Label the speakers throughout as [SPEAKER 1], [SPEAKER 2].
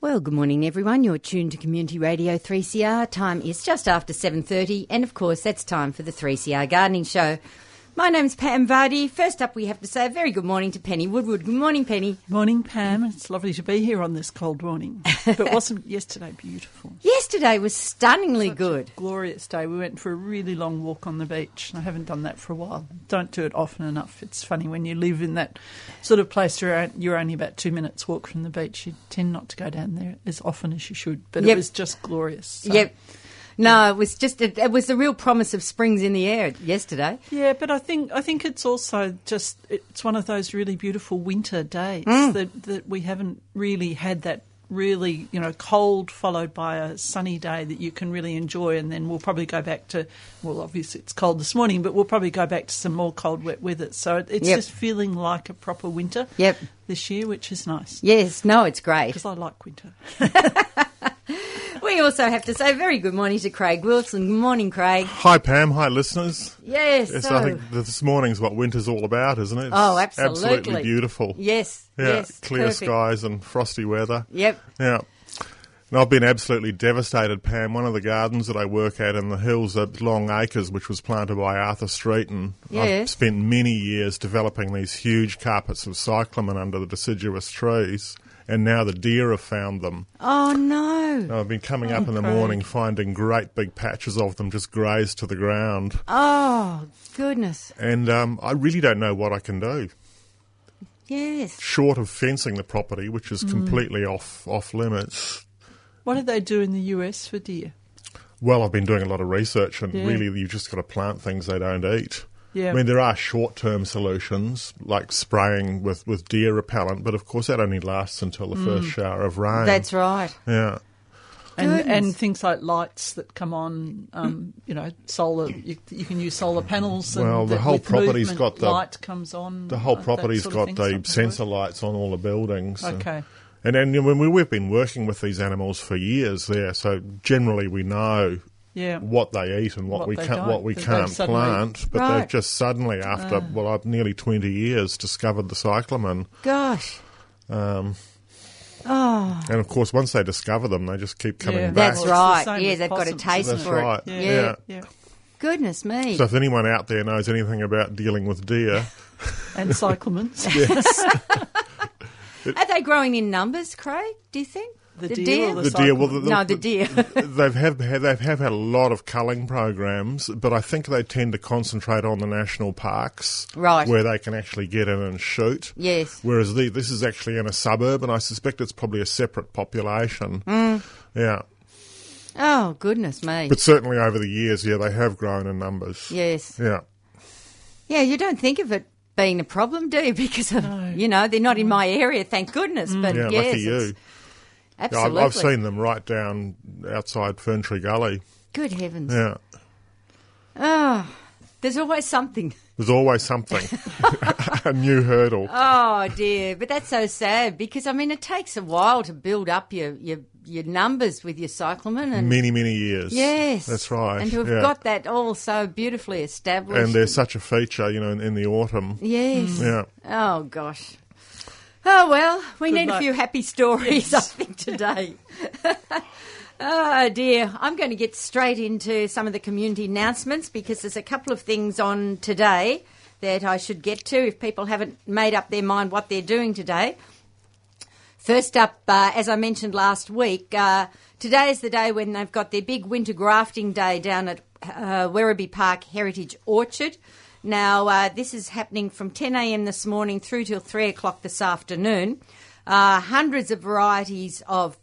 [SPEAKER 1] Well, good morning, everyone. You're tuned to Community Radio 3CR. Time is just after 7.30, and of course, that's time for the 3CR Gardening Show. My name's Pam Vardy. First up, we have to say a very good morning to Penny Woodward. Good morning, Penny.
[SPEAKER 2] Morning, Pam. It's lovely to be here on this cold morning. But wasn't yesterday beautiful?
[SPEAKER 1] Yesterday was stunningly good.
[SPEAKER 2] Glorious day. We went for a really long walk on the beach. I haven't done that for a while. Don't do it often enough. It's funny when you live in that sort of place where you're only about two minutes walk from the beach. You tend not to go down there as often as you should. But
[SPEAKER 1] Yep.
[SPEAKER 2] it was just glorious. So-
[SPEAKER 1] Yep. No, it was just, it, it was the real promise of springs in the air yesterday.
[SPEAKER 2] Yeah, but I think I think it's also just it's one of those really beautiful winter days
[SPEAKER 1] Mm.
[SPEAKER 2] that that we haven't really had that really you know cold followed by a sunny day that you can really enjoy and then we'll probably go back to well obviously it's cold this morning but we'll probably go back to some more cold wet weather so it- it's
[SPEAKER 1] Yep.
[SPEAKER 2] just feeling like a proper winter
[SPEAKER 1] Yep.
[SPEAKER 2] this year which is nice
[SPEAKER 1] Yes, no, it's great.
[SPEAKER 2] because I like winter
[SPEAKER 1] We also have to say very good morning to Craig Wilson. Good morning, Craig.
[SPEAKER 3] Hi, Pam. Hi, listeners.
[SPEAKER 1] Yes.
[SPEAKER 3] Yes,
[SPEAKER 1] so,
[SPEAKER 3] I think this morning's what winter's all about, isn't it? It's
[SPEAKER 1] Oh, absolutely.
[SPEAKER 3] Absolutely beautiful.
[SPEAKER 1] yes.
[SPEAKER 3] Yeah,
[SPEAKER 1] yes.
[SPEAKER 3] clear
[SPEAKER 1] perfect.
[SPEAKER 3] skies and frosty weather.
[SPEAKER 1] Yep.
[SPEAKER 3] Yeah. And I've been absolutely devastated, Pam. One of the gardens that I work at in the hills at Long Acres, which was planted by Arthur Streeton, I've
[SPEAKER 1] Yes.
[SPEAKER 3] spent many years developing these huge carpets of cyclamen under the deciduous trees, and now the deer have found them.
[SPEAKER 1] Oh, no.
[SPEAKER 3] I've been coming up in the morning finding great big patches of them just grazed to the ground.
[SPEAKER 1] Oh, goodness.
[SPEAKER 3] and um, I really don't know what I can do
[SPEAKER 1] Yes.
[SPEAKER 3] short of fencing the property, which is completely off off limits.
[SPEAKER 2] what do they do in the US for deer
[SPEAKER 3] Well, I've been doing a lot of research, and
[SPEAKER 2] Yeah.
[SPEAKER 3] really, you've just got to plant things they don't eat.
[SPEAKER 2] Yeah.
[SPEAKER 3] I mean, there are short term solutions like spraying with, with deer repellent, but of course, that only lasts until the first shower of rain.
[SPEAKER 1] That's right.
[SPEAKER 3] yeah.
[SPEAKER 2] and,
[SPEAKER 1] Goodness.
[SPEAKER 2] and things like lights that come on, um, you know, solar. You, you can use solar panels. And
[SPEAKER 3] Well, the
[SPEAKER 2] that
[SPEAKER 3] whole
[SPEAKER 2] with
[SPEAKER 3] property's
[SPEAKER 2] movement,
[SPEAKER 3] got the-
[SPEAKER 2] light comes on.
[SPEAKER 3] The whole
[SPEAKER 2] uh, that
[SPEAKER 3] property's
[SPEAKER 2] sort of
[SPEAKER 3] got
[SPEAKER 2] thing
[SPEAKER 3] the
[SPEAKER 2] sometimes.
[SPEAKER 3] sensor lights on all the buildings. and-
[SPEAKER 2] Okay.
[SPEAKER 3] And then you know, when we, we've been working with these animals for years there, so generally we know
[SPEAKER 2] Yeah.
[SPEAKER 3] what they eat and what,
[SPEAKER 2] What
[SPEAKER 3] we
[SPEAKER 2] they
[SPEAKER 3] can
[SPEAKER 2] don't,
[SPEAKER 3] what we
[SPEAKER 2] that they've
[SPEAKER 3] can't
[SPEAKER 2] suddenly- Ah.
[SPEAKER 3] plant, but
[SPEAKER 1] Right.
[SPEAKER 3] they've just suddenly after well, I've nearly twenty years discovered the cyclamen,
[SPEAKER 1] Gosh.
[SPEAKER 3] um,
[SPEAKER 1] Oh,
[SPEAKER 3] and of course once they discover them, they just keep coming
[SPEAKER 2] Yeah.
[SPEAKER 3] back.
[SPEAKER 1] that's
[SPEAKER 2] Well, it's the
[SPEAKER 1] right.
[SPEAKER 2] same
[SPEAKER 1] Yeah,
[SPEAKER 2] with
[SPEAKER 1] they've got a
[SPEAKER 2] possums,
[SPEAKER 1] taste
[SPEAKER 3] That's
[SPEAKER 1] for
[SPEAKER 3] right.
[SPEAKER 1] it.
[SPEAKER 2] Yeah.
[SPEAKER 1] Yeah.
[SPEAKER 3] Yeah.
[SPEAKER 2] Yeah.
[SPEAKER 1] Goodness me.
[SPEAKER 3] So if anyone out there knows anything about dealing with deer,
[SPEAKER 2] And cyclamens.
[SPEAKER 1] Are they growing in numbers, Craig? Do you think?
[SPEAKER 2] The deer or the
[SPEAKER 3] the deer will.
[SPEAKER 2] cyclamen.
[SPEAKER 1] No, the deer.
[SPEAKER 3] they've have had- they've have had a lot of culling programs, but I think they tend to concentrate on the national parks,
[SPEAKER 1] Right.
[SPEAKER 3] where they can actually get in and shoot.
[SPEAKER 1] Yes.
[SPEAKER 3] Whereas the, this is actually in a suburb, and I suspect it's probably a separate population.
[SPEAKER 1] Mm.
[SPEAKER 3] Yeah,
[SPEAKER 1] Oh, goodness me.
[SPEAKER 3] but certainly over the years, yeah, they have grown in numbers.
[SPEAKER 1] Yes.
[SPEAKER 3] Yeah.
[SPEAKER 1] Yeah, you don't think of it being a problem, do you? Because, of, you know, they're not in my area, thank goodness.
[SPEAKER 2] Mm.
[SPEAKER 1] But
[SPEAKER 3] Yeah,
[SPEAKER 1] yes,
[SPEAKER 3] lucky you.
[SPEAKER 1] it's-
[SPEAKER 3] Yeah, I've,
[SPEAKER 1] Absolutely.
[SPEAKER 3] I've seen them right down outside Fern Tree Gully.
[SPEAKER 1] Good heavens.
[SPEAKER 3] Yeah.
[SPEAKER 1] Oh, there's always something.
[SPEAKER 3] There's always something, a new hurdle.
[SPEAKER 1] Oh dear, but that's so sad because I mean it takes a while to build up your your, your numbers with your cyclamen and
[SPEAKER 3] Many, many years.
[SPEAKER 1] yes,
[SPEAKER 3] That's right.
[SPEAKER 1] And to have
[SPEAKER 3] yeah.
[SPEAKER 1] got that all so beautifully established.
[SPEAKER 3] and there's such a feature, you know, in, in the autumn.
[SPEAKER 1] yes.
[SPEAKER 3] Yeah.
[SPEAKER 1] Oh gosh. Oh well, we need a
[SPEAKER 2] luck.
[SPEAKER 1] few happy stories I
[SPEAKER 2] Yes.
[SPEAKER 1] think today. oh dear, I'm going to get straight into some of the community announcements because there's a couple of things on today that I should get to if people haven't made up their mind what they're doing today. First up, uh, as I mentioned last week, uh, today is the day when they've got their big winter grafting day down at uh, Werribee Park Heritage Orchard. Now, uh, this is happening from 10 a.m. this morning through till 3 o'clock this afternoon. Uh, hundreds of varieties of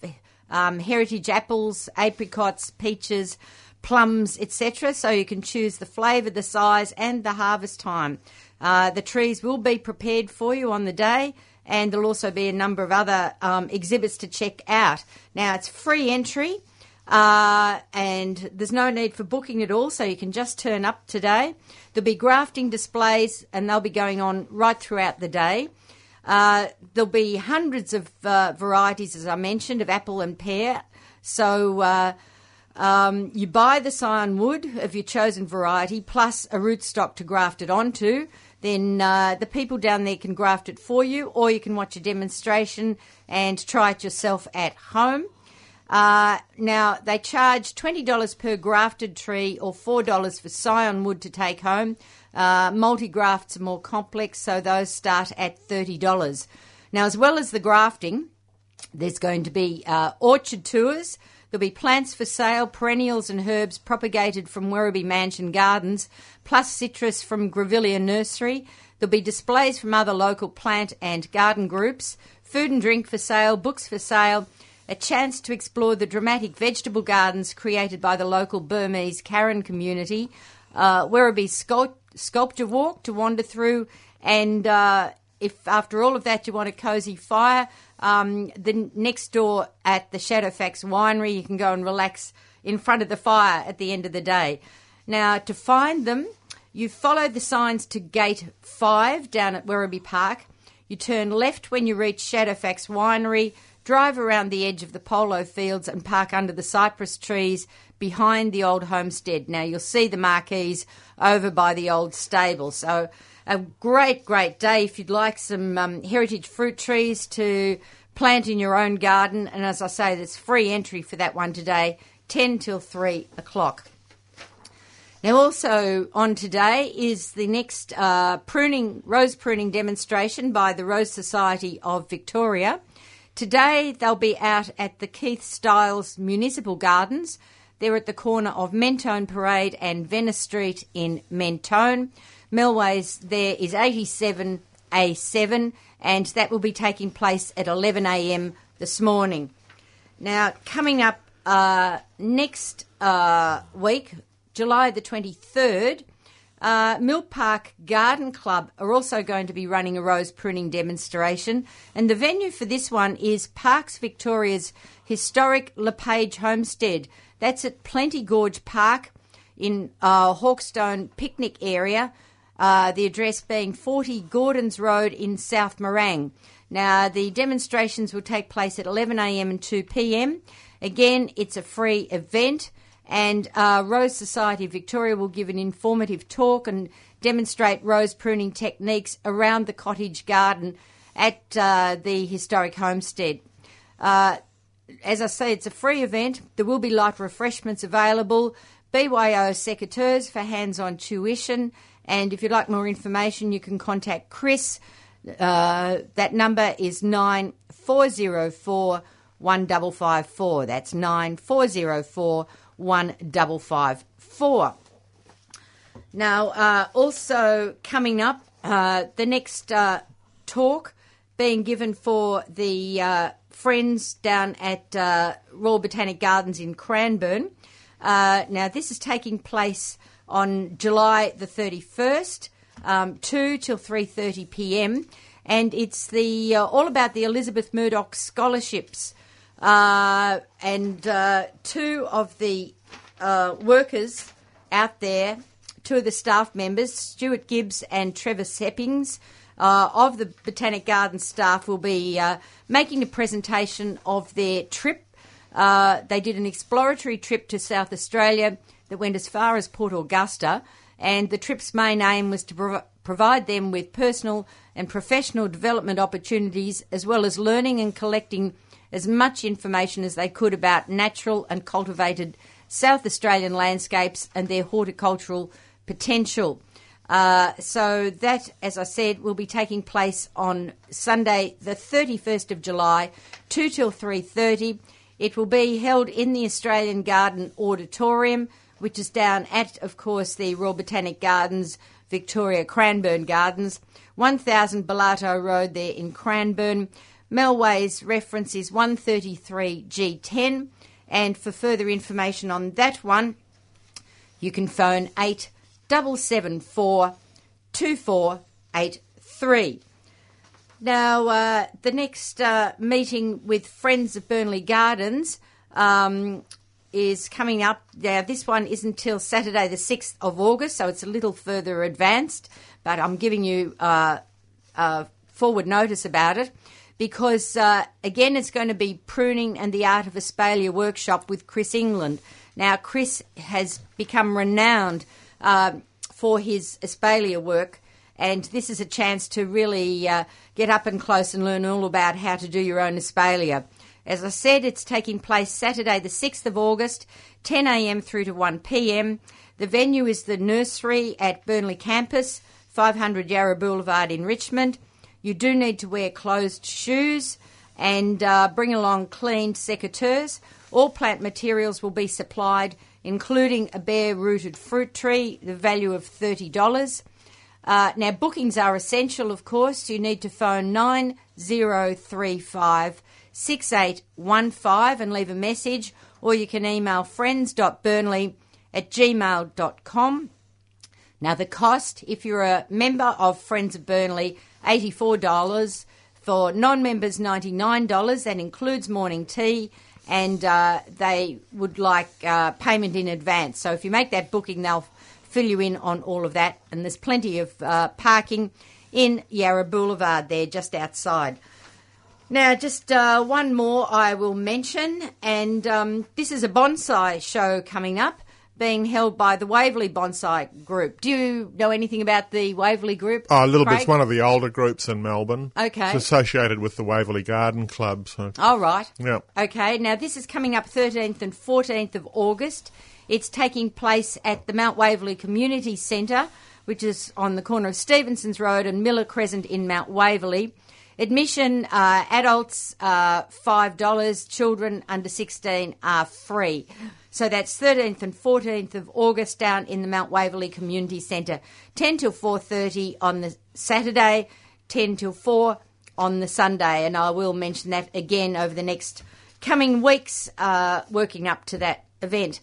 [SPEAKER 1] um, heritage apples, apricots, peaches, plums, etc. So you can choose the flavour, the size, and the harvest time. Uh, the trees will be prepared for you on the day, and there'll also be a number of other um, exhibits to check out. Now it's free entry, uh, and there's no need for booking at all, so you can just turn up today. There'll be grafting displays, and they'll be going on right throughout the day. Uh, there'll be hundreds of uh, varieties, as I mentioned, of apple and pear. So uh, um, you buy the scion wood of your chosen variety plus a rootstock to graft it onto. then uh, the people down there can graft it for you, or you can watch a demonstration and try it yourself at home. Uh, now, they charge $20 per grafted tree or $4 for scion wood to take home. Uh, Multi grafts are more complex, so those start at $30. Now, as well as the grafting, there's going to be uh, orchard tours. There'll be plants for sale, perennials and herbs propagated from Werribee Mansion Gardens, plus citrus from Grevillea Nursery. There'll be displays from other local plant and garden groups, food and drink for sale, books for sale, a chance to explore the dramatic vegetable gardens created by the local Burmese Karen community, uh, Werribee sculpt- Sculpture Walk to wander through, and uh, if after all of that you want a cosy fire, um, the next door at the Shadowfax Winery, you can go and relax in front of the fire at the end of the day. Now, to find them, you follow the signs to Gate 5 down at Werribee Park. You turn left when you reach Shadowfax Winery, drive around the edge of the polo fields and park under the cypress trees behind the old homestead. Now, you'll see the marquees over by the old stable. So, a great, great day if you'd like some um, heritage fruit trees to plant in your own garden. And as I say, there's free entry for that one today, 10 till 3 o'clock. Now, also on today is the next uh, pruning, rose pruning demonstration by the Rose Society of Victoria. Today they'll be out at the Keith Stiles Municipal Gardens. They're at the corner of Mentone Parade and Venice Street in Mentone. Melways there is 87A7, and that will be taking place at 11am this morning. Now, coming up uh, next uh, week, July the 23rd, uh, Mill Park Garden Club are also going to be running a rose pruning demonstration, and the venue for this one is Parks Victoria's historic LePage Homestead. That's at Plenty Gorge Park in uh, Hawkstone Picnic Area. Uh, the address being 40 Gordons Road in South Morang. Now, the demonstrations will take place at 11am and 2pm. Again, it's a free event, and uh, Rose Society of Victoria will give an informative talk and demonstrate rose pruning techniques around the cottage garden at uh, the historic homestead. Uh, as I say, it's a free event. There will be light refreshments available. BYO secateurs for hands on tuition. And if you'd like more information, you can contact Chris. Uh, that number is 9404 1554. That's 9404 1554. Now, uh, also coming up, uh, the next talk being given for the uh, friends down at uh, Royal Botanic Gardens in Cranbourne. Uh, now, this is taking place on July the 31st, um, 2 till 3:30 p.m. And it's the uh, all about the Elizabeth Murdoch scholarships, uh, and uh, two of the uh, workers out there, two of the staff members, Stuart Gibbs and Trevor Seppings. uh, of the Botanic Garden staff will be uh, making a presentation of their trip. Uh, they did an exploratory trip to South Australia that went as far as Port Augusta, and the trip's main aim was to prov- provide them with personal and professional development opportunities, as well as learning and collecting as much information as they could about natural and cultivated South Australian landscapes and their horticultural potential. Uh, so that, as I said, will be taking place on Sunday, the 31st of July, 2 till 3.30. It will be held in the Australian Garden Auditorium, which is down at, of course, the Royal Botanic Gardens, Victoria Cranbourne Gardens, 1000 Bellato Road there in Cranbourne. Melway's reference is 133G10. And for further information on that one, you can phone 8774 2483. Now, uh, the next uh, meeting with Friends of Burnley Gardens um, is coming up. Now, this one is until Saturday, the 6th of August, so it's a little further advanced, but I'm giving you uh, forward notice about it because, uh, again, it's going to be Pruning and the Art of Aspalia workshop with Chris England. Now, uh, Chris has become renowned for his Aspalia work And this is a chance to really uh, get up and close and learn all about how to do your own espalier. As I said, it's taking place Saturday, the 6th of August, 10am through to 1pm. The venue is the nursery at Burnley Campus, 500 Yarra Boulevard in Richmond. You do need to wear closed shoes and uh, bring along cleaned secateurs. All plant materials will be supplied, including a bare rooted fruit tree, the value of $30. Uh, now, bookings are essential, of course. You need to phone 9035 6815 and leave a message, or you can email friends.burnley at gmail.com. Now, the cost, if you're a member of Friends of Burnley, $84. For non members, $99. That includes morning tea, and uh, they would like uh, payment in advance. So if you make that booking, they'll fill you in on all of that. And there's plenty of uh, parking in Yarra Boulevard there, just outside. Now, just uh, one more I will mention, and um, this is a bonsai show coming up, being held by the Waverley Bonsai Group. Do you know anything about the Waverley Group?
[SPEAKER 3] Oh, a little bit.
[SPEAKER 1] Craig?
[SPEAKER 3] It's one of the older groups in Melbourne.
[SPEAKER 1] Okay. Ah.
[SPEAKER 3] It's associated with the Waverley Garden Club. So,
[SPEAKER 1] All right.
[SPEAKER 3] Yeah.
[SPEAKER 1] Okay. Now this is coming up 13th and 14th of August. It's taking place at the Mount Waverley Community Centre, which is on the corner of Stevenson's Road and Miller Crescent in Mount Waverley. Admission: uh, adults uh, five dollars. Children under 16 are free. So that's 13th and 14th of August down in the Mount Waverley Community Centre, 10 till 4:30 on the Saturday, 10 till 4 on the Sunday, and I will mention that again over the next coming weeks, uh, working up to that event.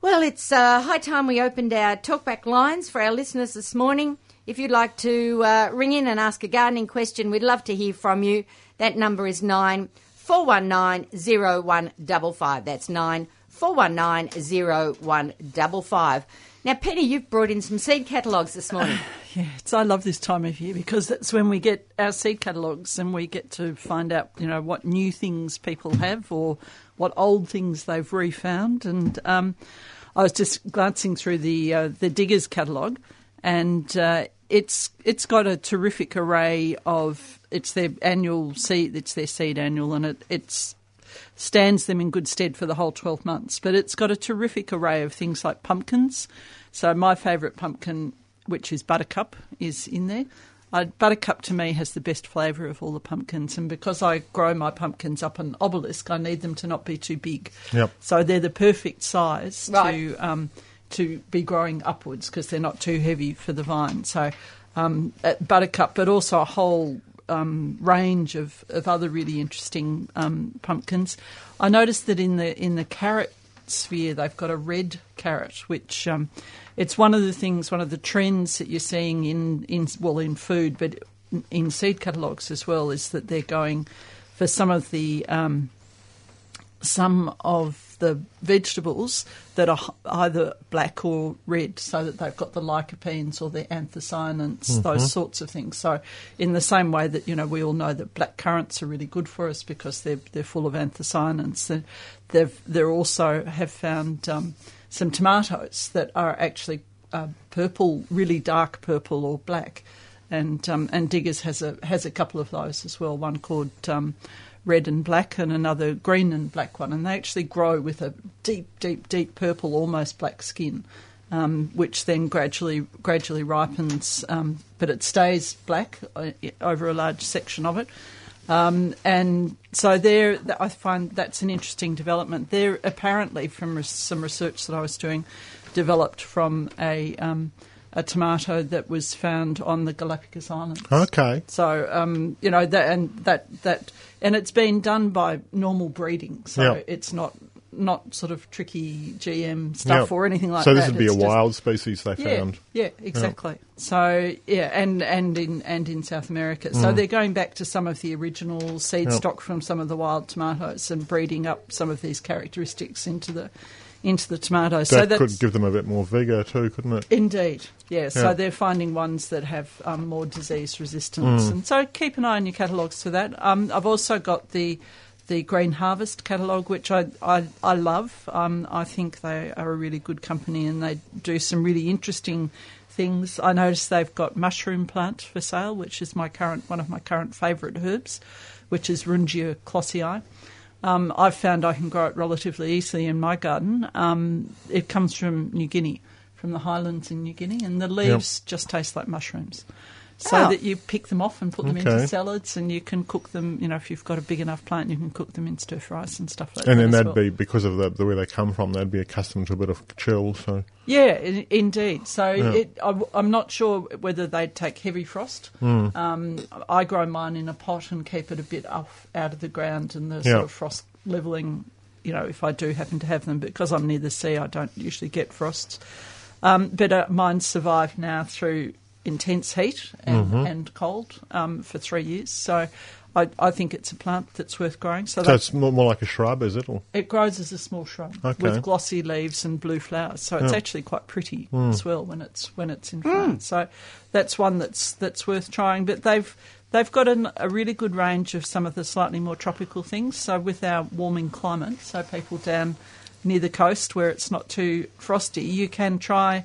[SPEAKER 1] Well, it's uh, high time we opened our talkback lines for our listeners this morning. If you'd like to uh, ring in and ask a gardening question, we'd love to hear from you. That number is nine four one nine zero one double five. That's nine four one nine zero one double five. Now, Penny, you've brought in some seed catalogues this morning.
[SPEAKER 2] Yeah, it's, I love this time of year because that's when we get our seed catalogues and we get to find out, you know, what new things people have or what old things they've refound. And um, I was just glancing through the uh, the Diggers catalogue, and uh, it's it's got a terrific array of it's their annual seed it's their seed annual, and it, it's stands them in good stead for the whole 12 months. But it's got a terrific array of things like pumpkins. So my favourite pumpkin, which is buttercup, is in there. Uh, buttercup to me has the best flavour of all the pumpkins, and because I grow my pumpkins up an obelisk, I need them to not be too big.
[SPEAKER 3] Yep.
[SPEAKER 2] So they're the perfect size
[SPEAKER 1] Right.
[SPEAKER 2] to um, to be growing upwards because they're not too heavy for the vine. So um, uh, buttercup, but also a whole um, range of, of other really interesting um, pumpkins. I noticed that in the in the carrot sphere they've got a red carrot, which um, it's one of the things, one of the trends that you're seeing in in well in food, but in seed catalogues as well, is that they're going for some of the um, some of the vegetables that are h- either black or red, so that they've got the lycopenes or the anthocyanins, those sorts of things. So, in the same way that you know we all know that black currants are really good for us because they're they're full of anthocyanins, and they've they're also have found um, some tomatoes that are actually uh, purple, really dark purple or black and um, and Diggers has a has a couple of those as well. One called um, red and black, and another green and black one. And they actually grow with a deep, deep, deep purple, almost black skin, um, which then gradually gradually ripens, um, but it stays black uh, i- over a large section of it. Um, and so there, th- I find that's an interesting development. They're apparently from res- some research that I was doing, developed from a um, a tomato that was found on the Galapagos Islands.
[SPEAKER 3] okay.
[SPEAKER 2] So um, you know that and that that and it's been done by normal breeding, so
[SPEAKER 3] Yeah.
[SPEAKER 2] it's not not sort of tricky GM stuff
[SPEAKER 3] Yeah.
[SPEAKER 2] or anything like
[SPEAKER 3] so
[SPEAKER 2] that.
[SPEAKER 3] this would be
[SPEAKER 2] It's
[SPEAKER 3] a
[SPEAKER 2] just-
[SPEAKER 3] wild species they
[SPEAKER 2] yeah,
[SPEAKER 3] found.
[SPEAKER 2] Yeah, exactly. So yeah, and and in and in South America, so they're going back to some of the original seed
[SPEAKER 3] Mm. Yeah.
[SPEAKER 2] stock from some of the wild tomatoes and breeding up some of these characteristics into the into the tomatoes. so
[SPEAKER 3] That
[SPEAKER 2] that's,
[SPEAKER 3] could give them a bit more vigour too, couldn't it?
[SPEAKER 2] Indeed, yeah. So
[SPEAKER 3] Yeah.
[SPEAKER 2] they're finding ones that have um, more disease
[SPEAKER 3] Mm.
[SPEAKER 2] resistance, and so keep an eye on your catalogues for that. Um, I've also got the the Green Harvest catalogue, which I I, I love. Um, I think they are a really good company, and they do some really interesting things. I noticed they've got mushroom plant for sale, which is my current one of my current favourite herbs, which is Rungia clossii. Um, I've found I can grow it relatively easily in my garden. Um, it comes from New Guinea, from the highlands in New Guinea, and the leaves just taste like mushrooms. So
[SPEAKER 1] Oh.
[SPEAKER 2] that you pick them off and put them
[SPEAKER 3] Okay.
[SPEAKER 2] into salads, and you can cook them. You know, if you've got a big enough plant, you can cook them in stir fries and stuff like
[SPEAKER 3] And
[SPEAKER 2] that.
[SPEAKER 3] then
[SPEAKER 2] as
[SPEAKER 3] that'd
[SPEAKER 2] well.
[SPEAKER 3] be because of the, the where they come from. They'd be accustomed to a bit of chill. So
[SPEAKER 2] Yeah, in, indeed. So it, I, am not sure whether they'd take heavy frost.
[SPEAKER 3] Hmm.
[SPEAKER 2] Um, I grow mine in a pot and keep it a bit off out of the ground and the
[SPEAKER 3] Yeah.
[SPEAKER 2] sort of frost leveling. You know, if I do happen to have them, because I'm near the sea, I don't usually get frosts. Um, but uh, mine survived now through intense heat and,
[SPEAKER 3] Mm-hmm.
[SPEAKER 2] and cold um, for three years. So I, I think it's a plant that's worth growing. So,
[SPEAKER 3] so
[SPEAKER 2] that's
[SPEAKER 3] it's more, more like a shrub, is it? Or
[SPEAKER 2] it grows as a small shrub
[SPEAKER 3] Okay.
[SPEAKER 2] with glossy leaves and blue flowers, so it's actually quite pretty as well when it's when it's in flower. So that's one that's that's worth trying. But they've they've got an, a really good range of some of the slightly more tropical things. So with our warming climate, so people down near the coast where it's not too frosty, you can try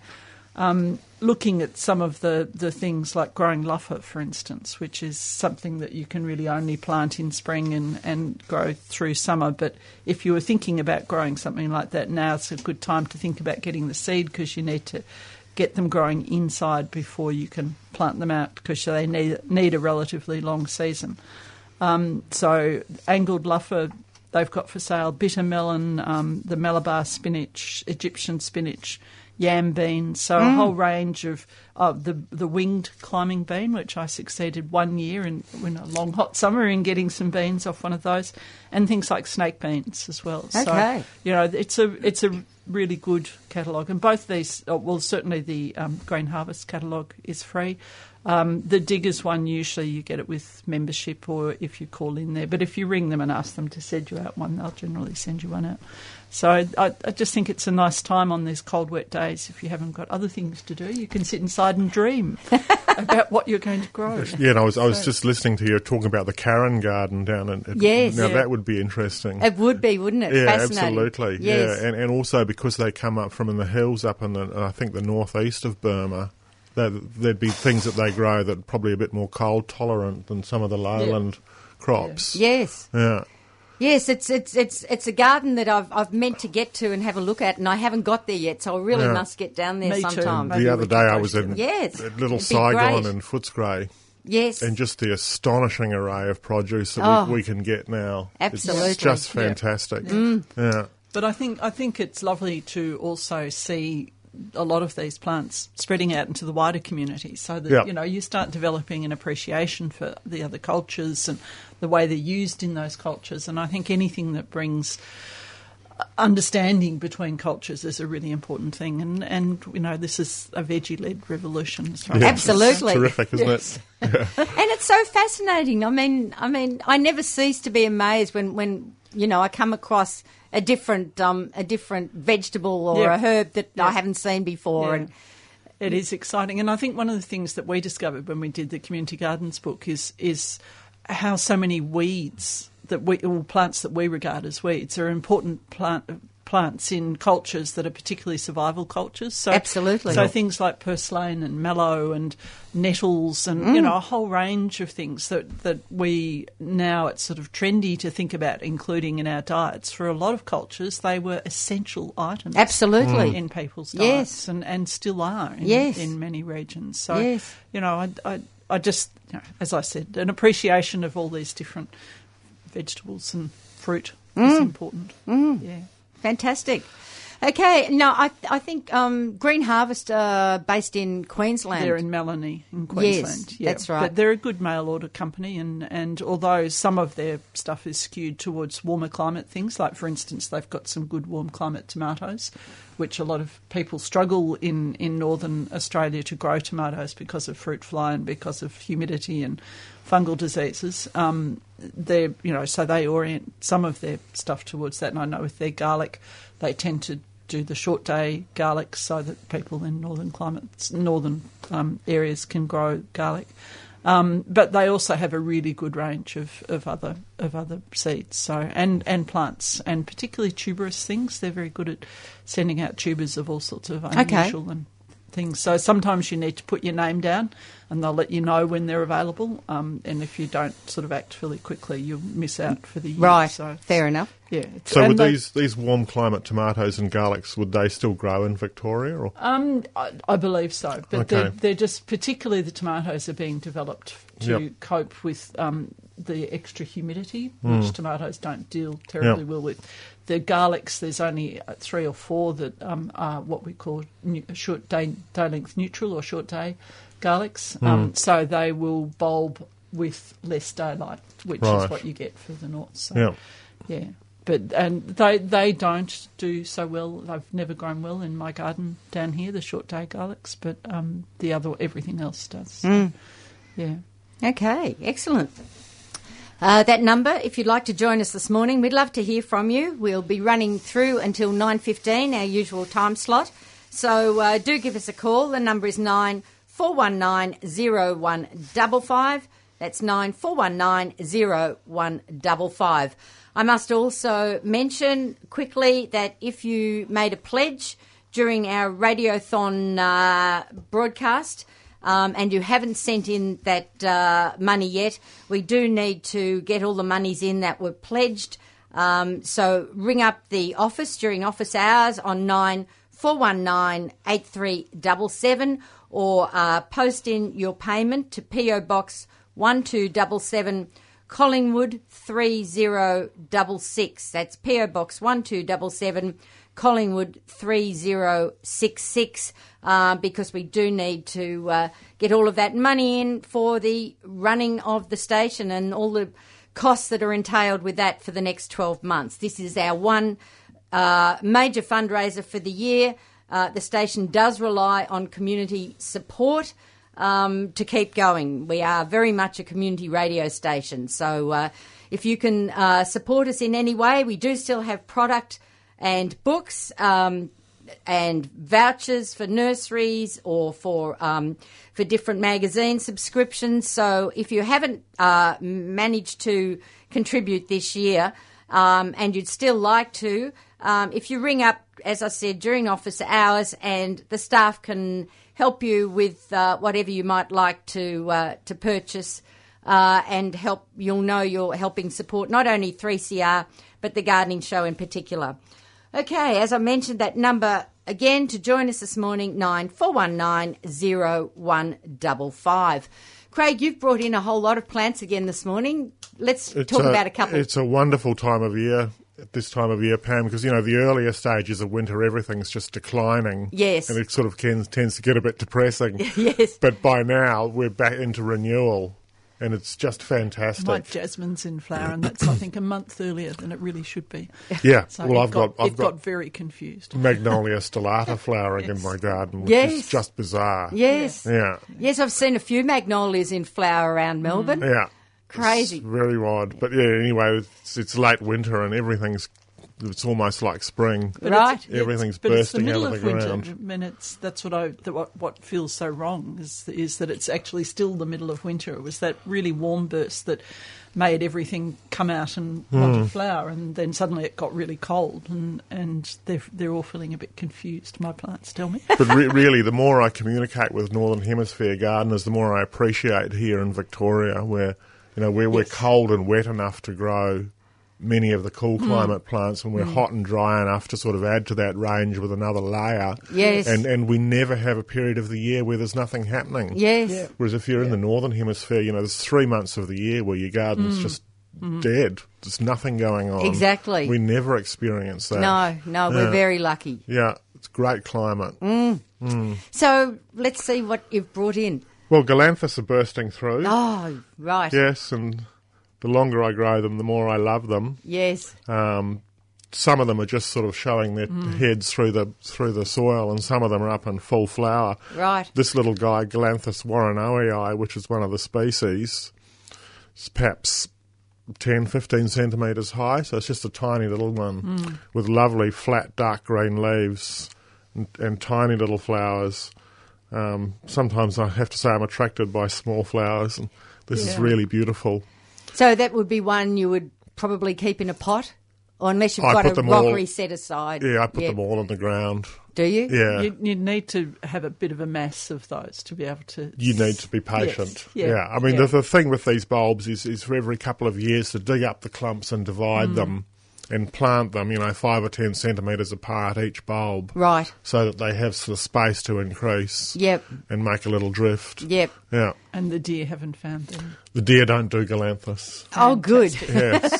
[SPEAKER 2] um, looking at some of the, the things like growing luffa, for instance, which is something that you can really only plant in spring and, and grow through summer. But if you were thinking about growing something like that now, it's a good time to think about getting the seed because you need to get them growing inside before you can plant them out because they need, need a relatively long season. Um, so angled luffa they've got for sale, bitter melon, um, the Malabar spinach, Egyptian spinach, yam bean. So a whole range of uh, the the winged climbing bean, which I succeeded one year in, in a long hot summer in getting some beans off one of those, and things like snake beans as well.
[SPEAKER 1] Okay.
[SPEAKER 2] So you know it's a it's a really good catalogue, and both these uh, well certainly the um, Grain Harvest catalogue is free. Um, the Diggers one usually you get it with membership or if you call in there, but if you ring them and ask them to send you out one, they'll generally send you one out. So I, I just think it's a nice time on these cold, wet days. If you haven't got other things to do, you can sit inside and dream about what you're going to grow.
[SPEAKER 3] yeah, and I was I was just listening to you talking about the Karen Garden down in. It,
[SPEAKER 1] Yes.
[SPEAKER 3] now
[SPEAKER 1] Yeah.
[SPEAKER 3] that would be interesting.
[SPEAKER 1] It would be, wouldn't it?
[SPEAKER 3] yeah,
[SPEAKER 1] Fascinating.
[SPEAKER 3] absolutely.
[SPEAKER 1] Yes.
[SPEAKER 3] Yeah, and and also because they come up from in the hills up in the I think the northeast of Burma. there- There'd be things that they grow that are probably a bit more cold tolerant than some of the lowland crops.
[SPEAKER 1] yes.
[SPEAKER 3] yeah.
[SPEAKER 1] Yes, it's it's it's it's a garden that I've I've meant to get to and have a look at, and I haven't got there yet. So I really
[SPEAKER 3] Yeah.
[SPEAKER 1] must get down there
[SPEAKER 2] Me too.
[SPEAKER 1] sometime.
[SPEAKER 2] Maybe
[SPEAKER 3] the other
[SPEAKER 2] we
[SPEAKER 3] day
[SPEAKER 2] could
[SPEAKER 3] I
[SPEAKER 2] go
[SPEAKER 3] was
[SPEAKER 2] to
[SPEAKER 3] in
[SPEAKER 2] them.
[SPEAKER 1] Yes,
[SPEAKER 3] at little
[SPEAKER 1] it'd be
[SPEAKER 3] Saigon
[SPEAKER 1] great.
[SPEAKER 3] and Footscray,
[SPEAKER 1] Yes,
[SPEAKER 3] and just the astonishing array of produce that
[SPEAKER 1] Oh.
[SPEAKER 3] we, we can get now.
[SPEAKER 1] Absolutely. Mm.
[SPEAKER 3] it's just
[SPEAKER 2] Yeah.
[SPEAKER 3] fantastic. Yeah.
[SPEAKER 2] But I think I think it's lovely to also see a lot of these plants spreading out into the wider community so that
[SPEAKER 3] Yeah.
[SPEAKER 2] you know you start developing an appreciation for the other cultures and the way they're used in those cultures and I think anything that brings understanding between cultures is a really important thing and and you know this is a veggie led revolution as far as
[SPEAKER 1] Yeah.
[SPEAKER 2] I'm concerned.
[SPEAKER 1] Absolutely.
[SPEAKER 3] terrific, isn't it?
[SPEAKER 1] and it's so fascinating. I mean, I mean, I never cease to be amazed when, when you know I come across a different um, a different vegetable or
[SPEAKER 2] Yeah.
[SPEAKER 1] a herb that
[SPEAKER 2] Yeah.
[SPEAKER 1] I haven't seen before,
[SPEAKER 2] Yeah.
[SPEAKER 1] and
[SPEAKER 2] It is exciting, and I think one of the things that we discovered when we did the community gardens book is is how so many weeds that we or plants that we regard as weeds are important plant plants in cultures that are particularly survival cultures. So
[SPEAKER 1] Absolutely.
[SPEAKER 2] so things like purslane and mallow and nettles and
[SPEAKER 1] Mm.
[SPEAKER 2] you know a whole range of things that that we now it's sort of trendy to think about including in our diets. For a lot of cultures, they were essential items
[SPEAKER 1] absolutely.
[SPEAKER 2] in people's
[SPEAKER 1] Yes.
[SPEAKER 2] diets and, and still are in,
[SPEAKER 1] Yes.
[SPEAKER 2] in many regions. So,
[SPEAKER 1] Yes.
[SPEAKER 2] you know, I, I, I just, you know, as I said, an appreciation of all these different vegetables and fruit
[SPEAKER 1] Mm.
[SPEAKER 2] is important. Yeah.
[SPEAKER 1] Fantastic. Okay, now I I think um, Green Harvest uh, based in Queensland.
[SPEAKER 2] They're in Melanie in Queensland.
[SPEAKER 1] that's right.
[SPEAKER 2] But they're a good mail order company, and, and although some of their stuff is skewed towards warmer climate things, like for instance, they've got some good warm climate tomatoes, which a lot of people struggle in, in northern Australia to grow tomatoes because of fruit fly and because of humidity and fungal diseases. Um, they are you know so they orient some of their stuff towards that, and I know with their garlic, they tend to do the short day garlic so that people in northern climates, northern um, areas can grow garlic. Um, but they also have a really good range of, of other of other seeds, so and, and plants, and particularly tuberous things. They're very good at sending out tubers of all sorts of unusual and things. So sometimes you need to put your name down, and they'll let you know when they're available. Um, and if you don't sort of act fairly quickly, you'll miss out for the year.
[SPEAKER 1] Right.
[SPEAKER 2] So
[SPEAKER 1] Fair enough.
[SPEAKER 2] yeah. it's-
[SPEAKER 3] So
[SPEAKER 2] and
[SPEAKER 3] would
[SPEAKER 2] they-
[SPEAKER 3] these these warm climate tomatoes and garlics would they still grow in Victoria? Or
[SPEAKER 2] Um, I, I believe so, but they're,
[SPEAKER 3] Okay.
[SPEAKER 2] they're just particularly the tomatoes are being developed to
[SPEAKER 3] Yep.
[SPEAKER 2] cope with um, the extra humidity, which tomatoes don't deal terribly
[SPEAKER 3] Hmm. Yep.
[SPEAKER 2] well with. The garlics, there's only uh, three or four that um, are what we call nu- short day, day length neutral or short day garlics.
[SPEAKER 3] Hmm.
[SPEAKER 2] Um, so they will bulb with less daylight, which
[SPEAKER 3] Right.
[SPEAKER 2] is what you get further north. So.
[SPEAKER 3] yeah,
[SPEAKER 2] Yeah, but and they they don't do so well. They've never grown well in my garden down here, the short day garlics, but um, the other everything else does. So,
[SPEAKER 1] Mm.
[SPEAKER 2] Yeah.
[SPEAKER 1] Hmm. Okay, excellent. Uh, that number, if you'd like to join us this morning, we'd love to hear from you. We'll be running through until 9.15, our usual time slot. So uh, do give us a call. The number is 94190155. That's 94190155. I must also mention quickly that if you made a pledge during our radiothon uh, broadcast, um, and you haven't sent in that uh, money yet, we do need to get all the monies in that were pledged. Um, so ring up the office during office hours on nine four one nine eight three double seven, or uh, post in your payment to PO Box one two double seven. Collingwood 3066. That's PO Box 1277, Collingwood 3066, uh, because we do need to uh, get all of that money in for the running of the station and all the costs that are entailed with that for the next 12 months. This is our one uh, major fundraiser for the year. Uh, the station does rely on community support um, to keep going. We are very much a community radio station. So uh, if you can uh, support us in any way, we do still have product and books um, and vouchers for nurseries or for um, for different magazine subscriptions. So if you haven't uh, managed to contribute this year um, and you'd still like to, um, if you ring up, as I said, during office hours, and the staff can help you with uh, whatever you might like to uh, to purchase uh, and help. You'll know you're helping support not only 3CR but the gardening show in particular. Okay, as I mentioned, that number again to join us this morning nine four one nine zero one double five. Craig, you've brought in a whole lot of plants again this morning. Let's
[SPEAKER 3] It's uh,
[SPEAKER 1] talk about a couple.
[SPEAKER 3] It's a wonderful time of year. at This time of year, Pam, because you know the earlier stages of winter, everything's just declining.
[SPEAKER 1] Yes.
[SPEAKER 3] and it sort of can, tends to get a bit depressing.
[SPEAKER 1] Yes.
[SPEAKER 3] but by now we're back into renewal, and it's just
[SPEAKER 2] My
[SPEAKER 3] fantastic.
[SPEAKER 2] jasmine's in flower, and that's I think a month earlier than it really should be.
[SPEAKER 3] Yeah,
[SPEAKER 2] So
[SPEAKER 3] well,
[SPEAKER 2] it
[SPEAKER 3] I've got, I've
[SPEAKER 2] it
[SPEAKER 3] got,
[SPEAKER 2] very confused.
[SPEAKER 3] magnolia stellata flowering in my garden, which
[SPEAKER 1] Yes.
[SPEAKER 3] is just bizarre.
[SPEAKER 1] yes.
[SPEAKER 3] yeah,
[SPEAKER 1] Yes, I've seen a few magnolias in flower around Melbourne.
[SPEAKER 3] Mm, yeah.
[SPEAKER 1] Crazy.
[SPEAKER 3] It's very odd, but yeah. Anyway, it's, it's late winter and everything's. It's almost like spring.
[SPEAKER 2] But
[SPEAKER 1] Right.
[SPEAKER 2] it's- it's-
[SPEAKER 3] Everything's
[SPEAKER 2] but it's the
[SPEAKER 3] bursting out
[SPEAKER 2] middle
[SPEAKER 3] of
[SPEAKER 2] of
[SPEAKER 3] the
[SPEAKER 2] winter.
[SPEAKER 3] ground.
[SPEAKER 2] I mean, it's, that's what I the, what, what feels so wrong is is that it's actually still the middle of winter. It was that really warm burst that made everything come out and
[SPEAKER 3] Hmm.
[SPEAKER 2] want to flower, and then suddenly it got really cold, and and they're they're all feeling a bit confused. My plants tell me.
[SPEAKER 3] But re- really, the more I communicate with Northern Hemisphere gardeners, the more I appreciate here in Victoria, where you know where we're
[SPEAKER 2] Yes.
[SPEAKER 3] cold and wet enough to grow many of the cool climate plants, and we're hot and dry enough to sort of add to that range with another layer.
[SPEAKER 1] Yes.
[SPEAKER 3] and and we never have a period of the year where there's nothing happening.
[SPEAKER 1] Yes.
[SPEAKER 2] Yeah.
[SPEAKER 3] Whereas if you're in the northern hemisphere, you know, there's three months of the year where your garden's
[SPEAKER 4] Hmm.
[SPEAKER 3] just dead. There's nothing going on.
[SPEAKER 1] Mm. Exactly.
[SPEAKER 3] We never experience that.
[SPEAKER 1] No, no, we're
[SPEAKER 3] Yeah.
[SPEAKER 1] very lucky. Mm.
[SPEAKER 3] Yeah, it's great climate. Mm.
[SPEAKER 1] So let's see what you've brought in.
[SPEAKER 3] Well, galanthus are bursting through.
[SPEAKER 1] Oh, right.
[SPEAKER 3] Yes, and the longer I grow them, the more I love them.
[SPEAKER 1] Yes.
[SPEAKER 3] Um, some of them are just sort of showing their heads through the through the soil, and some of them are up in full flower.
[SPEAKER 1] Right.
[SPEAKER 3] This little guy, Galanthus warrenoii, which is one of the species, is perhaps 10, 15 centimetres high, so it's just a tiny little one with lovely flat dark green leaves and, and tiny little flowers. Um, sometimes I have to say I'm attracted by small flowers, and this is
[SPEAKER 2] Yeah.
[SPEAKER 3] really beautiful.
[SPEAKER 1] So that would be one you would probably keep in a pot, or unless you've
[SPEAKER 3] I
[SPEAKER 1] got
[SPEAKER 3] put
[SPEAKER 1] a
[SPEAKER 3] them all-
[SPEAKER 1] rockery set aside.
[SPEAKER 3] Yeah, I put them all on the ground
[SPEAKER 1] Do you?
[SPEAKER 3] Yeah.
[SPEAKER 2] You, you need to have a bit of a mass of those to be able to.
[SPEAKER 3] you need to be patient.
[SPEAKER 2] yeah,
[SPEAKER 3] yeah. I mean,
[SPEAKER 2] yeah.
[SPEAKER 3] The, the thing with these bulbs is, is for every couple of years to dig up the clumps and divide
[SPEAKER 1] Mm.
[SPEAKER 3] them and plant them, you know, five or ten centimetres apart each bulb.
[SPEAKER 1] Right.
[SPEAKER 3] So that they have sort of space to increase
[SPEAKER 1] Yep.
[SPEAKER 3] and make a little drift.
[SPEAKER 1] Yep.
[SPEAKER 3] Yeah.
[SPEAKER 2] And the deer haven't found them.
[SPEAKER 3] The deer don't do galanthus.
[SPEAKER 1] Oh, good.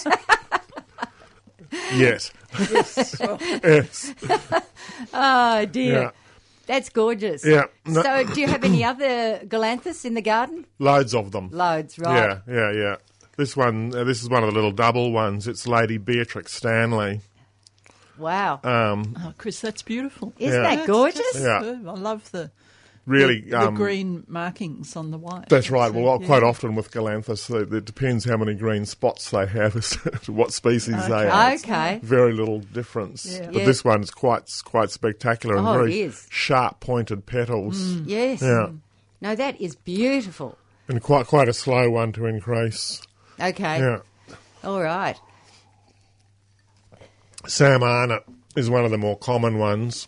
[SPEAKER 3] Yes. Yet.
[SPEAKER 2] Yes, well,
[SPEAKER 3] Yes.
[SPEAKER 1] Oh, dear.
[SPEAKER 3] Yeah.
[SPEAKER 1] That's gorgeous.
[SPEAKER 3] Yeah. No-
[SPEAKER 1] So, do you have any other galanthus in the garden?
[SPEAKER 3] Loads of them.
[SPEAKER 1] Loads, right?
[SPEAKER 3] Yeah, yeah, yeah. This one, uh, this is one of the little double ones. It's Lady Beatrix Stanley.
[SPEAKER 1] Wow.
[SPEAKER 3] Um,
[SPEAKER 2] oh, Chris, that's beautiful.
[SPEAKER 1] Isn't
[SPEAKER 3] yeah.
[SPEAKER 1] that
[SPEAKER 2] That's
[SPEAKER 1] gorgeous?
[SPEAKER 2] just
[SPEAKER 3] Yeah.
[SPEAKER 2] superb. I love the
[SPEAKER 3] really,
[SPEAKER 2] the, the
[SPEAKER 3] um,
[SPEAKER 2] green markings on the white.
[SPEAKER 3] That's right. Well,
[SPEAKER 2] So,
[SPEAKER 3] quite
[SPEAKER 2] yeah.
[SPEAKER 3] often with Galanthus, it, it depends how many green spots they have as to what species they
[SPEAKER 2] Okay.
[SPEAKER 3] are.
[SPEAKER 2] Yeah.
[SPEAKER 1] Okay.
[SPEAKER 3] Very little difference.
[SPEAKER 2] Yeah.
[SPEAKER 3] But
[SPEAKER 1] Yeah.
[SPEAKER 3] this one is quite quite spectacular and
[SPEAKER 1] Oh, it
[SPEAKER 3] very
[SPEAKER 1] is. Mm,
[SPEAKER 3] sharp pointed petals.
[SPEAKER 1] Yes.
[SPEAKER 3] Yeah.
[SPEAKER 1] No, that is beautiful.
[SPEAKER 3] And quite quite a slow one to increase.
[SPEAKER 1] Okay.
[SPEAKER 3] Yeah.
[SPEAKER 1] All right.
[SPEAKER 3] Sam Arnott is one of the more common ones.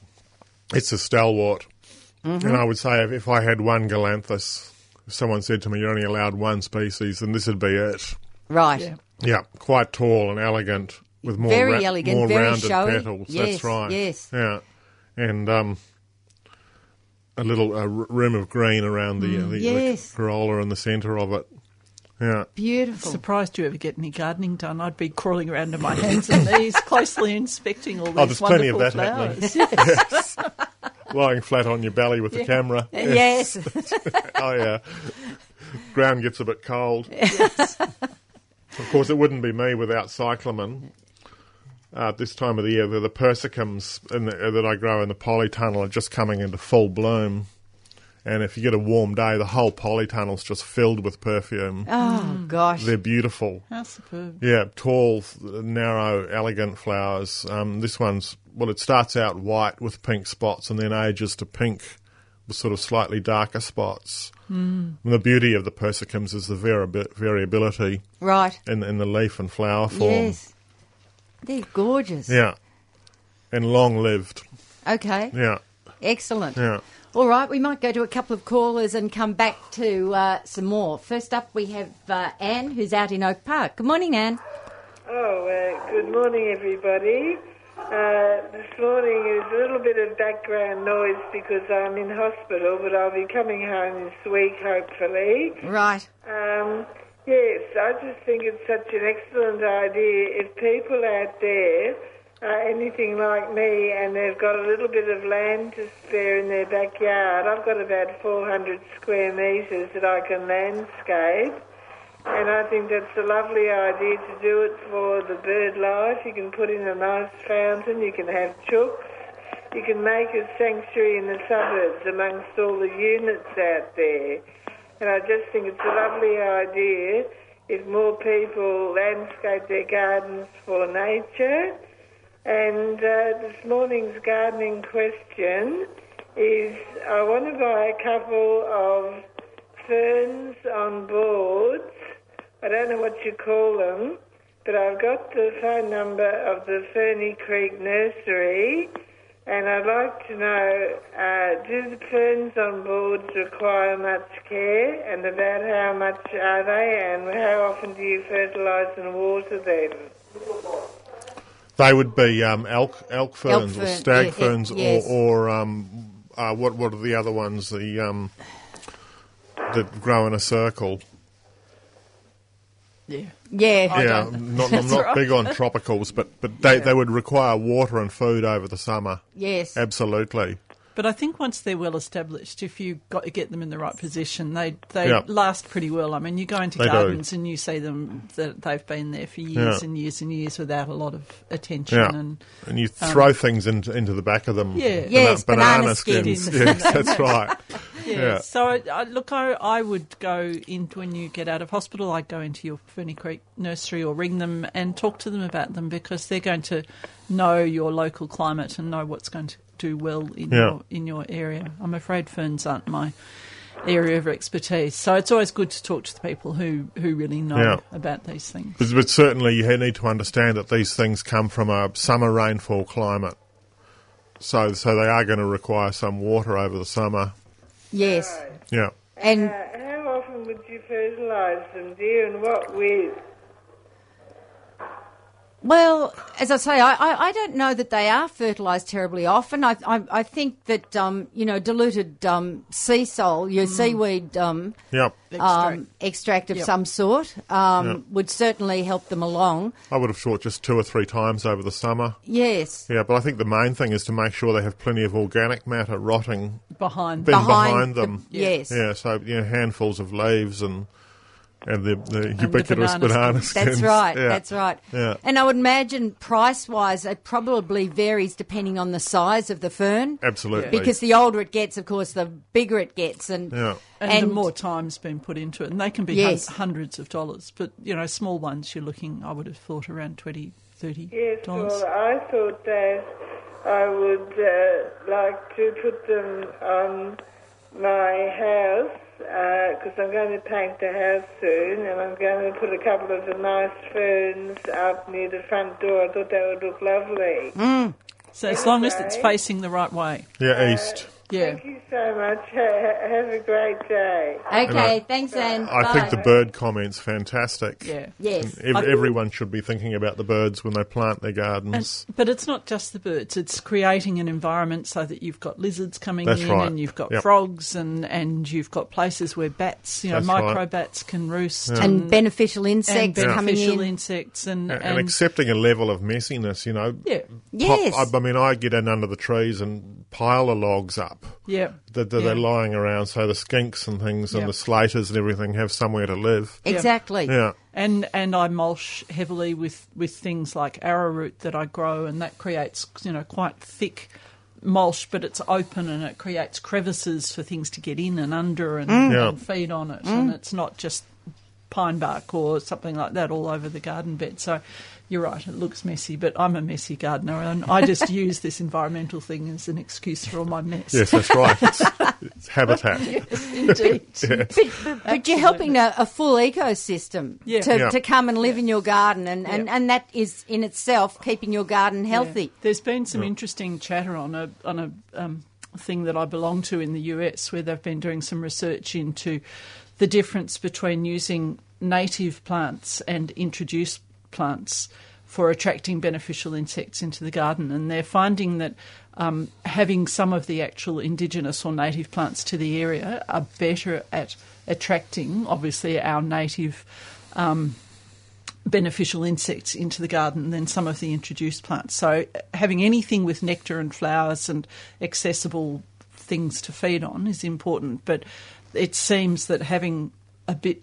[SPEAKER 3] It's a stalwart.
[SPEAKER 1] Mm-hmm.
[SPEAKER 3] And I would say if, if I had one Galanthus, if someone said to me, you're only allowed one species, then this would be it.
[SPEAKER 1] Right.
[SPEAKER 2] Yeah.
[SPEAKER 3] Yeah, quite tall and elegant with more
[SPEAKER 1] Very
[SPEAKER 3] ra-
[SPEAKER 1] elegant,
[SPEAKER 3] more
[SPEAKER 1] very
[SPEAKER 3] rounded
[SPEAKER 1] showy.
[SPEAKER 3] petals.
[SPEAKER 1] Yes,
[SPEAKER 3] That's right.
[SPEAKER 1] yes.
[SPEAKER 3] Yeah, and um, a little a r- rim of green around the, uh, the,
[SPEAKER 1] yes.
[SPEAKER 3] the corolla in the centre of it. Yeah.
[SPEAKER 1] Beautiful.
[SPEAKER 2] Surprised you ever get any gardening done. I'd be crawling around on my hands and knees, closely inspecting all these
[SPEAKER 3] Oh, there's
[SPEAKER 2] wonderful
[SPEAKER 3] plenty of that happening.
[SPEAKER 2] flowers.
[SPEAKER 3] yes. Lying flat on your belly with the camera.
[SPEAKER 1] Yes.
[SPEAKER 3] oh yeah. Ground gets a bit cold. of course, it wouldn't be me without cyclamen. Uh, at this time of the year, the, the persicums in the, uh, that I grow in the polytunnel are just coming into full bloom. And if you get a warm day, the whole polytunnel's just filled with perfume.
[SPEAKER 1] oh, gosh.
[SPEAKER 3] They're beautiful.
[SPEAKER 2] How superb.
[SPEAKER 3] Yeah, tall, f- narrow, elegant flowers. Um, this one's well, it starts out white with pink spots, and then ages to pink with sort of slightly darker spots.
[SPEAKER 1] Hmm.
[SPEAKER 3] Mm. And the beauty of the persicums is the variabi- variability
[SPEAKER 1] Right.
[SPEAKER 3] in, in the leaf and flower form.
[SPEAKER 1] Yes. They're gorgeous.
[SPEAKER 3] Yeah, and long lived.
[SPEAKER 1] Okay.
[SPEAKER 3] Yeah,
[SPEAKER 1] Excellent.
[SPEAKER 3] yeah.
[SPEAKER 1] All right, we might go to a couple of callers and come back to uh, some more. First up, we have uh, Anne, who's out in Oak Park. Good morning, Anne.
[SPEAKER 5] Oh, uh, good morning, everybody. Uh, this morning is a little bit of background noise because I'm in hospital, but I'll be coming home this week, hopefully.
[SPEAKER 1] Right.
[SPEAKER 5] Um, yes, I just think it's such an excellent idea. If people out there are Uh, anything like me and they've got a little bit of land to spare in their backyard, I've got about 400 square metres that I can landscape. And I think that's a lovely idea to do it for the bird life. You can put in a nice fountain, you can have chooks, you can make a sanctuary in the suburbs amongst all the units out there. And I just think it's a lovely idea if more people landscape their gardens for nature. And uh, this morning's gardening question is I want to buy a couple of ferns on boards. I don't know what you call them, but I've got the phone number of the Ferny Creek Nursery. And I'd like to know, uh, do the ferns on boards require much care and about how much are they and how often do you fertilise and water them?
[SPEAKER 3] They would be um, elk elk ferns or
[SPEAKER 1] fern,
[SPEAKER 3] stag
[SPEAKER 1] yeah, yeah,
[SPEAKER 3] ferns
[SPEAKER 1] yes.
[SPEAKER 3] or or um, uh, what what are the other ones? The um, that grow in a circle.
[SPEAKER 2] Yeah.
[SPEAKER 1] Yeah.
[SPEAKER 3] yeah, I'm not, I'm not big on tropicals, but but they, they would require water and food over the summer.
[SPEAKER 1] Yes.
[SPEAKER 3] Absolutely.
[SPEAKER 2] But I think once they're well established, if you got to get them in the right position, they they
[SPEAKER 3] Yeah.
[SPEAKER 2] last pretty well. I mean, you go into
[SPEAKER 3] They do.
[SPEAKER 2] gardens and you see them that they've been there for years
[SPEAKER 3] Yeah.
[SPEAKER 2] and years and years without a lot of attention
[SPEAKER 3] Yeah.
[SPEAKER 2] and um,
[SPEAKER 3] And, you throw things into, into the back of them.
[SPEAKER 2] Yeah.
[SPEAKER 3] Bana-
[SPEAKER 1] Yes, banana skins.
[SPEAKER 3] yes, that's right.
[SPEAKER 2] yeah.
[SPEAKER 3] Yeah.
[SPEAKER 2] So I, I, look, I, I would go in when you get out of hospital. I'd go into your Ferny Creek nursery or ring them and talk to them about them because they're going to know your local climate and know what's going to do well in
[SPEAKER 3] Yeah.
[SPEAKER 2] your in your area. I'm afraid ferns aren't my area of expertise, so it's always good to talk to the people who who really know
[SPEAKER 3] Yeah.
[SPEAKER 2] about these things.
[SPEAKER 3] But, but certainly you need to understand that these things come from a summer rainfall climate. So, so they are going to require some water over the summer.
[SPEAKER 1] Yes.
[SPEAKER 3] Yeah.
[SPEAKER 5] Uh,
[SPEAKER 1] And
[SPEAKER 5] how often would you fertilise them, dear, and what with?
[SPEAKER 1] Well, as I say, I, I, I don't know that they are fertilised terribly often. I, I, I think that, um, you know, diluted um, sea salt, your seaweed um,
[SPEAKER 3] Yeah.
[SPEAKER 2] Extract.
[SPEAKER 1] um, extract of
[SPEAKER 2] Mm. Yep.
[SPEAKER 1] some sort, um,
[SPEAKER 3] Yep.
[SPEAKER 1] would certainly help them along.
[SPEAKER 3] I would have thought just two or three times over the summer.
[SPEAKER 1] Yes.
[SPEAKER 3] Yeah, but I think the main thing is to make sure they have plenty of organic matter rotting
[SPEAKER 2] behind.
[SPEAKER 3] Behind.
[SPEAKER 1] the-
[SPEAKER 3] them.
[SPEAKER 1] yes.
[SPEAKER 3] Yeah, so you know, handfuls of leaves and and the, the ubiquitous
[SPEAKER 2] banana
[SPEAKER 3] banana
[SPEAKER 2] skins.
[SPEAKER 3] skins.
[SPEAKER 1] That's right.
[SPEAKER 3] Yeah.
[SPEAKER 1] That's right.
[SPEAKER 3] Yeah.
[SPEAKER 1] And I would imagine price wise, it probably varies depending on the size of the fern.
[SPEAKER 3] Absolutely.
[SPEAKER 1] Because the older it gets, of course, the bigger it gets, and
[SPEAKER 3] Yeah.
[SPEAKER 2] and, the more time's been put into it, and they can be
[SPEAKER 1] Yes.
[SPEAKER 2] hun- hundreds of dollars. But you know, small ones you're looking, I would have thought around twenty, thirty
[SPEAKER 5] Yes,
[SPEAKER 2] dollars.
[SPEAKER 5] well, I thought that I would uh, like to put them on my house because I'm going to paint the house soon and I'm going to put a couple of the nice ferns up near the front door. I thought that would look lovely.
[SPEAKER 1] Mm.
[SPEAKER 2] so as long as it's facing the right way,
[SPEAKER 3] Yeah, east.
[SPEAKER 2] yeah.
[SPEAKER 5] Thank you so much. Ha- have a great day.
[SPEAKER 1] Okay. Thanks, Anne.
[SPEAKER 3] I think the
[SPEAKER 1] Bye.
[SPEAKER 3] bird comment's fantastic.
[SPEAKER 2] Yeah.
[SPEAKER 1] Yes.
[SPEAKER 3] Ev-
[SPEAKER 2] I think-
[SPEAKER 3] everyone should be thinking about the birds when they plant their gardens.
[SPEAKER 2] And, but it's not just the birds; it's creating an environment so that you've got lizards coming
[SPEAKER 3] That's
[SPEAKER 2] in,
[SPEAKER 3] right.
[SPEAKER 2] and you've got
[SPEAKER 3] Yep.
[SPEAKER 2] frogs, and and you've got places where bats, you know,
[SPEAKER 3] That's right.
[SPEAKER 2] micro bats can roost,
[SPEAKER 1] and beneficial
[SPEAKER 2] and
[SPEAKER 1] insects coming
[SPEAKER 2] beneficial
[SPEAKER 1] in.
[SPEAKER 2] insects, and,
[SPEAKER 3] And,
[SPEAKER 2] and,
[SPEAKER 3] and accepting a level of messiness, you know.
[SPEAKER 2] yeah,
[SPEAKER 3] Pop-
[SPEAKER 1] Yes.
[SPEAKER 3] I, I mean, I get in under the trees and pile the logs up.
[SPEAKER 2] yeah,
[SPEAKER 3] That that
[SPEAKER 2] yeah.
[SPEAKER 3] they're lying around, so the skinks and things
[SPEAKER 2] Yeah.
[SPEAKER 3] and the slaters and everything have somewhere to live.
[SPEAKER 1] exactly.
[SPEAKER 3] Yeah,
[SPEAKER 2] and and I mulch heavily with with things like arrowroot that I grow, and that creates you know quite thick mulch, but it's open and it creates crevices for things to get in and under and,
[SPEAKER 3] Mm. Yeah.
[SPEAKER 2] and feed on it, and it's not just pine bark or something like that all over the garden bed. So you're right, it looks messy, but I'm a messy gardener, and I just use this environmental thing as an excuse for all my mess.
[SPEAKER 3] yes, that's right. it's, it's habitat.
[SPEAKER 2] Indeed.
[SPEAKER 1] But, but, but you're helping a, a full ecosystem
[SPEAKER 2] Yeah.
[SPEAKER 1] To,
[SPEAKER 3] Yeah.
[SPEAKER 1] to come and live in your garden, and, and,
[SPEAKER 2] Yeah.
[SPEAKER 1] and that is in itself keeping your garden healthy.
[SPEAKER 2] Yeah. There's been some interesting chatter on a on a um, thing that I belong to in the US, where they've been doing some research into the difference between using native plants and introduced plants for attracting beneficial insects into the garden, and they're finding that. Um, having some of the actual indigenous or native plants to the area are better at attracting, obviously, our native um, beneficial insects into the garden than some of the introduced plants. So uh, having anything with nectar and flowers and accessible things to feed on is important, but it seems that having a bit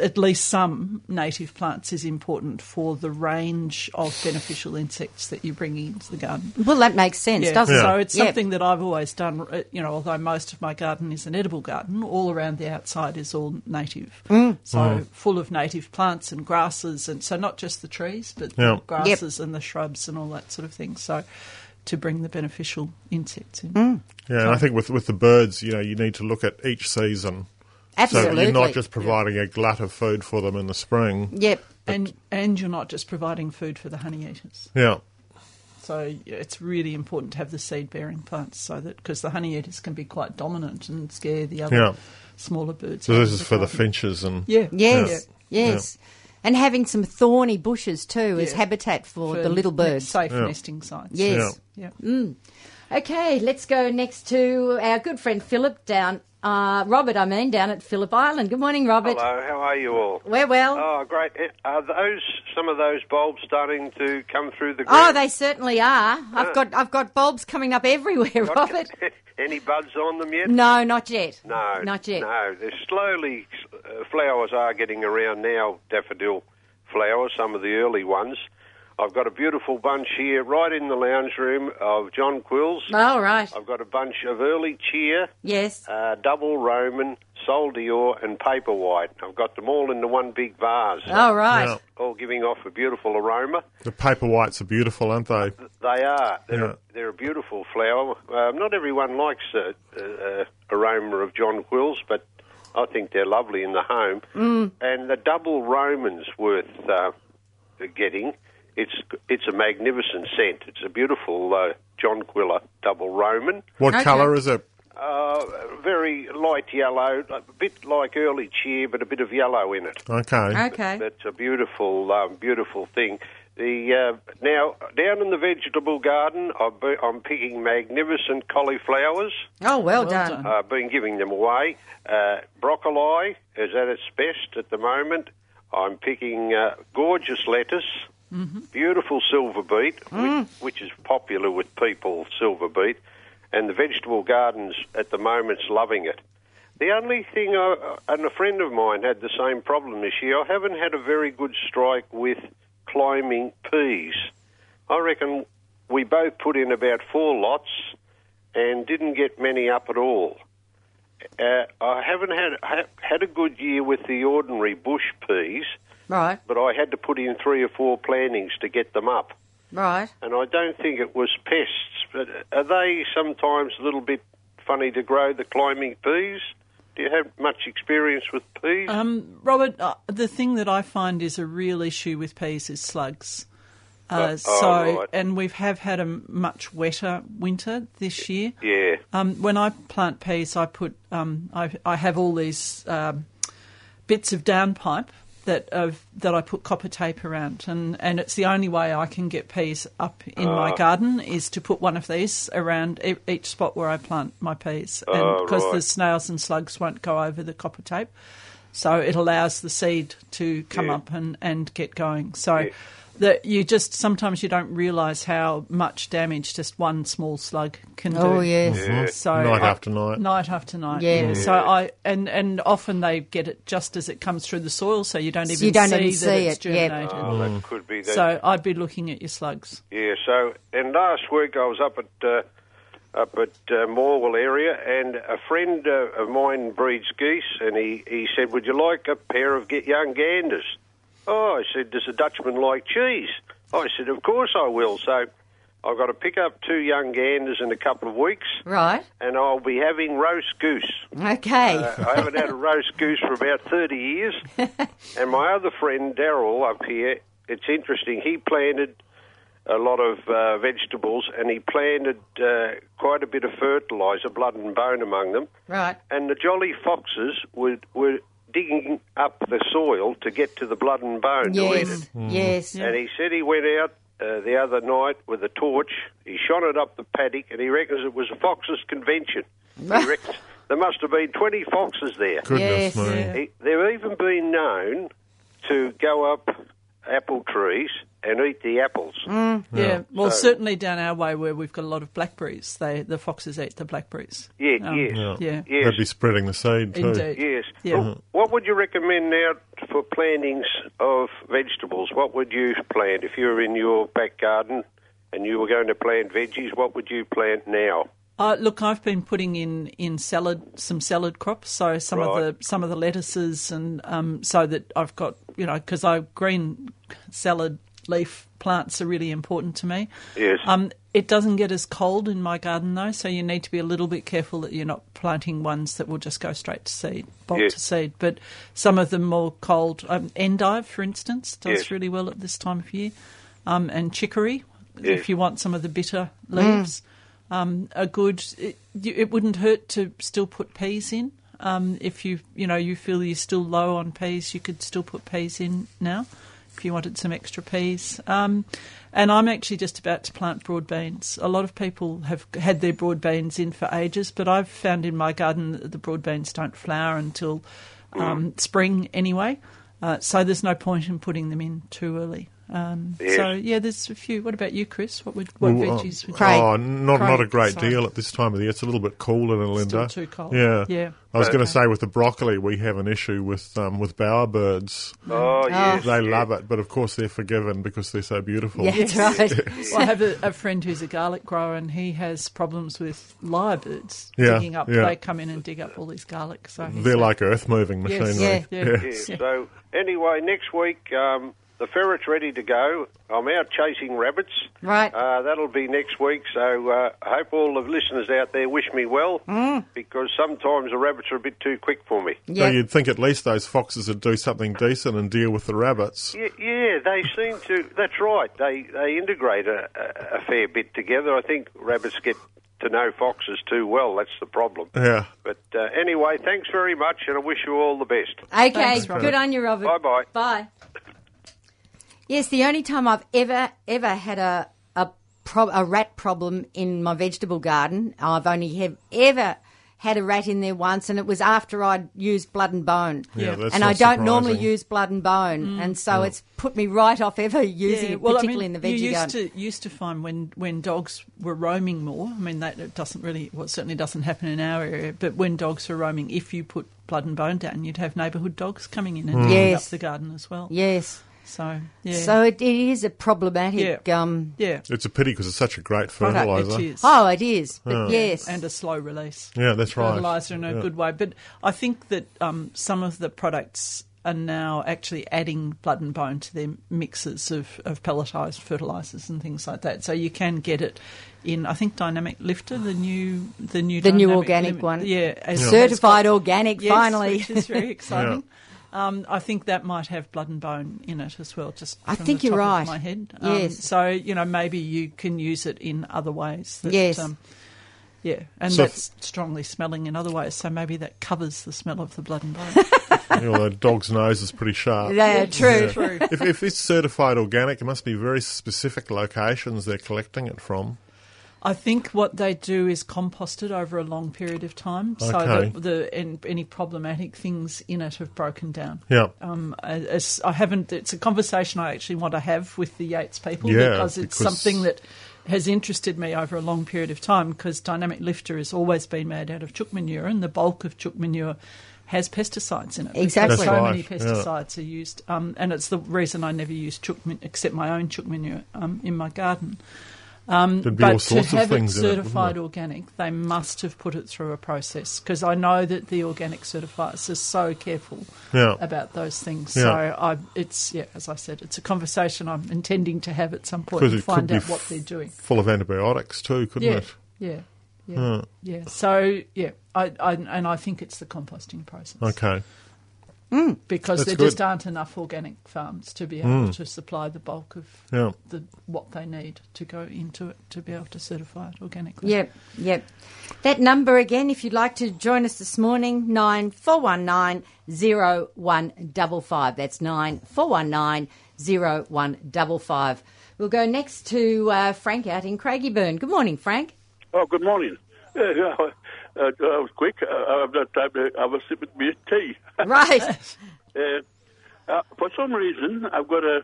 [SPEAKER 2] at least some native plants is important for the range of beneficial insects that you bring into the garden.
[SPEAKER 1] Well, that makes sense,
[SPEAKER 2] Yeah.
[SPEAKER 1] doesn't it?
[SPEAKER 2] So it's
[SPEAKER 1] Yeah.
[SPEAKER 2] something that I've always done. uh, You know, although most of my garden is an edible garden, all around the outside is all native.
[SPEAKER 3] Mm.
[SPEAKER 2] So full of native plants and grasses, and so not just the trees, but
[SPEAKER 3] Yeah.
[SPEAKER 2] the
[SPEAKER 3] Yep.
[SPEAKER 2] grasses and the shrubs and all that sort of thing. So to bring the beneficial insects in.
[SPEAKER 3] Yeah, and I think with with the birds, you know, you need to look at each season.
[SPEAKER 1] Absolutely.
[SPEAKER 3] So you're not just providing a glut of food for them in the spring.
[SPEAKER 1] Yep.
[SPEAKER 2] And and you're not just providing food for the honey eaters.
[SPEAKER 3] Yeah,
[SPEAKER 2] So it's really important to have the seed bearing plants, so that because the honey eaters can be quite dominant and scare the other
[SPEAKER 3] Yeah.
[SPEAKER 2] smaller birds.
[SPEAKER 3] so
[SPEAKER 2] out
[SPEAKER 3] this
[SPEAKER 2] of
[SPEAKER 3] is for the
[SPEAKER 2] garden.
[SPEAKER 3] finches and
[SPEAKER 2] Yeah.
[SPEAKER 1] Yes.
[SPEAKER 3] Yeah.
[SPEAKER 1] Yes. And having some thorny bushes too as
[SPEAKER 2] Yeah.
[SPEAKER 1] habitat for,
[SPEAKER 2] for
[SPEAKER 1] the little
[SPEAKER 2] ne-
[SPEAKER 1] birds.
[SPEAKER 2] Safe
[SPEAKER 3] Yeah.
[SPEAKER 2] nesting sites.
[SPEAKER 1] Yes. Mm.
[SPEAKER 2] Yeah.
[SPEAKER 1] Okay, let's go next to our good friend Philip down, uh, Robert, I mean, down at Phillip Island. Good morning, Robert.
[SPEAKER 6] Hello, how are you all?
[SPEAKER 1] We're well.
[SPEAKER 6] Oh, great. Eh, Are those some of those bulbs starting to come through the
[SPEAKER 1] Oh,
[SPEAKER 6] ground?
[SPEAKER 1] they certainly are. I've got I've got bulbs coming up everywhere,
[SPEAKER 6] Got-
[SPEAKER 1] Robert.
[SPEAKER 6] Any buds on them yet?
[SPEAKER 1] No, not yet.
[SPEAKER 6] No.
[SPEAKER 1] not yet.
[SPEAKER 6] No, they're slowly, uh, flowers are getting around now, daffodil flowers, some of the early ones. I've got a beautiful bunch here right in the lounge room of John Quills.
[SPEAKER 1] All right.
[SPEAKER 6] I've got a bunch of early cheer,
[SPEAKER 1] Yes.
[SPEAKER 6] uh, double Roman, Sol Dior, and paper white. I've got them all into one big vase,
[SPEAKER 1] All right.
[SPEAKER 3] Yeah.
[SPEAKER 6] all giving off a beautiful aroma.
[SPEAKER 3] the paper whites are beautiful, aren't they?
[SPEAKER 6] They are. They're,
[SPEAKER 3] Yeah.
[SPEAKER 6] they're a beautiful flower. Um, not everyone likes the uh, uh, aroma of John Quills, but I think they're lovely in the home. Mm. And the double Roman's worth uh, getting. It's it's a magnificent scent. It's a beautiful uh, jonquilla, double Roman.
[SPEAKER 3] What
[SPEAKER 1] Okay.
[SPEAKER 3] colour is it?
[SPEAKER 6] Uh, very light yellow, a bit like early cheer, but a bit of yellow in it.
[SPEAKER 3] Okay.
[SPEAKER 1] Okay.
[SPEAKER 6] That's a beautiful, um, beautiful thing. The uh, now down in the vegetable garden, I've be, I'm picking magnificent cauliflowers.
[SPEAKER 1] Oh, well, done.
[SPEAKER 2] done.
[SPEAKER 6] I've been giving them away. Uh, broccoli is at its best at the moment. I'm picking uh, gorgeous lettuce, beautiful silver beet,
[SPEAKER 1] Mm.
[SPEAKER 6] which, which is popular with people, silver beet, and the vegetable gardens at the moment's loving it. The only thing, I, and a friend of mine had the same problem this year, I haven't had a very good strike with climbing peas. I reckon we both put in about four lots and didn't get many up at all. Uh, I haven't had ha- had a good year with the ordinary bush peas,
[SPEAKER 1] Right,
[SPEAKER 6] but I had to put in three or four plantings to get them up,
[SPEAKER 1] right.
[SPEAKER 6] and I don't think it was pests. But are they sometimes a little bit funny to grow the climbing peas? Do you have much experience with peas?
[SPEAKER 2] Um, Robert, uh, the thing that I find is a real issue with peas is slugs. Uh,
[SPEAKER 6] Oh,
[SPEAKER 2] so,
[SPEAKER 6] right.
[SPEAKER 2] and we have had a much wetter winter this year.
[SPEAKER 6] yeah,
[SPEAKER 2] Um, when I plant peas, I put um, I, I have all these um, bits of downpipe that of, that I put copper tape around, and, and it's the only way I can get peas up in
[SPEAKER 6] Ah.
[SPEAKER 2] my garden is to put one of these around e- each spot where I plant my peas,
[SPEAKER 6] Oh,
[SPEAKER 2] because the
[SPEAKER 6] right.
[SPEAKER 2] snails and slugs won't go over the copper tape, so it allows the seed to come
[SPEAKER 6] Yeah.
[SPEAKER 2] up and, and get going. So. That you just sometimes you don't realise how much damage just one small slug can do.
[SPEAKER 1] Oh, yes.
[SPEAKER 2] So
[SPEAKER 3] Night
[SPEAKER 2] I-
[SPEAKER 3] after night.
[SPEAKER 2] night after night.
[SPEAKER 1] Yeah.
[SPEAKER 2] Yeah. So I and and often they get it just as it comes through the soil, so you don't even
[SPEAKER 1] you don't
[SPEAKER 2] see
[SPEAKER 1] even
[SPEAKER 2] that
[SPEAKER 1] see
[SPEAKER 2] it's
[SPEAKER 1] it, yep.
[SPEAKER 2] germinated.
[SPEAKER 6] well, Oh, that could be. That.
[SPEAKER 2] So I'd be looking at your slugs.
[SPEAKER 6] Yeah. So, and last week I was up at uh, up at uh, Morwell area, and a friend uh, of mine breeds geese, and he he said, "Would you like a pair of get young ganders?" Oh, I said, "Does a Dutchman like cheese?" I said, "Of course I will." So, I've got to pick up two young ganders in a couple of weeks,
[SPEAKER 1] Right.
[SPEAKER 6] and I'll be having roast goose.
[SPEAKER 1] Okay.
[SPEAKER 6] Uh, I haven't had a roast goose for about 30 years. and my other friend, Daryl, up here, it's interesting. He planted a lot of uh, vegetables and he planted uh, quite a bit of fertiliser, blood and bone among them.
[SPEAKER 1] Right.
[SPEAKER 6] And the jolly foxes were, were digging up the soil to get to the blood and bone to eat it.
[SPEAKER 1] yes.
[SPEAKER 2] Mm.
[SPEAKER 1] Yes.
[SPEAKER 6] And he said he went out uh, the other night with a torch. He shone it up the paddock, and he reckons it was a foxes' convention. He reckons there must have been twenty foxes there.
[SPEAKER 3] Goodness
[SPEAKER 1] Yes.
[SPEAKER 3] me.
[SPEAKER 2] Yeah.
[SPEAKER 6] He, they've even been known to go up apple trees and eat the apples.
[SPEAKER 2] Mm, Yeah. Well, certainly down our way where we've got a lot of blackberries, they the foxes eat the blackberries.
[SPEAKER 6] Yeah,
[SPEAKER 2] Um,
[SPEAKER 6] yes,
[SPEAKER 3] Yeah.
[SPEAKER 2] Yeah.
[SPEAKER 6] yes,
[SPEAKER 3] They'd be spreading the seed too.
[SPEAKER 2] Indeed.
[SPEAKER 6] yes.
[SPEAKER 2] Yeah.
[SPEAKER 6] Well, What would you recommend now for plantings of vegetables? What would you plant if you were in your back garden and you were going to plant veggies? What would you plant now?
[SPEAKER 2] Uh, look, I've been putting in, in salad some salad crops, so some of
[SPEAKER 6] Right.
[SPEAKER 2] the some of the lettuces, and um, so that I've got you know because I green salad leaf plants are really important to me.
[SPEAKER 6] Yes.
[SPEAKER 2] Um, it doesn't get as cold in my garden though, so you need to be a little bit careful that you're not planting ones that will just go straight to seed, bulk
[SPEAKER 6] Yes.
[SPEAKER 2] to seed. But some of them more cold um, endive, for instance, does
[SPEAKER 6] Yes.
[SPEAKER 2] really well at this time of year, um, and chicory
[SPEAKER 6] Yes.
[SPEAKER 2] if you want some of the bitter leaves um, a good. It, you- it wouldn't hurt to still put peas in. Um, if you you know you feel you're still low on peas, you could still put peas in now. If you wanted some extra peas, um, and I'm actually just about to plant broad beans. A lot of people have had their broad beans in for ages, but I've found in my garden that the broad beans don't flower until um, spring anyway. Uh, so there's no point in putting them in too early. Um,
[SPEAKER 6] Yes.
[SPEAKER 2] So yeah, there's a few. What about you, Chris? What would what
[SPEAKER 3] Well, uh,
[SPEAKER 2] veggies would you
[SPEAKER 1] Craig.
[SPEAKER 3] Oh, not not a
[SPEAKER 2] Craig,
[SPEAKER 3] great
[SPEAKER 2] sorry.
[SPEAKER 3] deal at this time of the year. It's a little bit cooler than Linda.
[SPEAKER 2] too cold.
[SPEAKER 3] Yeah,
[SPEAKER 2] Yeah.
[SPEAKER 3] I was going
[SPEAKER 6] Okay.
[SPEAKER 3] to say with the broccoli, we have an issue with um, with bowerbirds.
[SPEAKER 6] Oh, yes.
[SPEAKER 3] They
[SPEAKER 6] yes.
[SPEAKER 3] love it, but of course they're forgiven because they're so beautiful.
[SPEAKER 1] Yeah, that's right.
[SPEAKER 2] Well, I have a, a friend who's a garlic grower, and he has problems with lyrebirds
[SPEAKER 3] Yeah,
[SPEAKER 2] digging up.
[SPEAKER 3] yeah.
[SPEAKER 2] They come in and dig up all his garlic. So he's
[SPEAKER 3] They're like earth moving
[SPEAKER 2] Yes.
[SPEAKER 3] machinery.
[SPEAKER 1] Yeah.
[SPEAKER 2] yeah,
[SPEAKER 6] Yeah, so anyway, next week um, the ferret's ready to go. I'm out chasing rabbits.
[SPEAKER 1] Right.
[SPEAKER 6] Uh, that'll be next week, so uh, I hope all the listeners out there wish me well because sometimes the rabbits are a bit too quick for me.
[SPEAKER 3] So
[SPEAKER 1] Mm. Yeah.
[SPEAKER 3] you'd think at least those foxes would do something decent and deal with the rabbits.
[SPEAKER 6] Yeah, yeah, they seem to. That's right. They they integrate a, a, a fair bit together. I think rabbits get to know foxes too well. That's the problem.
[SPEAKER 3] Yeah.
[SPEAKER 6] But uh, anyway, thanks very much, and I wish you all the best.
[SPEAKER 1] Okay,
[SPEAKER 2] Thanks,
[SPEAKER 1] good on you, Robert.
[SPEAKER 6] Bye-bye.
[SPEAKER 1] Bye. Yes, the only time I've ever ever had a a, pro- a rat problem in my vegetable garden, I've only have ever had a rat in there once, and it was after I'd used blood and bone.
[SPEAKER 3] Yeah, that's
[SPEAKER 1] and
[SPEAKER 3] not
[SPEAKER 1] I don't
[SPEAKER 3] surprising.
[SPEAKER 1] normally use blood and bone, and so it's put me right off ever using
[SPEAKER 2] Mm. Yeah,
[SPEAKER 1] it,
[SPEAKER 2] well, I
[SPEAKER 1] particularly
[SPEAKER 2] mean,
[SPEAKER 1] in the veggie
[SPEAKER 2] you used
[SPEAKER 1] garden.
[SPEAKER 2] to used to find when, when dogs were roaming more. I mean, that it doesn't really well, it certainly doesn't happen in our area. But when dogs were roaming, if you put blood and bone down, you'd have neighbourhood dogs coming in and eating
[SPEAKER 1] Yes.
[SPEAKER 2] up the garden as well.
[SPEAKER 1] Yes,
[SPEAKER 2] So yeah,
[SPEAKER 1] so it, it is a problematic.
[SPEAKER 2] Yeah.
[SPEAKER 1] Um,
[SPEAKER 2] yeah,
[SPEAKER 3] It's a pity because it's such a great
[SPEAKER 1] Product, it
[SPEAKER 3] fertilizer.
[SPEAKER 2] it is.
[SPEAKER 1] oh, it is. Yes,
[SPEAKER 2] and a slow release.
[SPEAKER 3] Yeah, that's right.
[SPEAKER 2] Fertilizer in a
[SPEAKER 3] Yeah.
[SPEAKER 2] good way, but I think that um, some of the products are now actually adding blood and bone to their mixes of, of pelletized fertilizers and things like that. So you can get it in, I think, Dynamic Lifter, the new the new
[SPEAKER 1] The new
[SPEAKER 2] Dynamic
[SPEAKER 1] organic
[SPEAKER 2] Lim-
[SPEAKER 1] one.
[SPEAKER 2] yeah, as- has
[SPEAKER 1] certified
[SPEAKER 2] got-
[SPEAKER 1] organic.
[SPEAKER 2] Yes,
[SPEAKER 1] finally,
[SPEAKER 2] which is very exciting. Um, I think that might have blood and bone in it as well. Just
[SPEAKER 1] I
[SPEAKER 2] from
[SPEAKER 1] think
[SPEAKER 2] the
[SPEAKER 1] you're
[SPEAKER 2] top
[SPEAKER 1] right.
[SPEAKER 2] Of my head. Um,
[SPEAKER 1] Yes.
[SPEAKER 2] So you know maybe you can use it in other ways. That, um,
[SPEAKER 1] Yes.
[SPEAKER 2] yeah, and
[SPEAKER 3] So
[SPEAKER 2] that's strongly smelling in other ways. So maybe that covers the smell of the blood and bone.
[SPEAKER 3] You know, the dog's nose is pretty sharp.
[SPEAKER 1] they are true.
[SPEAKER 2] True.
[SPEAKER 3] if, if it's certified organic, it must be very specific locations they're collecting it from.
[SPEAKER 2] I think what they do is compost it over a long period of time,
[SPEAKER 3] Okay.
[SPEAKER 2] so that the and any problematic things in it have broken down.
[SPEAKER 3] Yeah.
[SPEAKER 2] Um, I- as I haven't. It's a conversation I actually want to have with the Yates people
[SPEAKER 3] Yeah,
[SPEAKER 2] because it's
[SPEAKER 3] because-
[SPEAKER 2] something that has interested me over a long period of time. Because dynamic lifter has always been made out of chook manure, and the bulk of chook manure has pesticides in it. because
[SPEAKER 1] Exactly. That's
[SPEAKER 2] so
[SPEAKER 3] right,
[SPEAKER 2] many
[SPEAKER 3] yeah.
[SPEAKER 2] pesticides are used, um, and it's the reason I never use chook man- except my own chook manure um, in my garden. Um,
[SPEAKER 3] There'd be
[SPEAKER 2] but
[SPEAKER 3] all sorts
[SPEAKER 2] to
[SPEAKER 3] of
[SPEAKER 2] have
[SPEAKER 3] things
[SPEAKER 2] it
[SPEAKER 3] in it, wouldn't
[SPEAKER 2] certified
[SPEAKER 3] there?
[SPEAKER 2] organic, they must have put it through a process because I know that the organic certifiers are so careful
[SPEAKER 3] Yeah.
[SPEAKER 2] about those things.
[SPEAKER 3] Yeah.
[SPEAKER 2] So I, it's yeah, as I said, it's a conversation I'm intending to have at some point
[SPEAKER 3] Because
[SPEAKER 2] and
[SPEAKER 3] it could
[SPEAKER 2] find
[SPEAKER 3] be
[SPEAKER 2] out what they're doing.
[SPEAKER 3] full of antibiotics too, couldn't
[SPEAKER 2] Yeah,
[SPEAKER 3] it?
[SPEAKER 2] yeah, yeah, yeah. So yeah, I, I and I think it's the composting process
[SPEAKER 3] Okay.
[SPEAKER 2] because
[SPEAKER 3] That's
[SPEAKER 2] there
[SPEAKER 3] good. Hmm.
[SPEAKER 2] just aren't enough organic farms to be able to supply the bulk of
[SPEAKER 3] Yeah.
[SPEAKER 2] the what they need to go into it to be able to certify it organically.
[SPEAKER 1] Yep, yep. That number again, if you'd like to join us this morning, nine four one nine zero one double five. That's nine four one nine zero one double five. We'll go next to uh, Frank out in Craigieburn. Good morning, Frank.
[SPEAKER 4] Oh, good morning. Uh, uh, uh, I was quick. Uh, I have no time. To, I was sipping my tea.
[SPEAKER 1] Right.
[SPEAKER 4] Uh, uh, for some reason, I've got a.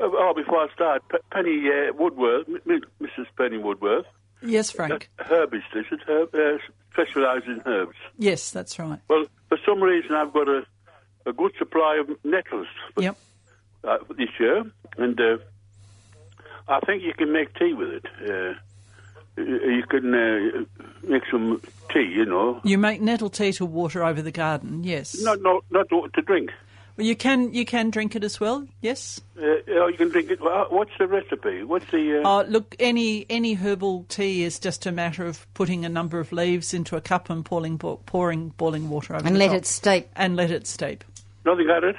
[SPEAKER 4] Oh, oh, before I start, P- Penny uh, Woodworth, M- M- Mrs. Penny Woodworth,
[SPEAKER 2] Yes, Frank.
[SPEAKER 4] herbist, is it? Herb, uh, specialises in herbs.
[SPEAKER 2] Yes, that's right.
[SPEAKER 4] Well, for some reason, I've got a, a good supply of nettles for,
[SPEAKER 2] Yep.
[SPEAKER 4] uh, for this year, and uh, I think you can make tea with it. Uh, you you can uh, make some tea, you know.
[SPEAKER 2] You make nettle tea to water over the garden. Yes.
[SPEAKER 4] No, no, not to, to drink.
[SPEAKER 2] Well, you can you can drink it as well. Yes.
[SPEAKER 4] Uh, oh, you can drink it. Well, What's the recipe? What's the? Uh,
[SPEAKER 2] Uh, look, any any herbal tea is just a matter of putting a number of leaves into a cup and pouring bo- pouring boiling water over
[SPEAKER 1] and
[SPEAKER 2] the
[SPEAKER 1] let
[SPEAKER 2] top.
[SPEAKER 1] it steep.
[SPEAKER 2] and let it steep.
[SPEAKER 4] nothing at it.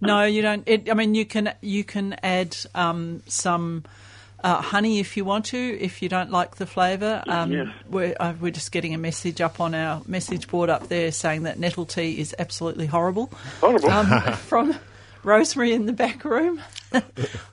[SPEAKER 2] No, you don't. It, I mean, you can you can add um, some uh, honey if you want to. If you don't like the flavour, um,
[SPEAKER 4] Yes.
[SPEAKER 2] we're, uh, we're just getting a message up on our message board up there saying that nettle tea is absolutely horrible.
[SPEAKER 4] Horrible.
[SPEAKER 2] Um, from Rosemary in the back room.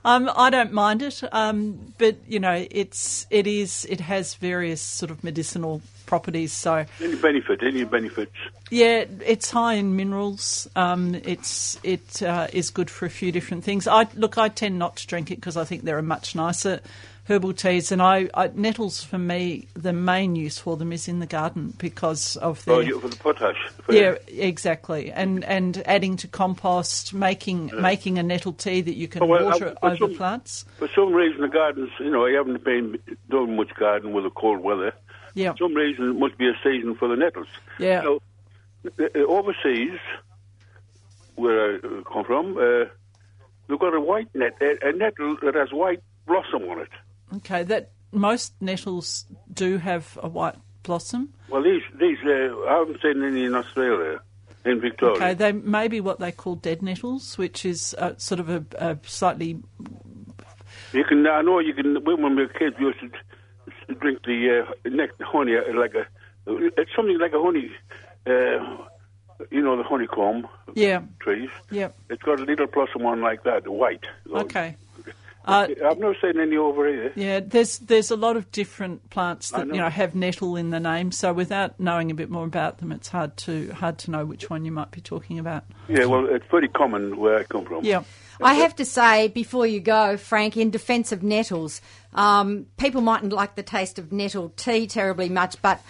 [SPEAKER 2] um, I don't mind it, um, but you know, it's it is it has various sort of medicinal properties. So
[SPEAKER 4] Any benefit? Any benefits?
[SPEAKER 2] yeah, it's high in minerals. Um, it's it uh, is good for a few different things. I look, I tend not to drink it because I think there are much nicer herbal teas, and I, I nettles for me the main use for them is in the garden because of their
[SPEAKER 4] Oh, you, for the potash. For
[SPEAKER 2] yeah, exactly, and and adding to compost, making making a nettle tea that you can
[SPEAKER 4] Oh, well,
[SPEAKER 2] water
[SPEAKER 4] I- I-
[SPEAKER 2] over plants.
[SPEAKER 4] For some reason, the gardens. You know, I haven't been doing much garden with the cold weather.
[SPEAKER 2] Yeah.
[SPEAKER 4] For some reason, it must be a season for the nettles.
[SPEAKER 2] Yeah.
[SPEAKER 4] So, uh, overseas, where I uh, come from, uh, They've got a white net, a a nettle that has white blossom on it.
[SPEAKER 2] Okay, that most nettles do have a white blossom.
[SPEAKER 4] Well, these, these uh, I haven't seen any in Australia, in Victoria.
[SPEAKER 2] Okay, they may be what they call dead nettles, which is uh sort of a, a slightly
[SPEAKER 4] You can, I know you can. When we were kids, we used to d- drink the uh, neck honey uh, like a, it's something like a honey, uh, you know, the honeycomb
[SPEAKER 2] yeah,
[SPEAKER 4] trees.
[SPEAKER 2] yeah.
[SPEAKER 4] It's got a little blossom on like that, white.
[SPEAKER 2] Okay, uh,
[SPEAKER 4] I've not seen any over here.
[SPEAKER 2] yeah. There's there's a lot of different plants
[SPEAKER 4] I
[SPEAKER 2] that you
[SPEAKER 4] know.
[SPEAKER 2] know have nettle in the name. So without knowing a bit more about them, it's hard to hard to know which one you might be talking about.
[SPEAKER 4] Yeah, well, it's pretty common where I come from.
[SPEAKER 2] Yeah.
[SPEAKER 1] I have to say, before you go, Frank, in defence of nettles, um, people mightn't like the taste of nettle tea terribly much, but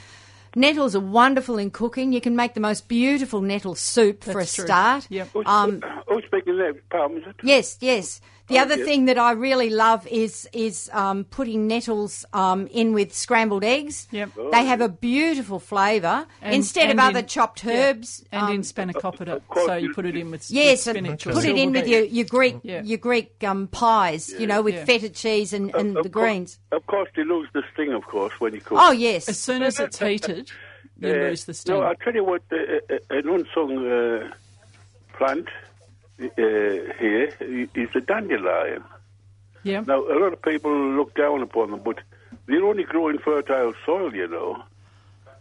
[SPEAKER 1] nettles are wonderful in cooking. You can make the most beautiful nettle soup for a
[SPEAKER 2] That's true.
[SPEAKER 1] start.
[SPEAKER 2] Yep.
[SPEAKER 4] Who's,
[SPEAKER 1] Um,
[SPEAKER 4] who's speaking of that? Palm, is it?
[SPEAKER 1] Yes, yes. The other
[SPEAKER 4] yeah.
[SPEAKER 1] thing that I really love is is um, putting nettles um, in with scrambled eggs.
[SPEAKER 2] Yep.
[SPEAKER 1] They have a beautiful flavour
[SPEAKER 2] And-
[SPEAKER 1] instead
[SPEAKER 2] and
[SPEAKER 1] of other
[SPEAKER 2] in-
[SPEAKER 1] chopped
[SPEAKER 2] yeah,
[SPEAKER 1] herbs.
[SPEAKER 2] and
[SPEAKER 1] um,
[SPEAKER 2] in spanakopita,
[SPEAKER 4] course
[SPEAKER 2] so you
[SPEAKER 4] you-
[SPEAKER 2] put it in with s-
[SPEAKER 1] Yes,
[SPEAKER 2] with
[SPEAKER 1] and
[SPEAKER 2] spinach or
[SPEAKER 1] put it in with
[SPEAKER 2] silver
[SPEAKER 1] your,
[SPEAKER 2] beet.
[SPEAKER 1] your Greek
[SPEAKER 2] Yeah.
[SPEAKER 1] your Greek um, pies, you know, with
[SPEAKER 2] Yeah.
[SPEAKER 1] feta cheese and, and
[SPEAKER 4] Of
[SPEAKER 1] the
[SPEAKER 4] course-
[SPEAKER 1] greens.
[SPEAKER 4] Of course, you lose the sting, of course, when you cook.
[SPEAKER 1] Oh
[SPEAKER 2] As
[SPEAKER 1] yes,
[SPEAKER 2] soon as it's heated, you
[SPEAKER 4] Uh,
[SPEAKER 2] lose the steam.
[SPEAKER 4] No, I'll tell you what, uh, uh, an unsung uh, plant uh, here is the dandelion.
[SPEAKER 2] yeah.
[SPEAKER 4] Now, a lot of people look down upon them, but they only grow in fertile soil, you know.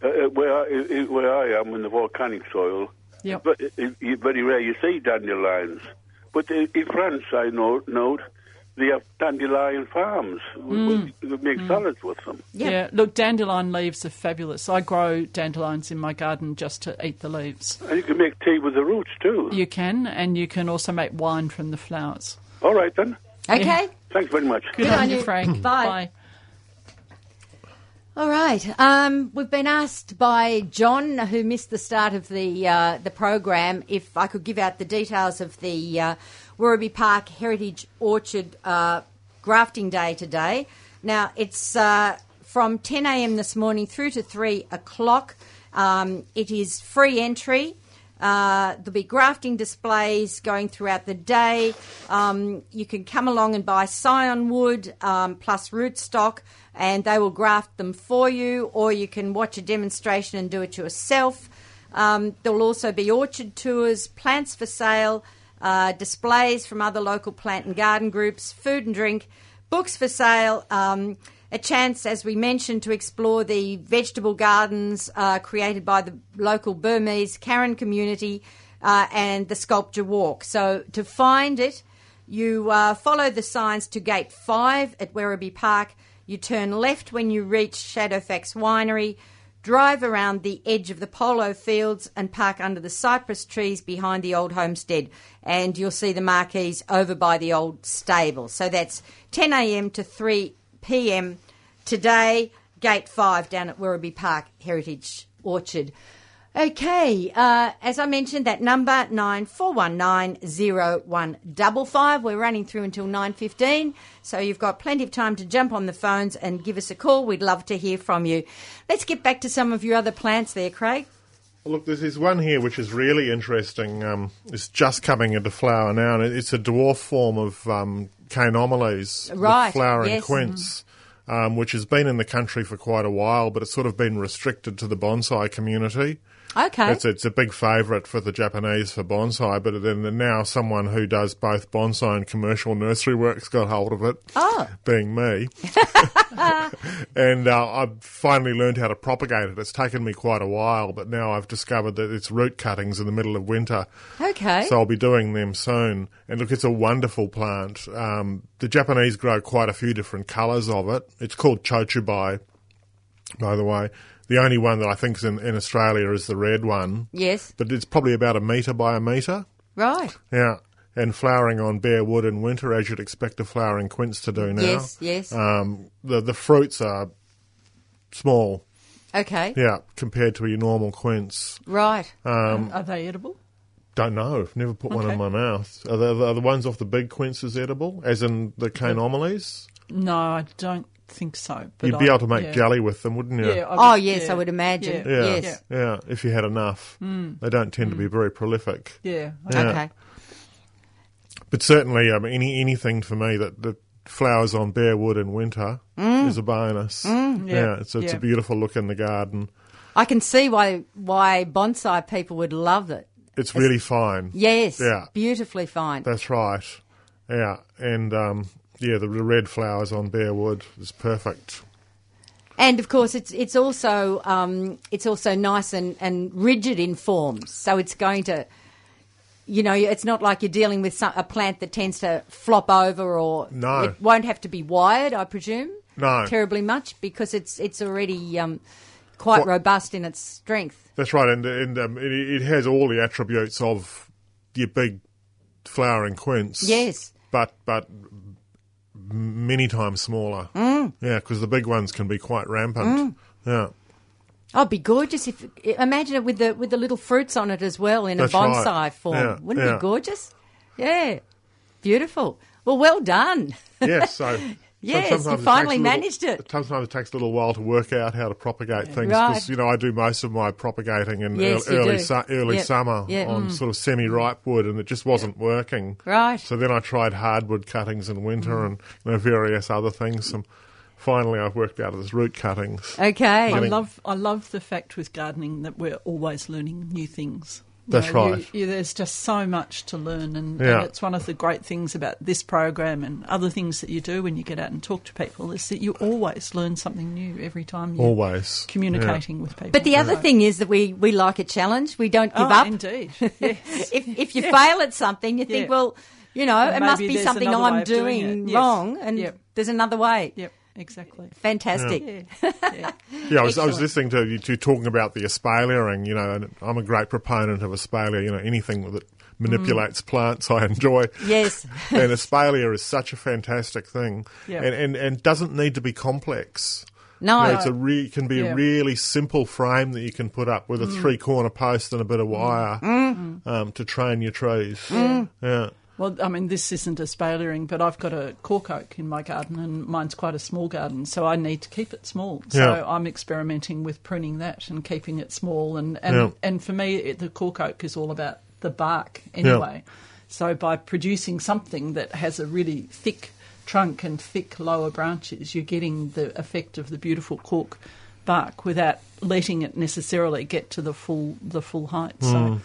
[SPEAKER 4] Uh, uh, where, I, uh, where I am in the volcanic soil,
[SPEAKER 2] Yep.
[SPEAKER 4] but it, it, very rare you see dandelions. But uh, in France, I know, know they have dandelion farms. Mm. They make salads with them.
[SPEAKER 1] Yeah.
[SPEAKER 2] Yeah. look, dandelion leaves are fabulous. I grow dandelions in my garden just to eat the leaves.
[SPEAKER 4] And you can make tea with the roots, too.
[SPEAKER 2] You can, and you can also make wine from the flowers.
[SPEAKER 4] All right, then.
[SPEAKER 1] okay.
[SPEAKER 4] Thanks very much.
[SPEAKER 2] Good,
[SPEAKER 1] on
[SPEAKER 2] on you,
[SPEAKER 1] you.
[SPEAKER 2] Frank.
[SPEAKER 1] Bye. All right. Um, we've been asked by John, who missed the start of the uh, the program, if I could give out the details of the uh, Werribee Park Heritage Orchard uh, Grafting Day today. Now it's uh, from 10 a.m. this morning through to three o'clock. Um, it is free entry. Uh, there'll be grafting displays going throughout the day. Um, you can come along and buy scion wood um, plus rootstock, and they will graft them for you, or you can watch a demonstration and do it yourself. Um, there will also be orchard tours, plants for sale, uh, displays from other local plant and garden groups, food and drink, books for sale, um, a chance, as we mentioned, to explore the vegetable gardens uh, created by the local Burmese Karen community uh, and the sculpture walk. So to find it, you uh, follow the signs to Gate 5 at Werribee Park. You turn left when you reach Shadowfax Winery drive around the edge of the polo fields and park under the cypress trees behind the old homestead and you'll see the marquees over by the old stable so that's 10am to 3pm today gate 5 down at werribee park heritage orchard Okay, uh, as I mentioned, that number nine four one nine zero one double five. We're running through until nine fifteen, so you've got plenty of time to jump on the phones and give us a call. We'd love to hear from you. Let's get back to some of your other plants there, Craig.
[SPEAKER 3] Well, Look, there's this one here which is really interesting. Um, it's just coming into flower now, and it- it's a dwarf form of um, Caneomales, with
[SPEAKER 1] Right,
[SPEAKER 3] flowering
[SPEAKER 1] yes. mm.
[SPEAKER 3] quince, um, which has been in the country for quite a while, but it's sort of been restricted to the bonsai community.
[SPEAKER 1] Okay,
[SPEAKER 3] It's, it's a big favourite for the Japanese for bonsai, but then now someone who does both bonsai and commercial nursery work's got hold of it.
[SPEAKER 1] Oh.
[SPEAKER 3] Being me. and uh, I've finally learned how to propagate it. It's taken me quite a while, but now I've discovered that it's root cuttings in the middle of winter.
[SPEAKER 1] okay,
[SPEAKER 3] So I'll be doing them soon. And look, it's a wonderful plant. Um, the Japanese grow quite a few different colours of it. It's called chochubai, by the way. The only one that I think is in, in Australia is the red one,
[SPEAKER 1] yes,
[SPEAKER 3] but it's probably about a metre by a metre.
[SPEAKER 1] right,
[SPEAKER 3] Yeah. And flowering on bare wood in winter, as you'd expect a flowering quince to do now.
[SPEAKER 1] yes, yes,
[SPEAKER 3] Um, the, the fruits are small,
[SPEAKER 1] okay,
[SPEAKER 3] yeah, compared to your normal quince. Um,
[SPEAKER 1] right,
[SPEAKER 2] Are they edible?
[SPEAKER 3] Don't know. I've never put one in
[SPEAKER 2] Okay.
[SPEAKER 3] my mouth. Are the, are the ones off the big quinces edible, as in the caneomalies?
[SPEAKER 2] No, I don't think so. But
[SPEAKER 3] You'd be
[SPEAKER 2] I-
[SPEAKER 3] able to make
[SPEAKER 2] yeah.
[SPEAKER 3] jelly with them, wouldn't you?
[SPEAKER 2] Yeah,
[SPEAKER 1] Oh, yes, I would imagine.
[SPEAKER 2] Yeah,
[SPEAKER 3] yeah,
[SPEAKER 1] yes. Mm.
[SPEAKER 3] yeah, If you had enough, they don't tend to be very prolific.
[SPEAKER 2] yeah.
[SPEAKER 3] Yeah.
[SPEAKER 1] okay.
[SPEAKER 3] But certainly, um, any anything for me that, that flowers on bare wood in winter
[SPEAKER 1] Mm.
[SPEAKER 3] is a bonus. yeah,
[SPEAKER 2] yeah,
[SPEAKER 3] it's, it's
[SPEAKER 2] yeah.
[SPEAKER 3] a beautiful look in the garden.
[SPEAKER 1] I can see why why bonsai people would love it.
[SPEAKER 3] It's really fine.
[SPEAKER 1] Yes,
[SPEAKER 3] Yeah.
[SPEAKER 1] beautifully fine.
[SPEAKER 3] That's right. Yeah, and um, yeah, the red flowers on bare wood is perfect.
[SPEAKER 1] And of course, it's it's also um, it's also nice and, and rigid in form, so it's going to, you know, it's not like you're dealing with some, a plant that tends to flop over or
[SPEAKER 3] No.
[SPEAKER 1] it won't have to be wired, I presume.
[SPEAKER 3] No.
[SPEAKER 1] terribly much because it's it's already um, quite
[SPEAKER 3] Quite-
[SPEAKER 1] robust in its strength.
[SPEAKER 3] That's right, and and um, it, it has all the attributes of your big flowering quince.
[SPEAKER 1] Yes.
[SPEAKER 3] but but m- many times smaller. Mm. Yeah, because the big ones can be quite rampant. Yeah,
[SPEAKER 1] Oh, it'd be gorgeous if imagine it with the with the little fruits on it as well in
[SPEAKER 3] That's
[SPEAKER 1] a bonsai
[SPEAKER 3] right.
[SPEAKER 1] form.
[SPEAKER 3] Yeah,
[SPEAKER 1] Wouldn't it
[SPEAKER 3] yeah.
[SPEAKER 1] be gorgeous? Yeah, beautiful. Well, well done.
[SPEAKER 3] yeah. So.
[SPEAKER 1] Yes,
[SPEAKER 3] so sometimes
[SPEAKER 1] you
[SPEAKER 3] it takes a
[SPEAKER 1] finally
[SPEAKER 3] little-
[SPEAKER 1] managed it.
[SPEAKER 3] Sometimes it takes a little while to work out how to propagate things
[SPEAKER 1] Right.
[SPEAKER 3] because you know I do most of my propagating in
[SPEAKER 1] Yes,
[SPEAKER 3] ear-
[SPEAKER 1] you
[SPEAKER 3] early
[SPEAKER 1] do.
[SPEAKER 3] su- early
[SPEAKER 1] Yeah,
[SPEAKER 3] summer
[SPEAKER 1] yeah.
[SPEAKER 3] on
[SPEAKER 1] Mm.
[SPEAKER 3] sort of semi-ripe wood, and it just wasn't working.
[SPEAKER 1] Right. Mm.
[SPEAKER 3] So then I tried hardwood cuttings in winter and you know, various other things. And finally, I've worked out as root cuttings.
[SPEAKER 1] Okay.
[SPEAKER 2] I love I love the fact with gardening that we're always learning new things. You
[SPEAKER 3] That's
[SPEAKER 2] know, you-
[SPEAKER 3] right.
[SPEAKER 2] you- there's just so much to learn, and,
[SPEAKER 3] Yeah.
[SPEAKER 2] and it's one of the great things about this program and other things that you do when you get out and talk to people is that you always learn something new every time you're
[SPEAKER 3] Always Yeah.
[SPEAKER 2] communicating with people.
[SPEAKER 1] But the other
[SPEAKER 2] So-
[SPEAKER 1] thing is that we, we like a challenge. We don't give
[SPEAKER 2] oh,
[SPEAKER 1] up.
[SPEAKER 2] indeed, yes.
[SPEAKER 1] If if you fail at something, you think,
[SPEAKER 2] Yeah.
[SPEAKER 1] well, you know, it must
[SPEAKER 2] maybe
[SPEAKER 1] be
[SPEAKER 2] there's
[SPEAKER 1] something
[SPEAKER 2] another way
[SPEAKER 1] I'm
[SPEAKER 2] of doing
[SPEAKER 1] doing,
[SPEAKER 2] it. Yes.
[SPEAKER 1] wrong, and
[SPEAKER 2] Yep.
[SPEAKER 1] there's another way.
[SPEAKER 2] Yep, exactly.
[SPEAKER 1] Fantastic.
[SPEAKER 2] Yeah, yeah.
[SPEAKER 3] Yeah, I was, I was listening
[SPEAKER 1] Excellent.
[SPEAKER 3] to you two talking about the espaliering, you know, and I'm a great proponent of espalier, you know, anything that manipulates plants I enjoy.
[SPEAKER 1] Mm. Yes.
[SPEAKER 3] and espalier is such a fantastic thing
[SPEAKER 2] Yeah.
[SPEAKER 3] and, and, and doesn't need to be complex.
[SPEAKER 1] No.
[SPEAKER 3] You know, it's a re- can be
[SPEAKER 2] Yeah.
[SPEAKER 3] a really simple frame that you can put up with a
[SPEAKER 1] Mm.
[SPEAKER 3] three corner post and a bit of wire um, to train your trees.
[SPEAKER 1] Mm.
[SPEAKER 3] Yeah.
[SPEAKER 2] Well, I mean, this isn't a spaliering, but I've got a cork oak in my garden, and mine's quite a small garden, so I need to keep it small. So
[SPEAKER 3] Yeah.
[SPEAKER 2] I'm experimenting with pruning that and keeping it small. And and,
[SPEAKER 3] Yeah.
[SPEAKER 2] and for me, it, the cork oak is all about the bark anyway. So by producing something that has a really thick trunk and thick lower branches, you're getting the effect of the beautiful cork bark without letting it necessarily get to the full the full height.
[SPEAKER 3] Hmm.
[SPEAKER 2] So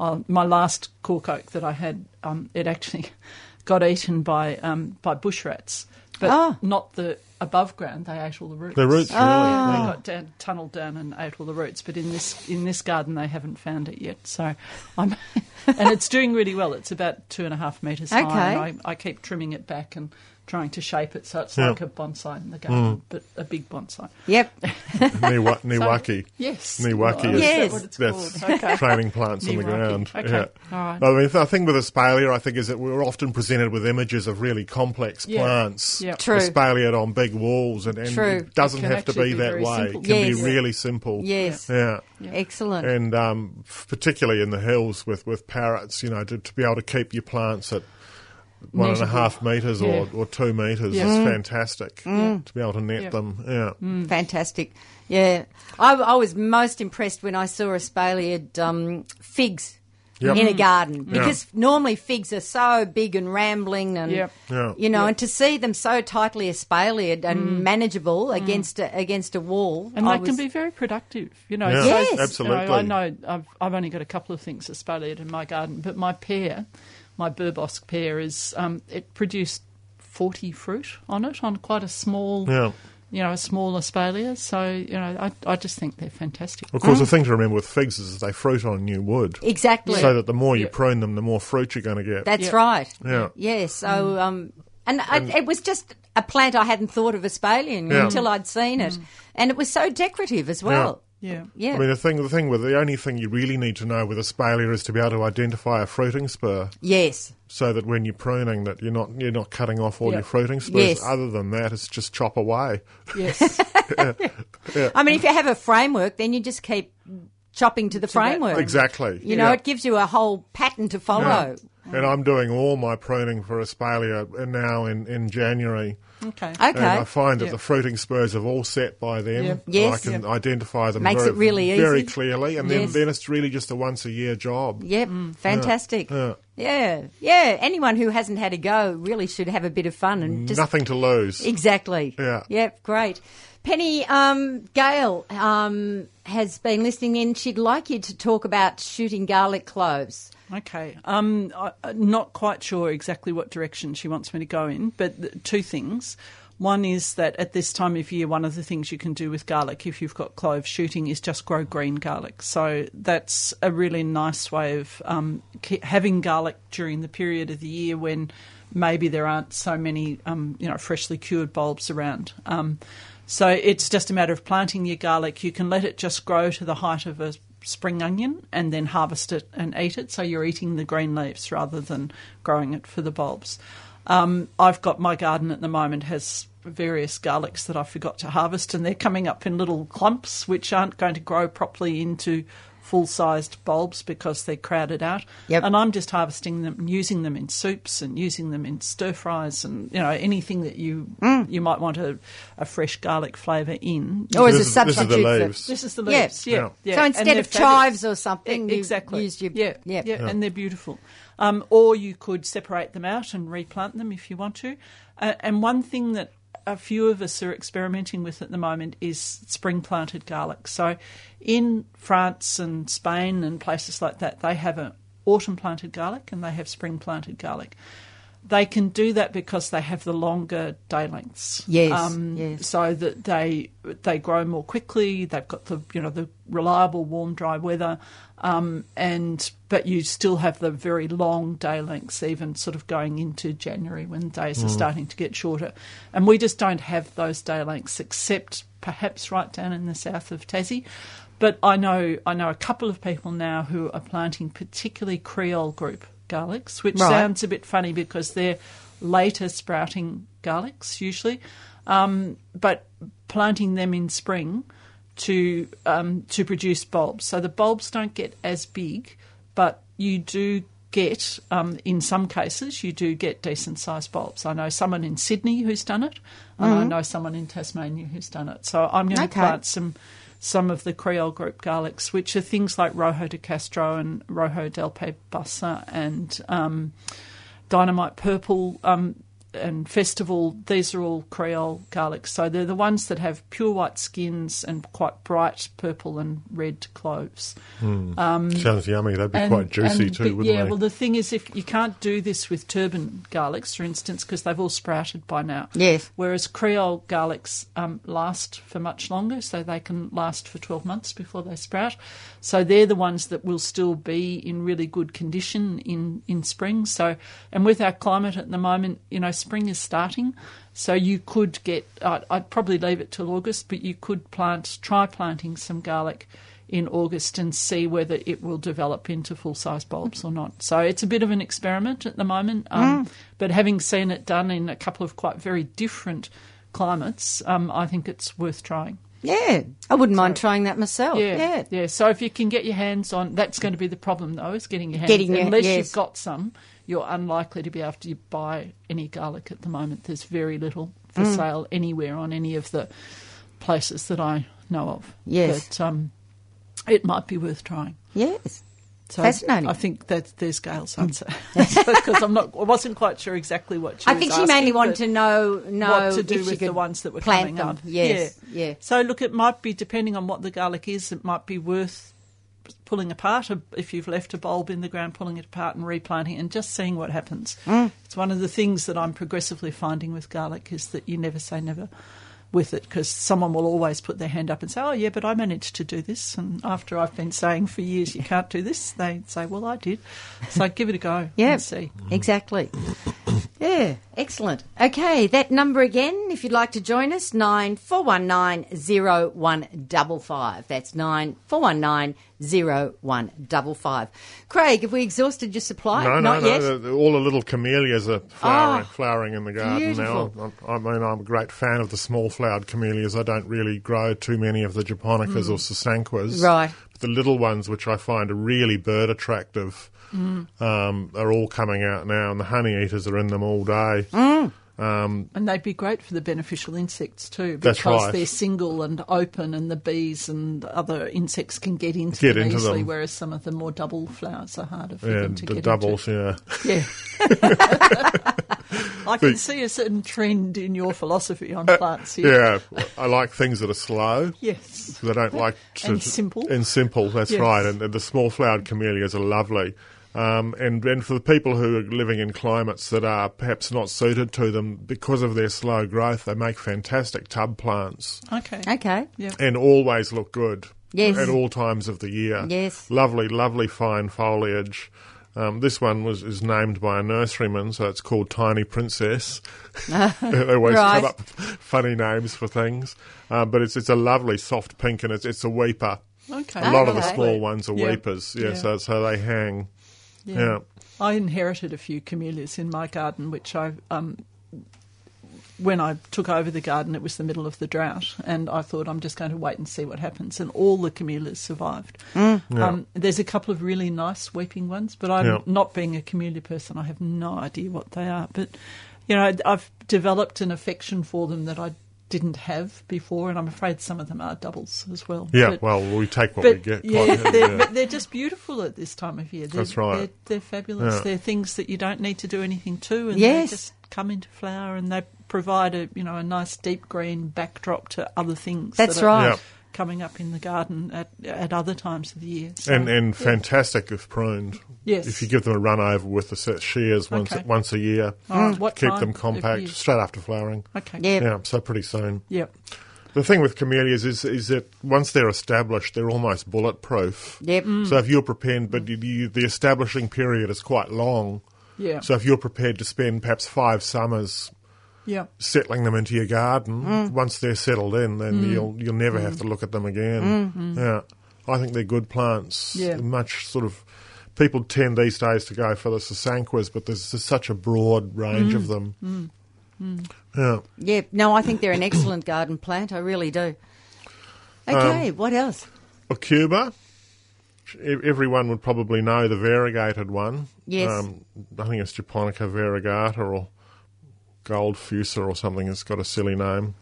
[SPEAKER 2] uh, my last cork oak that I had, um, it actually got eaten by um, by bush rats, but
[SPEAKER 1] Ah.
[SPEAKER 2] not the above ground. They ate all the roots.
[SPEAKER 3] The roots, really.
[SPEAKER 1] Ah.
[SPEAKER 2] They
[SPEAKER 3] yeah.
[SPEAKER 2] got down, tunneled down and ate all the roots. But in this in this garden, they haven't found it yet. So, I'm and it's doing really well. It's about two and a half meters high.
[SPEAKER 1] Okay.
[SPEAKER 2] And I, I keep trimming it back and trying to shape it so it's
[SPEAKER 3] Yeah. Mm.
[SPEAKER 2] like a bonsai in the garden, but a big bonsai.
[SPEAKER 1] Yep.
[SPEAKER 3] Niwa- Niwaki.
[SPEAKER 2] Yes.
[SPEAKER 3] Niwaki
[SPEAKER 2] Oh,
[SPEAKER 3] is,
[SPEAKER 1] Yes.
[SPEAKER 2] Is that what it's
[SPEAKER 3] that's
[SPEAKER 2] called? Okay.
[SPEAKER 3] training plants on the
[SPEAKER 2] Niwaki.
[SPEAKER 3] ground.
[SPEAKER 2] Okay.
[SPEAKER 3] Yeah.
[SPEAKER 2] All right.
[SPEAKER 3] I mean, the thing with Espalier, I think, is that we're often presented with images of really complex
[SPEAKER 2] Yeah.
[SPEAKER 3] plants.
[SPEAKER 2] Yeah.
[SPEAKER 1] True.
[SPEAKER 3] Espaliered on big walls, and, and
[SPEAKER 1] True.
[SPEAKER 3] it doesn't
[SPEAKER 2] It can
[SPEAKER 3] have to
[SPEAKER 2] actually
[SPEAKER 3] be,
[SPEAKER 2] be
[SPEAKER 3] that
[SPEAKER 2] very
[SPEAKER 3] way.
[SPEAKER 2] simple.
[SPEAKER 3] It can
[SPEAKER 1] Yes.
[SPEAKER 3] be really simple.
[SPEAKER 1] Yes.
[SPEAKER 3] Yeah.
[SPEAKER 1] Excellent.
[SPEAKER 3] And um, f- particularly in the hills with, with parrots, you know, to, to be able to keep your plants at one and a
[SPEAKER 2] Nettable.
[SPEAKER 3] half metres or,
[SPEAKER 2] Yeah.
[SPEAKER 3] or two metres
[SPEAKER 2] Yeah. Mm.
[SPEAKER 3] is
[SPEAKER 1] Mm.
[SPEAKER 3] fantastic to be able to net
[SPEAKER 2] Yeah.
[SPEAKER 3] them. Yeah.
[SPEAKER 1] Fantastic. Yeah. I, I was most impressed when I saw espaliered um, figs
[SPEAKER 3] Yep. Mm.
[SPEAKER 1] in a garden because normally figs are so big and rambling and,
[SPEAKER 2] Yep.
[SPEAKER 3] Yeah.
[SPEAKER 1] you know, and to see them so tightly espaliered and manageable against, a, against a wall.
[SPEAKER 2] Mm. And
[SPEAKER 1] I
[SPEAKER 2] that
[SPEAKER 1] was-
[SPEAKER 2] can be very productive, you know.
[SPEAKER 3] Yeah.
[SPEAKER 2] so-
[SPEAKER 1] Yes.
[SPEAKER 2] you know,
[SPEAKER 3] Absolutely.
[SPEAKER 2] I know I've, I've only got a couple of things that spaliered in my garden, but my pear, my Burbosk pear, is um, it produced forty fruit on it on quite a small,
[SPEAKER 3] Yeah.
[SPEAKER 2] you know, a small espalier. So you know, I, I just think they're fantastic.
[SPEAKER 3] Of
[SPEAKER 1] Hmm.
[SPEAKER 3] course, the thing to remember with figs is that they fruit on new wood.
[SPEAKER 1] Exactly.
[SPEAKER 3] So that the more you
[SPEAKER 2] Yeah.
[SPEAKER 3] prune them, the more fruit you're going to get.
[SPEAKER 1] That's
[SPEAKER 2] Yeah. Mm.
[SPEAKER 1] right.
[SPEAKER 3] Yeah.
[SPEAKER 1] Yeah. So, um, and I, it was just a plant I hadn't thought of espalion
[SPEAKER 3] Yeah.
[SPEAKER 1] until I'd seen it. And it was so decorative as well.
[SPEAKER 2] Mm. Yeah.
[SPEAKER 1] Yeah.
[SPEAKER 3] I mean, the thing, the thing with the only thing you really need to know with espalier is to be able to identify a fruiting spur,
[SPEAKER 1] yes.
[SPEAKER 3] so that when you're pruning, that you're not you're not cutting off all
[SPEAKER 2] Yeah.
[SPEAKER 3] your fruiting spurs.
[SPEAKER 1] Yes.
[SPEAKER 3] Other than that, it's just chop away.
[SPEAKER 2] Yes,
[SPEAKER 1] I mean, if you have a framework, then you just keep chopping to the framework.
[SPEAKER 3] Exactly.
[SPEAKER 1] You know,
[SPEAKER 3] Yeah.
[SPEAKER 1] it gives you a whole pattern to follow.
[SPEAKER 3] And I'm doing all my pruning for Aspalia now in, in January.
[SPEAKER 2] Okay.
[SPEAKER 1] Okay.
[SPEAKER 3] And I find that
[SPEAKER 2] Yeah.
[SPEAKER 3] the fruiting spurs have all set by then.
[SPEAKER 2] Yeah.
[SPEAKER 3] and
[SPEAKER 1] Yes.
[SPEAKER 3] I can
[SPEAKER 2] Yeah.
[SPEAKER 3] identify them
[SPEAKER 1] Makes
[SPEAKER 3] very,
[SPEAKER 1] it really
[SPEAKER 3] very
[SPEAKER 1] easy.
[SPEAKER 3] clearly. And
[SPEAKER 1] Yes.
[SPEAKER 3] then, then it's really just a once a year job. Mm.
[SPEAKER 1] Yep, fantastic.
[SPEAKER 3] Yeah.
[SPEAKER 1] Yeah. yeah, Anyone who hasn't had a go really should have a bit of fun and just
[SPEAKER 3] Nothing to lose.
[SPEAKER 1] exactly.
[SPEAKER 3] Yeah.
[SPEAKER 1] Yep, great. Penny um, Gail um, has been listening in. She'd like you to talk about shooting garlic cloves.
[SPEAKER 2] Okay. Um, I, I'm not quite sure exactly what direction she wants me to go in, but th- two things. One is that at this time of year, one of the things you can do with garlic, if you've got clove shooting, is just grow green garlic. So that's a really nice way of um, ki- having garlic during the period of the year when maybe there aren't so many, um, you know, freshly cured bulbs around. Um, so it's just a matter of planting your garlic. You can let it just grow to the height of a spring onion and then harvest it and eat it. So you're eating the green leaves rather than growing it for the bulbs. Um, I've got my garden at the moment has various garlics that I forgot to harvest, and they're coming up in little clumps which aren't going to grow properly into full sized bulbs because they're crowded out.
[SPEAKER 1] Yep.
[SPEAKER 2] And I'm just harvesting them, and using them in soups and using them in stir fries and you know anything that you
[SPEAKER 1] Mm.
[SPEAKER 2] you might want a, a fresh garlic flavour in.
[SPEAKER 1] Or Oh,
[SPEAKER 3] This is-
[SPEAKER 1] as a
[SPEAKER 3] this is the
[SPEAKER 1] substitute for-
[SPEAKER 3] leaves.
[SPEAKER 2] This is the
[SPEAKER 1] Yeah.
[SPEAKER 2] leaves. Yeah.
[SPEAKER 3] Yeah.
[SPEAKER 2] yeah.
[SPEAKER 1] So
[SPEAKER 2] And
[SPEAKER 1] instead
[SPEAKER 2] they're
[SPEAKER 1] of
[SPEAKER 2] fabulous.
[SPEAKER 1] chives or something,
[SPEAKER 2] E-
[SPEAKER 1] you
[SPEAKER 2] exactly.
[SPEAKER 1] used your-
[SPEAKER 2] yeah,
[SPEAKER 1] yeah.
[SPEAKER 2] yeah, and they're beautiful. Um, or you could separate them out and replant them if you want to. Uh, and one thing that a few of us are experimenting with at the moment is spring planted garlic. So in France and Spain and places like that, they have a autumn planted garlic and they have spring planted garlic. They can do that because they have the longer day lengths
[SPEAKER 1] Yes,
[SPEAKER 2] Um,
[SPEAKER 1] yes.
[SPEAKER 2] so that they they grow more quickly. They've got the you know the reliable warm dry weather, um, and but you still have the very long day lengths, even sort of going into January when days
[SPEAKER 1] Mm.
[SPEAKER 2] are starting to get shorter, and we just don't have those day lengths except perhaps right down in the south of Tassie. But I know I know a couple of people now who are planting particularly Creole group garlics, which
[SPEAKER 1] Right.
[SPEAKER 2] sounds a bit funny because they're later sprouting garlics usually, um, but planting them in spring to um, to produce bulbs. So the bulbs don't get as big, but you do get um, in some cases you do get decent sized bulbs. I know someone in Sydney who's done it, and I know someone in Tasmania who's done it. So I'm going to
[SPEAKER 1] Okay.
[SPEAKER 2] plant some some of the Creole group garlics, which are things like Rojo de Castro and Rojo del Pebasa and um, Dynamite Purple um, and Festival. These are all Creole garlics. So they're the ones that have pure white skins and quite bright purple and red cloves.
[SPEAKER 3] Hmm.
[SPEAKER 2] Um,
[SPEAKER 3] Sounds yummy. That'd be
[SPEAKER 2] And-
[SPEAKER 3] quite juicy
[SPEAKER 2] and-
[SPEAKER 3] too,
[SPEAKER 2] but
[SPEAKER 3] wouldn't
[SPEAKER 2] yeah,
[SPEAKER 3] they?
[SPEAKER 2] well, the thing is, if you can't do this with turban garlics, for instance, because they've all sprouted by now.
[SPEAKER 1] Yes.
[SPEAKER 2] Whereas Creole garlics um, last for much longer, so they can last for 12 months before they sprout. So they're the ones that will still be in really good condition in, in spring. So, and with our climate at the moment, you know, spring is starting. So you could get, I'd, I'd probably leave it till August, but you could plant, try planting some garlic in August and see whether it will develop into full size bulbs or not. So it's a bit of an experiment at the moment, um, but having seen it done in a couple of quite very different climates, um, I think it's worth trying.
[SPEAKER 1] Yeah, I wouldn't mind trying that myself.
[SPEAKER 2] Yeah, yeah. So if you can get your hands on, that's going to be the problem though, is getting your hands.
[SPEAKER 1] Getting your-
[SPEAKER 2] Unless
[SPEAKER 1] yes.
[SPEAKER 2] you've got some, you're unlikely to be able to buy any garlic at the moment. There's very little for
[SPEAKER 1] Mm.
[SPEAKER 2] sale anywhere on any of the places that I know of.
[SPEAKER 1] Yes.
[SPEAKER 2] but um, it might be worth trying.
[SPEAKER 1] Yes.
[SPEAKER 2] So
[SPEAKER 1] Fascinating.
[SPEAKER 2] I think that there's Gail's answer because I'm not. I wasn't quite sure exactly what she.
[SPEAKER 1] I
[SPEAKER 2] was
[SPEAKER 1] think she mainly
[SPEAKER 2] asking,
[SPEAKER 1] wanted
[SPEAKER 2] but
[SPEAKER 1] to know, know
[SPEAKER 2] what to
[SPEAKER 1] if
[SPEAKER 2] do
[SPEAKER 1] she
[SPEAKER 2] with
[SPEAKER 1] could
[SPEAKER 2] the ones that were
[SPEAKER 1] plant
[SPEAKER 2] coming
[SPEAKER 1] them.
[SPEAKER 2] up.
[SPEAKER 1] Yes, yeah.
[SPEAKER 2] So look, it might be depending on what the garlic is. It might be worth pulling apart a- if you've left a bulb in the ground, pulling it apart and replanting, it and just seeing what happens.
[SPEAKER 1] Mm.
[SPEAKER 2] It's one of the things that I'm progressively finding with garlic is that you never say never with it because someone will always put their hand up and say, "Oh yeah, but I managed to do this." And after I've been saying for years you can't do this, they say, "Well, I did." So give it a go
[SPEAKER 1] Yeah,
[SPEAKER 2] and see.
[SPEAKER 1] exactly. Yeah, excellent. Okay, that number again, if you'd like to join us, nine four one nine zero one double five. That's nine four one nine zero one double five. Craig, have we exhausted your supply?
[SPEAKER 3] No,
[SPEAKER 1] Not
[SPEAKER 3] no,
[SPEAKER 1] yet.
[SPEAKER 3] no. the- the- All the little camellias are flowering,
[SPEAKER 1] Ah,
[SPEAKER 3] flowering in the garden
[SPEAKER 1] beautiful.
[SPEAKER 3] now. I, I mean, I'm a great fan of the small flowered camellias. I don't really grow too many of the japonicas or sasanquas.
[SPEAKER 1] Hmm. Right.
[SPEAKER 3] But the little ones, which I find are really bird attractive,
[SPEAKER 2] Mm.
[SPEAKER 1] Hmm.
[SPEAKER 3] um, are all coming out now, and the honey eaters are in them all day.
[SPEAKER 1] Hmm.
[SPEAKER 3] Um,
[SPEAKER 2] And they'd be great for the beneficial insects too,
[SPEAKER 3] That's
[SPEAKER 2] because
[SPEAKER 3] right.
[SPEAKER 2] they're single and open, and the bees and other insects can get into
[SPEAKER 3] Get
[SPEAKER 2] them
[SPEAKER 3] into
[SPEAKER 2] easily.
[SPEAKER 3] them.
[SPEAKER 2] Whereas some of the more double flowers are harder for
[SPEAKER 3] Yeah,
[SPEAKER 2] them to
[SPEAKER 3] the
[SPEAKER 2] get
[SPEAKER 3] doubles, yeah.
[SPEAKER 2] into. Yeah, I can see a certain trend in your philosophy on plants here.
[SPEAKER 3] Uh, Yeah, I like things that are slow.
[SPEAKER 2] Yes.
[SPEAKER 3] They don't like to,
[SPEAKER 2] And simple.
[SPEAKER 3] And simple, that's
[SPEAKER 2] Yes.
[SPEAKER 3] right. And, and the small flowered camellias are lovely. Um, and, and for the people who are living in climates that are perhaps not suited to them because of their slow growth, they make fantastic tub plants
[SPEAKER 2] Okay.
[SPEAKER 1] Okay.
[SPEAKER 3] and always look good.
[SPEAKER 1] Yes.
[SPEAKER 3] At all times of the year.
[SPEAKER 1] Yes.
[SPEAKER 3] Lovely, lovely fine foliage. Um, this one was is named by a nurseryman, so it's called Tiny Princess. they always
[SPEAKER 1] Right.
[SPEAKER 3] come up with funny names for things, uh, but it's it's a lovely soft pink, and it's it's a weeper.
[SPEAKER 2] Okay.
[SPEAKER 3] A lot of the
[SPEAKER 1] Okay.
[SPEAKER 3] small ones are
[SPEAKER 2] Yeah.
[SPEAKER 3] weepers, yeah.
[SPEAKER 2] Yeah.
[SPEAKER 3] So so they hang. Yeah.
[SPEAKER 2] I inherited a few camellias in my garden, which I, um, when I took over the garden, it was the middle of the drought, and I thought I'm just going to wait and see what happens. And all the camellias survived. Um, there's a couple of really nice weeping ones, but I'm
[SPEAKER 3] Yeah.
[SPEAKER 2] not being a camellia person. I have no idea what they are, but you know, I've developed an affection for them that I didn't have before, and I'm afraid some of them are doubles as well.
[SPEAKER 3] Yeah,
[SPEAKER 2] But-
[SPEAKER 3] well, we take what we
[SPEAKER 2] but
[SPEAKER 3] get.
[SPEAKER 2] yeah,
[SPEAKER 3] quite-
[SPEAKER 2] they're,
[SPEAKER 3] yeah.
[SPEAKER 2] but they're just beautiful at this time of year. They're,
[SPEAKER 3] That's right.
[SPEAKER 2] They're, they're fabulous.
[SPEAKER 3] Yeah.
[SPEAKER 2] They're things that you don't need to do anything to, and
[SPEAKER 1] Yes.
[SPEAKER 2] they just come into flower, and they provide a you know a nice deep green backdrop to other things.
[SPEAKER 1] That's
[SPEAKER 2] that are
[SPEAKER 1] right.
[SPEAKER 3] Yeah.
[SPEAKER 2] Coming up in the garden at at other times of the year. So-
[SPEAKER 3] and and fantastic if pruned.
[SPEAKER 2] Yes.
[SPEAKER 3] If you give them a run over with the set shears once
[SPEAKER 2] Okay.
[SPEAKER 3] once a year,
[SPEAKER 2] All right, what
[SPEAKER 3] keep
[SPEAKER 2] time
[SPEAKER 3] them
[SPEAKER 2] of
[SPEAKER 3] compact
[SPEAKER 2] year?
[SPEAKER 3] straight after flowering.
[SPEAKER 2] Okay.
[SPEAKER 1] Yeah.
[SPEAKER 3] Yeah, so pretty soon.
[SPEAKER 2] Yep.
[SPEAKER 3] The thing with camellias is is that once they're established, they're almost bulletproof.
[SPEAKER 1] Yep.
[SPEAKER 2] Mm.
[SPEAKER 3] So if you're prepared, but you, you, the establishing period is quite long.
[SPEAKER 2] Yeah.
[SPEAKER 3] So if you're prepared to spend perhaps five summers
[SPEAKER 2] yeah.
[SPEAKER 3] settling them into your garden, once they're settled in, then
[SPEAKER 2] Mm.
[SPEAKER 3] you'll you'll never have to look at them again.
[SPEAKER 2] Mm-hmm.
[SPEAKER 3] Yeah, I think they're good plants.
[SPEAKER 2] Yeah.
[SPEAKER 3] Much sort of people tend these days to go for the sasanquas, but there's, just such a broad range of them. Yeah.
[SPEAKER 1] Yeah. No, I think they're an excellent garden plant. I really do.
[SPEAKER 3] Um,
[SPEAKER 1] Okay. what else?
[SPEAKER 3] Or Cuba. E- Everyone would probably know the variegated one. Um,
[SPEAKER 1] Yes.
[SPEAKER 3] I think it's Japonica variegata or gold fusa or something. It's got a silly name.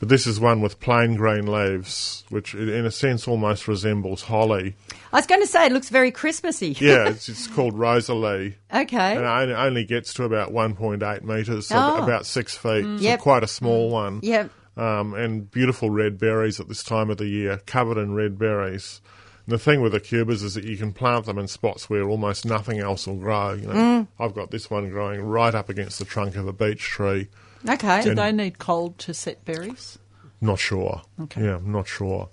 [SPEAKER 3] But this is one with plain green leaves, which i- in a sense almost resembles holly.
[SPEAKER 1] I was going to say it looks very Christmassy.
[SPEAKER 3] Yeah, it's, it's called Rosalie.
[SPEAKER 1] Okay.
[SPEAKER 3] And uh, it only- only gets to about 1.8 metres, so
[SPEAKER 1] Oh.
[SPEAKER 3] about six feet. So
[SPEAKER 1] Yep. Mm.
[SPEAKER 3] quite a small one.
[SPEAKER 1] Yep.
[SPEAKER 3] Um, and beautiful red berries at this time of the year, covered in red berries. And the thing with the cubas is that you can plant them in spots where almost nothing else will grow. You know,
[SPEAKER 1] Mm.
[SPEAKER 3] I've got this one growing right up against the trunk of a beech tree.
[SPEAKER 1] Okay.
[SPEAKER 2] Do they need cold to set berries?
[SPEAKER 3] Not sure.
[SPEAKER 2] Okay.
[SPEAKER 3] Yeah, I'm not sure.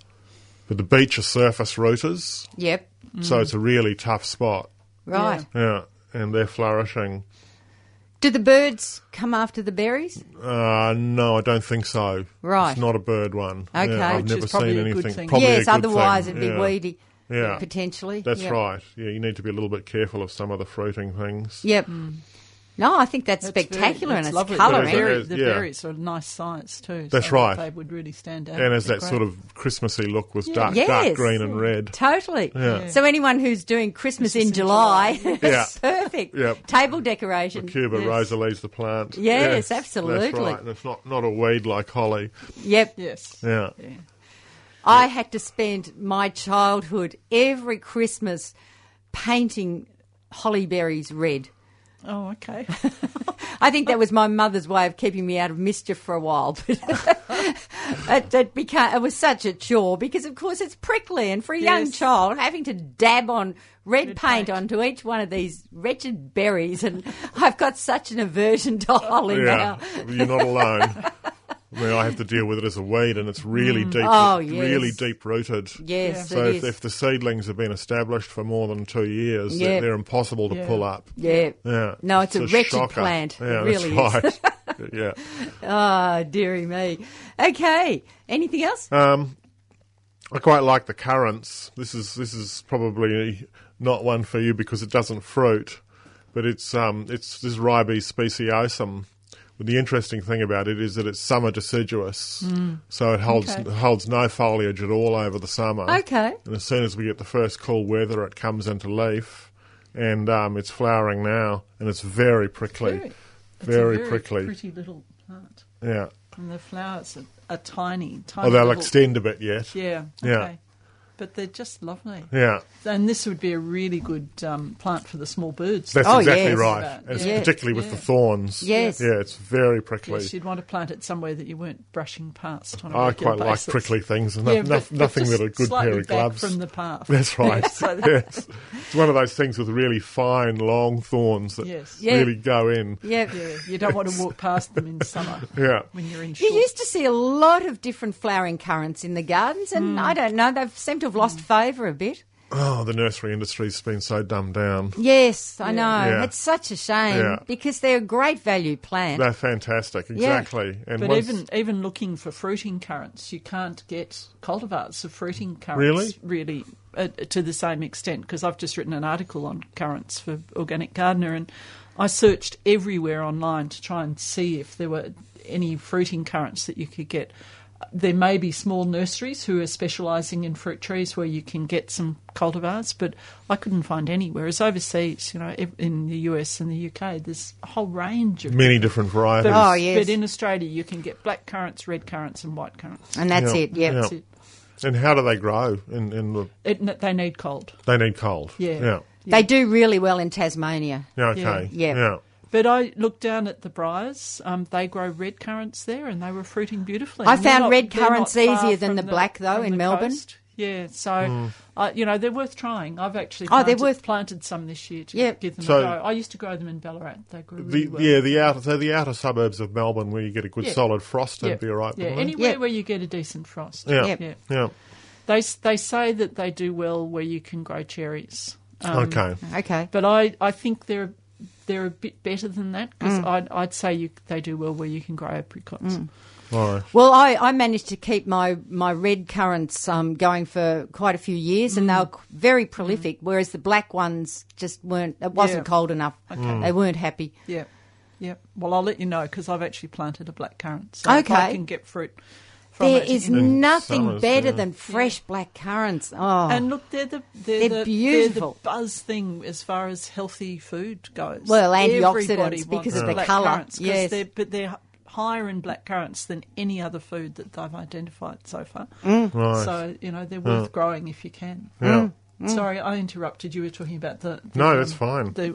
[SPEAKER 3] But the beech are surface rooters,
[SPEAKER 1] Yep. Mm.
[SPEAKER 3] so it's a really tough spot.
[SPEAKER 1] Right.
[SPEAKER 3] Yeah, and they're flourishing.
[SPEAKER 1] Do the birds come after the berries?
[SPEAKER 3] Uh, no, I don't think so.
[SPEAKER 1] Right.
[SPEAKER 3] It's not a bird one. Yeah,
[SPEAKER 1] Okay.
[SPEAKER 3] I've
[SPEAKER 1] Which
[SPEAKER 2] is
[SPEAKER 3] never
[SPEAKER 2] probably
[SPEAKER 3] seen
[SPEAKER 2] a good
[SPEAKER 3] anything.
[SPEAKER 2] thing.
[SPEAKER 3] Probably a
[SPEAKER 1] yes,
[SPEAKER 3] good
[SPEAKER 1] otherwise
[SPEAKER 3] thing.
[SPEAKER 1] it'd be
[SPEAKER 3] Yeah.
[SPEAKER 1] weedy.
[SPEAKER 3] Yeah.
[SPEAKER 1] Potentially.
[SPEAKER 3] That's
[SPEAKER 1] Yep.
[SPEAKER 3] right. Yeah, you need to be a little bit careful of some of the fruiting things.
[SPEAKER 1] Yep. No, I think Hmm. that's,
[SPEAKER 2] That's very-
[SPEAKER 1] spectacular
[SPEAKER 2] that's
[SPEAKER 1] and
[SPEAKER 2] lovely.
[SPEAKER 1] it's
[SPEAKER 2] The,
[SPEAKER 3] But
[SPEAKER 1] colouring.
[SPEAKER 3] it's-
[SPEAKER 2] berry- the
[SPEAKER 3] Yeah.
[SPEAKER 2] berries are a nice size too.
[SPEAKER 3] That's
[SPEAKER 2] so
[SPEAKER 3] right.
[SPEAKER 2] They would really stand out.
[SPEAKER 3] And as
[SPEAKER 2] They're
[SPEAKER 3] that
[SPEAKER 2] great.
[SPEAKER 3] sort of Christmassy look with dark,
[SPEAKER 1] Yes.
[SPEAKER 3] dark green and red.
[SPEAKER 1] Totally.
[SPEAKER 3] Yeah.
[SPEAKER 1] So anyone who's doing Christmas,
[SPEAKER 2] Christmas
[SPEAKER 1] in
[SPEAKER 2] in
[SPEAKER 1] July, that's perfect.
[SPEAKER 3] Yep.
[SPEAKER 1] Table decoration.
[SPEAKER 3] Cuba
[SPEAKER 2] Yes.
[SPEAKER 3] rosalie's the plant.
[SPEAKER 1] Yes,
[SPEAKER 3] That's
[SPEAKER 1] absolutely.
[SPEAKER 3] right. And it's not, not a weed like holly.
[SPEAKER 1] Yep.
[SPEAKER 2] yes.
[SPEAKER 3] Yeah.
[SPEAKER 2] Yeah.
[SPEAKER 1] I had to spend my childhood every Christmas painting holly berries red.
[SPEAKER 2] Oh, okay.
[SPEAKER 1] I think that was my mother's way of keeping me out of mischief for a while. But it, it became it was such a chore because, of course, it's prickly, and for a young
[SPEAKER 2] Yes.
[SPEAKER 1] child, having to dab on red, paint,
[SPEAKER 2] paint.
[SPEAKER 1] onto each one of these wretched berries, and I've got such an aversion to holly
[SPEAKER 3] Yeah.
[SPEAKER 1] now.
[SPEAKER 3] You're not alone. I mean, I have to deal with it as a weed, and it's really deep,
[SPEAKER 1] Oh,
[SPEAKER 3] really
[SPEAKER 1] yes.
[SPEAKER 3] deep rooted.
[SPEAKER 1] Yes,
[SPEAKER 3] So if,
[SPEAKER 1] it is.
[SPEAKER 3] if the seedlings have been established for more than two years,
[SPEAKER 1] Yeah.
[SPEAKER 3] they're, they're impossible to
[SPEAKER 2] Yeah.
[SPEAKER 3] pull up.
[SPEAKER 1] yeah.
[SPEAKER 3] Yeah.
[SPEAKER 1] No, it's a wretched
[SPEAKER 3] shocker.
[SPEAKER 1] plant. It
[SPEAKER 3] Yeah,
[SPEAKER 1] really
[SPEAKER 3] that's
[SPEAKER 1] is.
[SPEAKER 3] right. yeah.
[SPEAKER 1] Oh, dearie me. Okay. Anything else?
[SPEAKER 3] Um, I quite like the currants. This is this is probably not one for you because it doesn't fruit, but it's um it's this Ribes speciosum, the interesting thing about it is that it's summer deciduous, so it holds
[SPEAKER 2] Mm. Okay.
[SPEAKER 3] holds no foliage at all over the summer.
[SPEAKER 1] Okay.
[SPEAKER 3] And as soon as we get the first cool weather, it comes into leaf, and um, it's flowering now, and it's very prickly,
[SPEAKER 2] Very. It's a
[SPEAKER 3] Very
[SPEAKER 2] very
[SPEAKER 3] prickly.
[SPEAKER 2] pretty little plant,
[SPEAKER 3] Yeah.
[SPEAKER 2] and the flowers are, are tiny, tiny.
[SPEAKER 3] Oh, they'll
[SPEAKER 2] little-
[SPEAKER 3] extend a bit yet.
[SPEAKER 2] Yeah,
[SPEAKER 3] Yeah.
[SPEAKER 2] okay. But they're just lovely.
[SPEAKER 3] Yeah.
[SPEAKER 2] And this would be a really good um, plant for the small birds.
[SPEAKER 3] That's
[SPEAKER 1] Oh,
[SPEAKER 3] exactly
[SPEAKER 1] yes.
[SPEAKER 3] right.
[SPEAKER 2] Yeah.
[SPEAKER 3] It's
[SPEAKER 1] Yeah.
[SPEAKER 3] particularly with
[SPEAKER 2] Yeah.
[SPEAKER 3] the thorns.
[SPEAKER 1] Yes.
[SPEAKER 3] Yeah, it's very prickly.
[SPEAKER 2] Yes, you'd want to plant it somewhere that you weren't brushing past. On a
[SPEAKER 3] I
[SPEAKER 2] regular
[SPEAKER 3] quite like
[SPEAKER 2] basis.
[SPEAKER 3] prickly things, and no-
[SPEAKER 2] Yeah,
[SPEAKER 3] no-
[SPEAKER 2] but- but
[SPEAKER 3] nothing
[SPEAKER 2] just
[SPEAKER 3] with a good
[SPEAKER 2] slightly
[SPEAKER 3] pair of
[SPEAKER 2] back
[SPEAKER 3] gloves.
[SPEAKER 2] from the path.
[SPEAKER 3] That's right.
[SPEAKER 2] so that-
[SPEAKER 3] yes. It's one of those things with really fine, long thorns that
[SPEAKER 2] Yes.
[SPEAKER 1] Yeah.
[SPEAKER 3] really go in.
[SPEAKER 1] Yeah.
[SPEAKER 2] Yeah, you don't want to walk past them in summer
[SPEAKER 3] Yeah.
[SPEAKER 2] when you're in
[SPEAKER 1] You
[SPEAKER 2] shorts.
[SPEAKER 1] used to see a lot of different flowering currants in the gardens, and I don't know, they've seemed to have lost favour a bit.
[SPEAKER 3] Oh, the nursery industry's been so dumbed down.
[SPEAKER 1] Yes, I know.
[SPEAKER 3] Yeah.
[SPEAKER 1] It's such a shame
[SPEAKER 3] Yeah.
[SPEAKER 1] because they're a great value plant.
[SPEAKER 3] They're fantastic, exactly. And
[SPEAKER 2] But
[SPEAKER 3] once-
[SPEAKER 2] even even looking for fruiting currants, you can't get cultivars of fruiting
[SPEAKER 3] Really?
[SPEAKER 2] currants really, uh, to the same extent. Because I've just written an article on currants for Organic Gardener, and I searched everywhere online to try and see if there were any fruiting currants that you could get. There may be small nurseries who are specialising in fruit trees where you can get some cultivars, but I couldn't find any. Whereas overseas, you know, ev- in the US and the UK, there's a whole range of
[SPEAKER 3] many different varieties.
[SPEAKER 2] but,
[SPEAKER 1] Oh, yes.
[SPEAKER 2] but in Australia, you can get black currants, red currants, and white currants.
[SPEAKER 1] And that's
[SPEAKER 3] Yeah.
[SPEAKER 1] it, yeah.
[SPEAKER 3] Yeah.
[SPEAKER 2] That's it.
[SPEAKER 3] And how do they grow? In, in the,
[SPEAKER 2] It, n- they need cold.
[SPEAKER 3] they need cold.
[SPEAKER 2] Yeah.
[SPEAKER 3] Yeah.
[SPEAKER 1] They do really well in Tasmania.
[SPEAKER 3] Yeah, okay.
[SPEAKER 1] Yeah. Yeah.
[SPEAKER 2] But I looked down at the briars. Um, they grow red currants there, and they were fruiting beautifully.
[SPEAKER 1] I
[SPEAKER 2] And they're
[SPEAKER 1] found red
[SPEAKER 2] they're
[SPEAKER 1] currants
[SPEAKER 2] far
[SPEAKER 1] easier than
[SPEAKER 2] from
[SPEAKER 1] the black, though,
[SPEAKER 2] from
[SPEAKER 1] in
[SPEAKER 2] the
[SPEAKER 1] Melbourne.
[SPEAKER 2] coast. Yeah, so
[SPEAKER 3] Hmm.
[SPEAKER 2] uh, you know they're worth trying. I've actually
[SPEAKER 1] Oh,
[SPEAKER 2] planted,
[SPEAKER 1] they're worth-
[SPEAKER 2] planted some this year to
[SPEAKER 1] Yep.
[SPEAKER 2] give them
[SPEAKER 3] So-
[SPEAKER 2] a go. I used to grow them in Ballarat. They grew
[SPEAKER 3] The,
[SPEAKER 2] really well.
[SPEAKER 3] Yeah, the outer, so the outer suburbs of Melbourne where you get a good
[SPEAKER 2] Yeah.
[SPEAKER 3] solid frost,
[SPEAKER 2] Yeah.
[SPEAKER 3] it'd be all right.
[SPEAKER 2] Yeah,
[SPEAKER 3] wouldn't it?
[SPEAKER 2] anywhere
[SPEAKER 1] Yep.
[SPEAKER 2] where you get a decent frost.
[SPEAKER 3] yeah.
[SPEAKER 1] Yep.
[SPEAKER 2] yeah.
[SPEAKER 3] yeah.
[SPEAKER 2] They they say that they do well where you can grow cherries. Um,
[SPEAKER 3] okay.
[SPEAKER 1] Okay.
[SPEAKER 2] But I, I think they're they're a bit better than that
[SPEAKER 1] Mm.
[SPEAKER 2] because I'd, I'd say you, they do well where you can grow apricots.
[SPEAKER 3] All right.
[SPEAKER 1] Well, I, I managed to keep my, my red currants um, going for quite a few years, and they
[SPEAKER 2] Mm.
[SPEAKER 1] were qu- very prolific. Whereas the black ones just weren't. It wasn't
[SPEAKER 2] Yeah.
[SPEAKER 1] cold enough. They weren't happy.
[SPEAKER 2] Yeah, yeah. Well, I'll let you know because I've actually planted a black currant, so if I
[SPEAKER 1] Okay.
[SPEAKER 2] can get fruit from
[SPEAKER 1] There
[SPEAKER 2] it.
[SPEAKER 1] is
[SPEAKER 2] you know.
[SPEAKER 3] Mm.
[SPEAKER 1] nothing
[SPEAKER 3] summers,
[SPEAKER 1] better
[SPEAKER 3] yeah.
[SPEAKER 1] than fresh black currants. Oh,
[SPEAKER 2] and look, they're the they're,
[SPEAKER 1] They're
[SPEAKER 2] the,
[SPEAKER 1] beautiful.
[SPEAKER 2] They're the buzz thing as far as healthy food goes.
[SPEAKER 1] Well,
[SPEAKER 2] Everybody
[SPEAKER 1] antioxidants
[SPEAKER 2] wants
[SPEAKER 1] because of the
[SPEAKER 2] black
[SPEAKER 1] colour,
[SPEAKER 2] currants 'cause
[SPEAKER 1] yes.
[SPEAKER 2] they're, but they're higher in black currants than any other food that they've identified so far.
[SPEAKER 1] Mm.
[SPEAKER 3] Right. Mm.
[SPEAKER 2] So you know they're worth growing if you can.
[SPEAKER 3] yeah. Mm.
[SPEAKER 1] Mm.
[SPEAKER 2] Sorry, I interrupted. You were talking about the, the,
[SPEAKER 3] No, that's fine.
[SPEAKER 2] The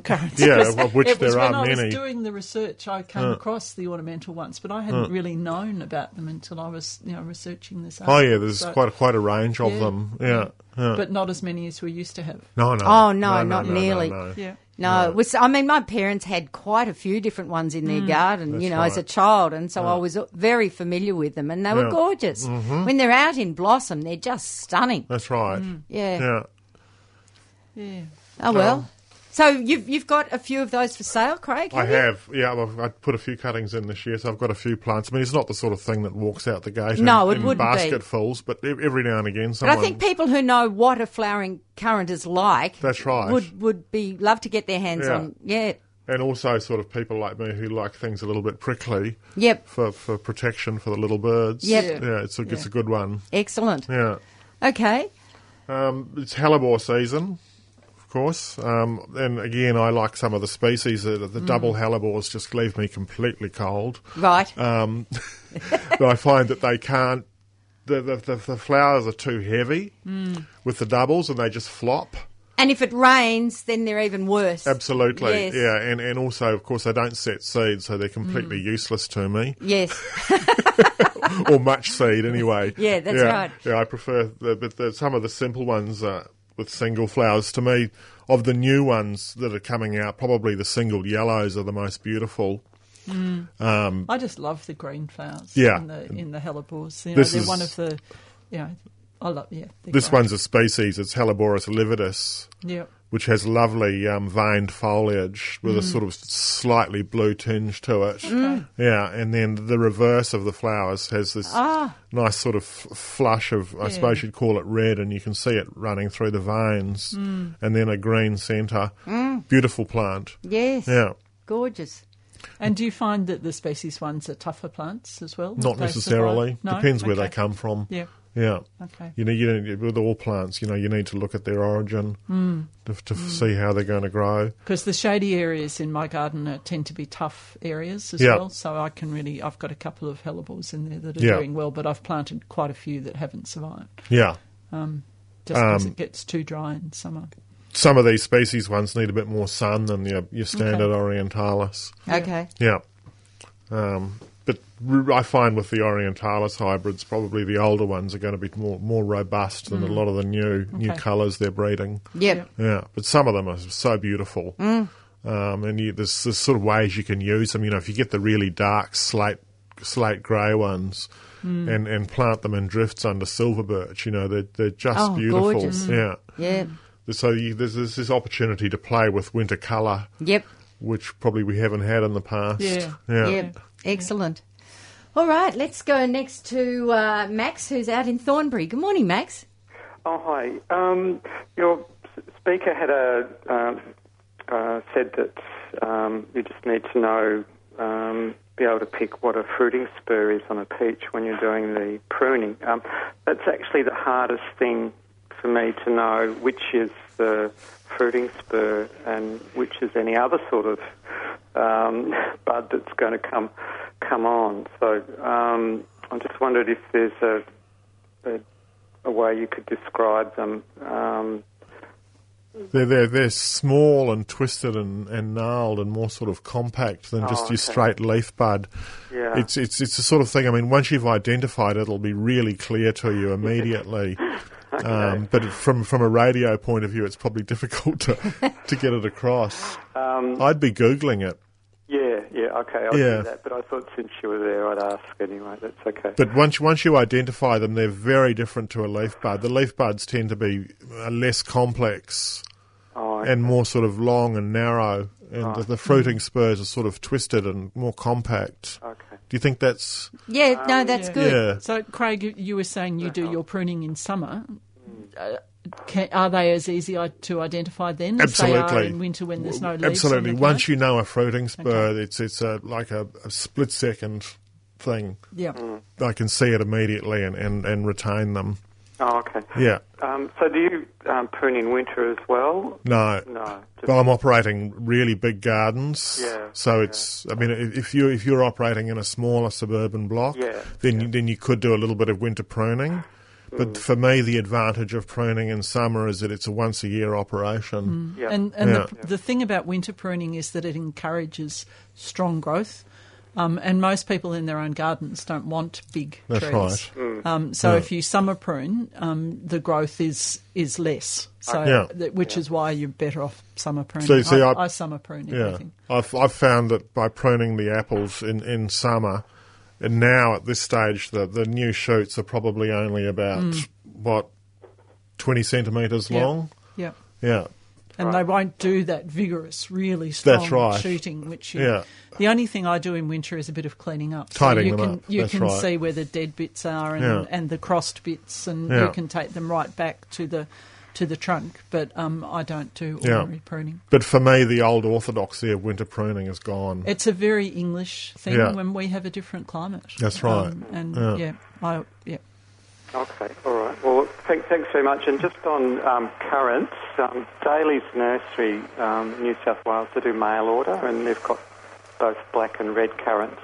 [SPEAKER 2] currants.
[SPEAKER 3] Yeah,
[SPEAKER 2] It was-
[SPEAKER 3] of which
[SPEAKER 2] it was
[SPEAKER 3] there
[SPEAKER 2] when
[SPEAKER 3] are
[SPEAKER 2] I
[SPEAKER 3] many. Mm.
[SPEAKER 2] was doing the research, I came across the ornamental ones, but I hadn't really known about them until I was, you know, researching this.
[SPEAKER 3] Oh
[SPEAKER 2] article.
[SPEAKER 3] yeah, there's
[SPEAKER 2] So-
[SPEAKER 3] quite quite a range of
[SPEAKER 2] Yeah.
[SPEAKER 3] them. Yeah. yeah.
[SPEAKER 2] but not as many as we used to have.
[SPEAKER 3] No, no.
[SPEAKER 1] Oh, no, not nearly.
[SPEAKER 3] no.
[SPEAKER 2] Yeah.
[SPEAKER 1] No, it was, I mean, my parents had quite a few different ones in their
[SPEAKER 2] Mm.
[SPEAKER 1] garden,
[SPEAKER 3] That's
[SPEAKER 1] you know, as a
[SPEAKER 3] right.
[SPEAKER 1] child, and so I was very familiar with them, and they were
[SPEAKER 3] Yeah. Mm-hmm.
[SPEAKER 1] gorgeous. When they're out in blossom, they're just stunning.
[SPEAKER 3] That's right.
[SPEAKER 2] Mm.
[SPEAKER 1] Yeah.
[SPEAKER 3] Yeah.
[SPEAKER 2] Yeah.
[SPEAKER 1] Oh well. so you've you've got a few of those for sale, Craig?
[SPEAKER 3] I
[SPEAKER 1] you?
[SPEAKER 3] have, yeah. I've, I put a few cuttings in this year, so I've got a few plants. I mean, it's not the sort of thing that walks out the gate.
[SPEAKER 1] No,
[SPEAKER 3] in,
[SPEAKER 1] it
[SPEAKER 3] in
[SPEAKER 1] wouldn't be.
[SPEAKER 3] basketfuls, but e- every now and again,
[SPEAKER 1] But
[SPEAKER 3] someone.
[SPEAKER 1] I think people who know what a flowering currant is like,
[SPEAKER 3] That's right.
[SPEAKER 1] would would be love to get their hands
[SPEAKER 3] Yeah.
[SPEAKER 1] on. Yeah,
[SPEAKER 3] and also, sort of people like me who like things a little bit prickly.
[SPEAKER 1] Yep.
[SPEAKER 3] For for protection for the little birds.
[SPEAKER 1] Yep.
[SPEAKER 3] Yeah, it's a, it's a good one.
[SPEAKER 1] excellent.
[SPEAKER 3] Yeah.
[SPEAKER 1] Okay,
[SPEAKER 3] Um, it's hellebore season, of course. Um, and again, I like some of the species. The,
[SPEAKER 1] Mm.
[SPEAKER 3] the double hellebores just leave me completely cold.
[SPEAKER 1] right.
[SPEAKER 3] Um, but I find that they can't. The, the, the, the flowers are too heavy
[SPEAKER 2] Mm.
[SPEAKER 3] with the doubles, and they just flop.
[SPEAKER 1] and if it rains, then they're even worse.
[SPEAKER 3] Absolutely,
[SPEAKER 1] Yes.
[SPEAKER 3] yeah, and and also, of course, they don't set seed, so they're completely
[SPEAKER 1] Mm.
[SPEAKER 3] useless to me,
[SPEAKER 1] Yes.
[SPEAKER 3] or much seed anyway.
[SPEAKER 1] Yeah, that's
[SPEAKER 3] yeah,
[SPEAKER 1] right.
[SPEAKER 3] Yeah, I prefer the, but the, some of the simple ones uh, with single flowers. To me, of the new ones that are coming out, probably the single yellows are the most beautiful.
[SPEAKER 1] Mm.
[SPEAKER 3] Um,
[SPEAKER 2] I just love the green flowers.
[SPEAKER 3] Yeah.
[SPEAKER 2] In the, in the hellebores, you know,
[SPEAKER 3] This
[SPEAKER 2] they're
[SPEAKER 3] is-
[SPEAKER 2] one of the, you know, I love. Yeah. they're
[SPEAKER 3] This
[SPEAKER 2] great.
[SPEAKER 3] one's a species; it's Helleborus lividus.
[SPEAKER 2] Yeah.
[SPEAKER 3] which has lovely um, veined foliage with a sort of slightly blue tinge to it. Yeah, and then the reverse of the flowers has this nice sort of f- flush of, I suppose you'd call it red, and you can see it running through the veins, and then a green centre. Beautiful plant.
[SPEAKER 1] yes.
[SPEAKER 3] Yeah.
[SPEAKER 1] Gorgeous.
[SPEAKER 2] And do you find that the species ones are tougher plants as well?
[SPEAKER 3] Not
[SPEAKER 2] They
[SPEAKER 3] necessarily.
[SPEAKER 2] survive? No?
[SPEAKER 3] Depends where
[SPEAKER 2] Okay.
[SPEAKER 3] they come from.
[SPEAKER 2] Yeah.
[SPEAKER 3] Yeah.
[SPEAKER 2] Okay.
[SPEAKER 3] You know, you don't, with all plants, you know, you need to look at their origin
[SPEAKER 2] Hmm.
[SPEAKER 3] to, to see how they're going to grow.
[SPEAKER 2] Because the shady areas in my garden are, tend to be tough areas as
[SPEAKER 3] Yeah.
[SPEAKER 2] well, so I can really I've got a couple of hellebores in there that are
[SPEAKER 3] Yeah.
[SPEAKER 2] doing well, but I've planted quite a few that haven't survived Um,
[SPEAKER 3] Yeah. Um,
[SPEAKER 2] just because it gets too dry in summer.
[SPEAKER 3] Some of these species ones need a bit more sun than your, your standard Orientalis.
[SPEAKER 1] Okay.
[SPEAKER 3] Yeah. Um, but r- I find with the Orientalis hybrids, probably the older ones are going to be more, more robust than a lot of the new new
[SPEAKER 2] Okay.
[SPEAKER 3] colours they're breeding.
[SPEAKER 1] Mm. Yep. Mm.
[SPEAKER 3] Yeah, but some of them are so beautiful. Um, and you, there's, there's sort of ways you can use them. You know, if you get the really dark slate slate grey ones
[SPEAKER 1] Mm.
[SPEAKER 3] and, and plant them in drifts under silver birch, you know, they're, they're just
[SPEAKER 1] Oh,
[SPEAKER 3] beautiful.
[SPEAKER 1] gorgeous.
[SPEAKER 3] Yeah.
[SPEAKER 1] Yep.
[SPEAKER 3] So you, there's, there's this opportunity to play with winter colour,
[SPEAKER 1] Yep.
[SPEAKER 3] which probably we haven't had in the past.
[SPEAKER 2] Yeah.
[SPEAKER 1] Yep. Excellent. All right, let's go next to uh, Max, who's out in Thornbury. Good morning, Max.
[SPEAKER 7] Oh hi. Um, your s- speaker had a um, uh, said that um, you just need to know, um, be able to pick what a fruiting spur is on a peach when you're doing the pruning. Um, that's actually the hardest thing for me to know which is the fruiting spur and which is any other sort of um, bud that's going to come come on. So um, I just wondered if there's a, a a way you could describe them. Um,
[SPEAKER 3] They're, they're, they're small and twisted and, and gnarled and more sort of compact than just
[SPEAKER 7] Oh,
[SPEAKER 3] your
[SPEAKER 7] okay.
[SPEAKER 3] straight leaf bud.
[SPEAKER 7] Yeah.
[SPEAKER 3] It's, it's, it's the sort of thing, I mean, once you've identified it, it'll be really clear to you immediately. um, but from, from a radio point of view, it's probably difficult to, to get it across.
[SPEAKER 7] Um,
[SPEAKER 3] I'd be Googling it.
[SPEAKER 7] yeah, yeah, okay, I'll
[SPEAKER 3] Yeah.
[SPEAKER 7] do that. But I thought since you were there, I'd ask anyway. That's okay.
[SPEAKER 3] But once once you identify them, they're very different to a leaf bud. The leaf buds tend to be uh, less complex
[SPEAKER 7] oh, okay. Oh.
[SPEAKER 3] and more sort of long and narrow, and the, the fruiting spurs are sort of twisted and more compact.
[SPEAKER 7] okay. Um,
[SPEAKER 3] Do you think that's
[SPEAKER 1] Yeah, no, that's
[SPEAKER 2] yeah.
[SPEAKER 1] good.
[SPEAKER 3] Oh, yeah?
[SPEAKER 2] So, Craig, you- you were saying you do your pruning in summer. Uh, can, are they as easy i- to identify then as they are
[SPEAKER 3] Absolutely.
[SPEAKER 2] uh, in winter when there's no leaves?
[SPEAKER 3] Absolutely.
[SPEAKER 2] On the
[SPEAKER 3] Once you know a fruiting spur, it's it's a, like a, a split second thing.
[SPEAKER 2] yeah,
[SPEAKER 7] Mm.
[SPEAKER 3] I can see it immediately and, and, and retain them.
[SPEAKER 7] Oh, okay.
[SPEAKER 3] Yeah.
[SPEAKER 7] Um, so do you um, prune in winter as well?
[SPEAKER 3] No.
[SPEAKER 7] No. Just,
[SPEAKER 3] But I'm operating really big gardens,
[SPEAKER 7] Yeah,
[SPEAKER 3] so it's. I mean, if if you if you're operating in a smaller suburban block,
[SPEAKER 7] Yeah, Mm.
[SPEAKER 3] then you, then you could do a little bit of winter pruning. But for me, the advantage of pruning in summer is that it's a once a year operation.
[SPEAKER 7] yeah.
[SPEAKER 2] Mm. And, and
[SPEAKER 3] Yeah.
[SPEAKER 2] The, the thing about winter pruning is that it encourages strong growth. Um, and most people in their own gardens don't want big
[SPEAKER 3] That's
[SPEAKER 2] trees.
[SPEAKER 3] right.
[SPEAKER 2] Um, so if you summer prune, um, the growth is is less. So
[SPEAKER 3] Yeah.
[SPEAKER 2] that, which is why you're better off summer pruning.
[SPEAKER 3] So- so
[SPEAKER 2] I,
[SPEAKER 3] I-
[SPEAKER 2] I summer prune
[SPEAKER 3] Yeah,
[SPEAKER 2] everything.
[SPEAKER 3] I've I've found that by pruning the apples in in summer, and now at this stage, the the new shoots are probably only about what twenty centimeters
[SPEAKER 2] Mm. Yeah.
[SPEAKER 3] long.
[SPEAKER 2] Yeah.
[SPEAKER 3] Yeah,
[SPEAKER 2] and they won't do that vigorous, really strong
[SPEAKER 3] That's right.
[SPEAKER 2] shooting. Which you,
[SPEAKER 3] Yeah.
[SPEAKER 2] the only thing I do in winter is a bit of cleaning up.
[SPEAKER 3] Tidying
[SPEAKER 2] you
[SPEAKER 3] them
[SPEAKER 2] can,
[SPEAKER 3] up.
[SPEAKER 2] You
[SPEAKER 3] That's
[SPEAKER 2] can
[SPEAKER 3] right.
[SPEAKER 2] see where the dead bits are and,
[SPEAKER 3] Yeah.
[SPEAKER 2] and the crossed bits, and
[SPEAKER 3] Yeah.
[SPEAKER 2] you can take them right back to the to the trunk. But um, I don't do
[SPEAKER 3] Yeah.
[SPEAKER 2] ordinary pruning.
[SPEAKER 3] but for me, the old orthodoxy of winter pruning is gone.
[SPEAKER 2] It's a very English thing
[SPEAKER 3] Yeah.
[SPEAKER 2] when we have a different climate. Um,
[SPEAKER 3] That's right.
[SPEAKER 2] and
[SPEAKER 3] Yeah.
[SPEAKER 2] yeah, I, yeah.
[SPEAKER 7] Okay, all right. Well, thank, thanks very much. And just on um, currants, um, Daly's Nursery, um, New South Wales, they do mail order, and they've got both black and red currants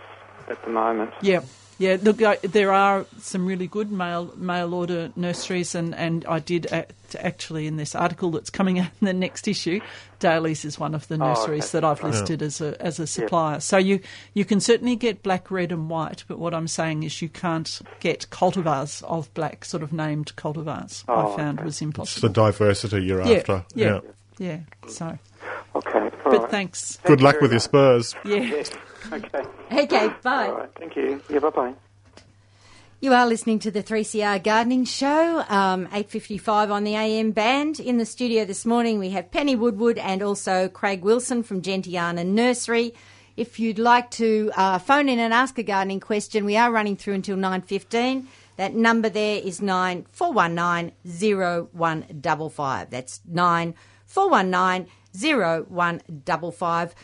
[SPEAKER 7] at the moment.
[SPEAKER 2] Yeah. Yeah, look, I, there are some really good mail mail order nurseries, and, and I did act, actually in this article that's coming out in the next issue. Daly's is one of the nurseries
[SPEAKER 7] Oh,
[SPEAKER 2] that
[SPEAKER 7] okay.
[SPEAKER 2] I've listed as a as a supplier. So you you can certainly get black, red, and white, but what I'm saying is you can't get cultivars of black, sort of named cultivars.
[SPEAKER 7] Oh,
[SPEAKER 2] I found was
[SPEAKER 3] It's the
[SPEAKER 2] impossible.
[SPEAKER 3] diversity you're after.
[SPEAKER 2] yeah, yeah, yeah. So,
[SPEAKER 7] Okay, all
[SPEAKER 2] but
[SPEAKER 7] right.
[SPEAKER 2] thanks.
[SPEAKER 3] Good luck
[SPEAKER 7] very
[SPEAKER 3] with your
[SPEAKER 7] much.
[SPEAKER 3] Spurs.
[SPEAKER 2] Yeah.
[SPEAKER 7] Okay,
[SPEAKER 1] Okay, bye.
[SPEAKER 7] all right. Thank you. Yeah, bye-bye.
[SPEAKER 1] You are listening to the 3CR Gardening Show, um, 8.55 on the AM band. In the studio this morning we have Penny Woodward and also Craig Wilson from Gentiana Nursery. If you'd like to uh, phone in and ask a gardening question, we are running through until 9.15. That number there is 9419 That's 9419 0155.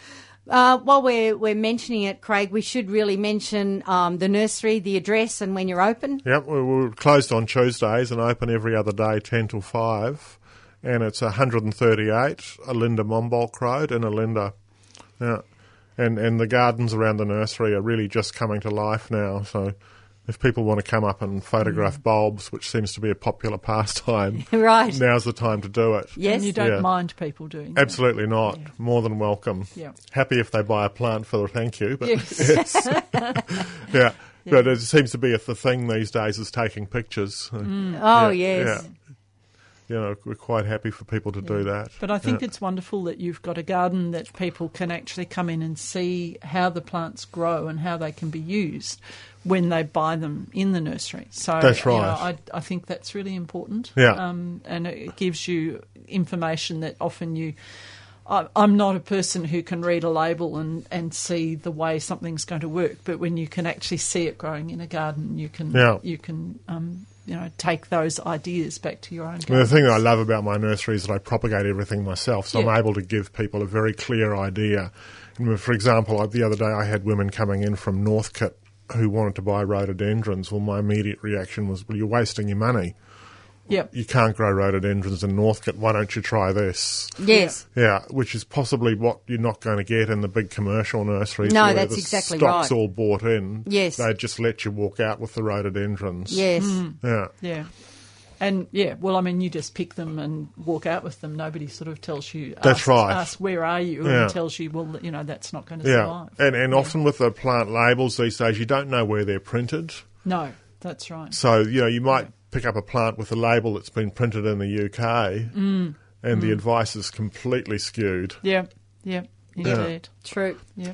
[SPEAKER 1] Uh, while we're, we're mentioning it, Craig, we should really mention um, the nursery, the address, and when you're open.
[SPEAKER 3] Yep, we- we're closed on Tuesdays and open every other day, 10 till 5. And it's 138 Alinda Mombolk Road in Alinda. Yeah. And, and the gardens around the nursery are really just coming to life now. So if people want to come up and photograph bulbs, which seems to be a popular pastime,
[SPEAKER 1] Mm. Right.
[SPEAKER 3] now's the time to do it.
[SPEAKER 1] Yes.
[SPEAKER 2] And you don't
[SPEAKER 3] Yeah.
[SPEAKER 2] mind people doing that.
[SPEAKER 3] Absolutely not. More than welcome.
[SPEAKER 2] Yeah.
[SPEAKER 3] Happy if they buy a plant for the thank you, but
[SPEAKER 2] Yes.
[SPEAKER 3] yes. yeah. But it seems to be a, the thing these days is taking pictures.
[SPEAKER 2] Mm.
[SPEAKER 1] Oh,
[SPEAKER 3] Yeah,
[SPEAKER 1] yes.
[SPEAKER 3] yeah. You know, we're quite happy for people to do that.
[SPEAKER 2] But I think it's wonderful that you've got a garden that people can actually come in and see how the plants grow and how they can be used when they buy them in the nursery. So
[SPEAKER 3] That's
[SPEAKER 2] you know,
[SPEAKER 3] right.
[SPEAKER 2] I, I think that's really important.
[SPEAKER 3] Yeah.
[SPEAKER 2] Um, and it gives you information that often you. I- I'm not a person who can read a label and, and see the way something's going to work, but when you can actually see it growing in a garden, you can
[SPEAKER 3] Yeah.
[SPEAKER 2] you can um, you know take those ideas back to your
[SPEAKER 3] I
[SPEAKER 2] own.
[SPEAKER 3] mean, the
[SPEAKER 2] Garden.
[SPEAKER 3] thing that I love about my nursery is that I propagate everything myself, so
[SPEAKER 2] Yeah.
[SPEAKER 3] I'm able to give people a very clear idea. And for example, I, the other day I had women coming in from Northcote who wanted to buy rhododendrons. Well, my immediate reaction was, well, you're wasting your money.
[SPEAKER 2] Yep.
[SPEAKER 3] you can't grow rhododendrons in Northcote. Why don't you try this?
[SPEAKER 1] Yes.
[SPEAKER 3] Yeah, which is possibly what you're not going to get in the big commercial nurseries.
[SPEAKER 1] No,
[SPEAKER 3] where
[SPEAKER 1] that's
[SPEAKER 3] the
[SPEAKER 1] exactly
[SPEAKER 3] stock's
[SPEAKER 1] right.
[SPEAKER 3] all bought in.
[SPEAKER 1] Yes.
[SPEAKER 3] they just let you walk out with the rhododendrons.
[SPEAKER 1] Yes.
[SPEAKER 2] Mm-hmm.
[SPEAKER 3] yeah,
[SPEAKER 2] Mm. Yeah. And yeah, well, I mean, you just pick them and walk out with them. Nobody sort of tells you.
[SPEAKER 3] That's
[SPEAKER 2] asks,
[SPEAKER 3] right.
[SPEAKER 2] Asks where are you,
[SPEAKER 3] Yeah.
[SPEAKER 2] and tells you, well, you know, that's not going to
[SPEAKER 3] yeah.
[SPEAKER 2] survive.
[SPEAKER 3] And and often with the plant labels these days, you don't know where they're printed.
[SPEAKER 2] No, that's right.
[SPEAKER 3] So you know you might pick up a plant with a label that's been printed in the UK,
[SPEAKER 2] Mm.
[SPEAKER 3] and the advice is completely skewed.
[SPEAKER 2] Yeah, yeah, indeed.
[SPEAKER 1] True.
[SPEAKER 2] Yeah.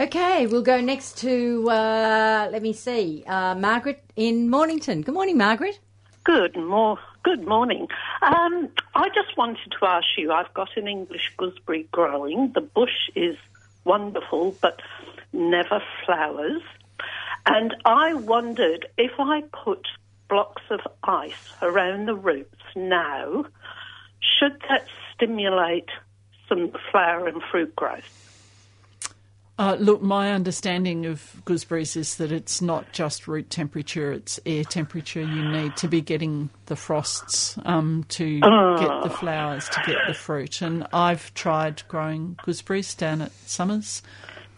[SPEAKER 1] Okay, we'll go next to, uh, let me see, uh, Margaret in Mornington. Good morning, Margaret.
[SPEAKER 8] Good, more, good morning. Um, I just wanted to ask you I've got an English gooseberry growing. The bush is wonderful, but never flowers. And I wondered if I put blocks of ice around the roots now, should that stimulate some flower and fruit growth?
[SPEAKER 2] Uh, look, my understanding of gooseberries is that it's not just root temperature; it's air temperature. You need to be getting the frosts um, to get the flowers, to get the fruit. And I've tried growing gooseberries down at Summers.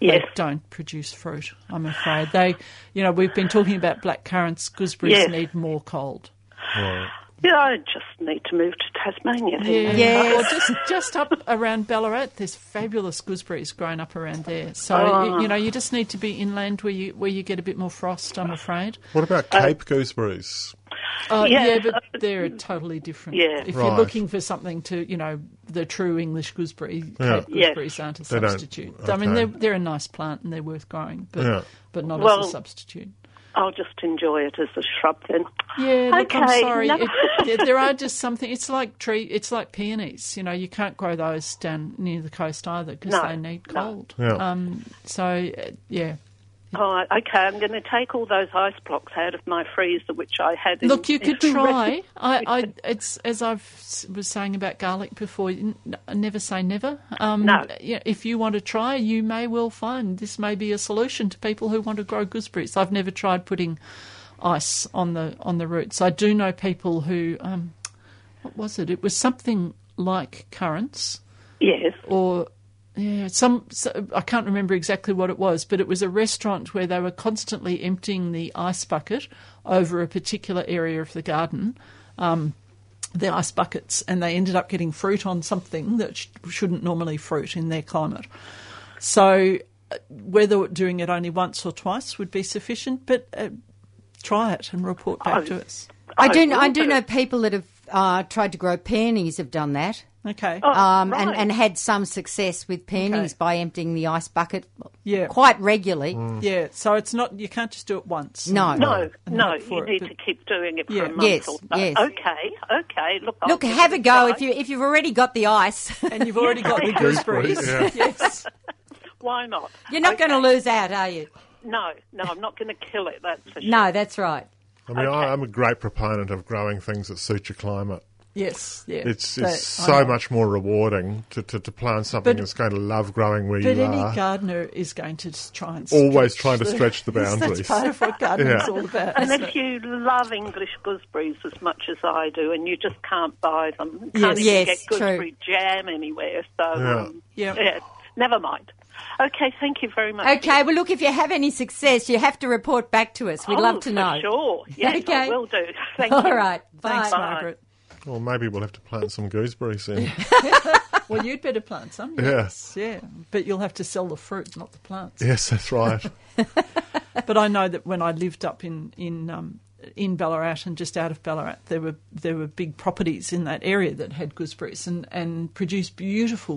[SPEAKER 8] Yes.
[SPEAKER 2] They don't produce fruit. I'm afraid they, you know, we've been talking about black currants. Gooseberries
[SPEAKER 8] Yes.
[SPEAKER 2] need more cold.
[SPEAKER 8] Yeah, I just need to move to Tasmania. then.
[SPEAKER 2] Yeah.
[SPEAKER 1] Yes.
[SPEAKER 2] Well, just just up around Ballarat, there's fabulous gooseberries growing up around there. So
[SPEAKER 8] Oh.
[SPEAKER 2] you, you know, you just need to be inland where you where you get a bit more frost. I'm afraid.
[SPEAKER 3] What about Cape gooseberries?
[SPEAKER 2] Uh,
[SPEAKER 8] Yes.
[SPEAKER 2] Yeah, but they're totally different.
[SPEAKER 8] Yeah.
[SPEAKER 2] If
[SPEAKER 3] Right.
[SPEAKER 2] you're looking for something to, you know, the true English gooseberry,
[SPEAKER 3] Yeah.
[SPEAKER 2] Cape
[SPEAKER 8] Yes.
[SPEAKER 2] gooseberries aren't a
[SPEAKER 3] They don't-
[SPEAKER 2] substitute. I mean,
[SPEAKER 3] okay.
[SPEAKER 2] they're they're a nice plant and they're worth growing, but
[SPEAKER 3] Yeah.
[SPEAKER 2] but not
[SPEAKER 8] Well-
[SPEAKER 2] as a substitute.
[SPEAKER 8] I'll just enjoy it as a shrub then.
[SPEAKER 2] Yeah, look, I'm
[SPEAKER 8] Okay,
[SPEAKER 2] sorry.
[SPEAKER 8] no-
[SPEAKER 2] It, there- there are just something. It's like tree. It's like peonies. You know, you can't grow those down near the coast either because
[SPEAKER 8] No,
[SPEAKER 2] they need
[SPEAKER 8] no.
[SPEAKER 2] cold.
[SPEAKER 3] Yeah.
[SPEAKER 2] Um. So uh, yeah.
[SPEAKER 8] All right, Oh, okay, I'm going to take all those ice blocks out of my freezer, which I had. In,
[SPEAKER 2] Look, you could
[SPEAKER 8] in-
[SPEAKER 2] try. I, I, it's as I was saying about garlic before. n- Never say never. Um,
[SPEAKER 8] No.
[SPEAKER 2] you know, if you want to try, you may well find this may be a solution to people who want to grow gooseberries. I've never tried putting ice on the on the roots. I do know people who. Um, what was it? It was something like currants
[SPEAKER 8] Yes.
[SPEAKER 2] or yeah, some so, I can't remember exactly what it was, but it was a restaurant where they were constantly emptying the ice bucket over a particular area of the garden, um, the ice buckets, and they ended up getting fruit on something that sh- shouldn't normally fruit in their climate. So uh, whether doing it only once or twice would be sufficient, but uh, try it and report back to us.
[SPEAKER 1] I do, I
[SPEAKER 8] will
[SPEAKER 1] do
[SPEAKER 8] do.
[SPEAKER 1] know people that have uh, tried to grow peonies have done that.
[SPEAKER 2] Okay.
[SPEAKER 1] um, and,
[SPEAKER 8] Oh, right.
[SPEAKER 1] and had some success with peonies
[SPEAKER 2] Okay.
[SPEAKER 1] by emptying the ice bucket
[SPEAKER 2] Yeah. Mm.
[SPEAKER 1] quite regularly.
[SPEAKER 2] Yeah. So it's not you can't just do it once.
[SPEAKER 1] No.
[SPEAKER 8] No,
[SPEAKER 2] And
[SPEAKER 8] no,
[SPEAKER 2] look for
[SPEAKER 8] you
[SPEAKER 2] it,
[SPEAKER 8] need
[SPEAKER 2] but-
[SPEAKER 8] to keep doing it for
[SPEAKER 2] Yeah.
[SPEAKER 8] a month
[SPEAKER 1] Yes,
[SPEAKER 8] or so.
[SPEAKER 1] yes.
[SPEAKER 8] Okay, okay. Look, I'll
[SPEAKER 1] Look,
[SPEAKER 8] give
[SPEAKER 1] have
[SPEAKER 8] it
[SPEAKER 1] a go
[SPEAKER 8] try.
[SPEAKER 1] if you if you've already got the ice.
[SPEAKER 2] And you've already got the
[SPEAKER 3] Gooseberries,
[SPEAKER 2] gooseberries.
[SPEAKER 3] yeah.
[SPEAKER 2] Yes.
[SPEAKER 8] Why not?
[SPEAKER 1] You're not going to lose out, are you?
[SPEAKER 8] No, no, I'm not going to kill it. That's for sure.
[SPEAKER 1] No, that's right.
[SPEAKER 3] I mean, I, I'm a great proponent of growing things that suit your climate.
[SPEAKER 2] Yes, yeah.
[SPEAKER 3] It's,
[SPEAKER 2] That-
[SPEAKER 3] it's
[SPEAKER 2] I
[SPEAKER 3] so
[SPEAKER 2] know.
[SPEAKER 3] much more rewarding to, to, to plant something
[SPEAKER 2] But-
[SPEAKER 3] that's going to love growing where
[SPEAKER 2] But
[SPEAKER 3] you
[SPEAKER 2] any
[SPEAKER 3] are.
[SPEAKER 2] gardener is going to s- try and
[SPEAKER 3] Always
[SPEAKER 2] stretch
[SPEAKER 3] trying to
[SPEAKER 2] the-
[SPEAKER 3] stretch the
[SPEAKER 2] Yes,
[SPEAKER 3] boundaries.
[SPEAKER 2] That's part of what gardening's
[SPEAKER 3] Yeah.
[SPEAKER 2] all about.
[SPEAKER 8] And
[SPEAKER 2] isn't
[SPEAKER 8] if
[SPEAKER 2] it?
[SPEAKER 8] you love English gooseberries as much as I do, and you just can't buy them, you can't
[SPEAKER 2] Yes.
[SPEAKER 8] even
[SPEAKER 1] Yes, true.
[SPEAKER 8] get gooseberry jam anywhere. So,
[SPEAKER 3] Yeah.
[SPEAKER 8] um,
[SPEAKER 2] Yeah.
[SPEAKER 8] never mind. Okay, thank you very much.
[SPEAKER 1] Okay, well, look, if you have any success, you have to report back to us. We'd
[SPEAKER 8] Oh,
[SPEAKER 1] love to
[SPEAKER 8] for
[SPEAKER 1] know.
[SPEAKER 8] Sure. Yes,
[SPEAKER 1] Okay.
[SPEAKER 8] I will do. Thank you.
[SPEAKER 1] All right.
[SPEAKER 2] Thanks,
[SPEAKER 1] bye.
[SPEAKER 2] Margaret.
[SPEAKER 3] Well, maybe we'll have to plant some gooseberries then.
[SPEAKER 2] Well, you'd better plant some.
[SPEAKER 3] Yes.
[SPEAKER 2] Yes, yeah. But you'll have to sell the fruit, not the plants.
[SPEAKER 3] yes, that's right.
[SPEAKER 2] But I know that when I lived up in in um, in Ballarat and just out of Ballarat, there were there were big properties in that area that had gooseberries and, and produced beautiful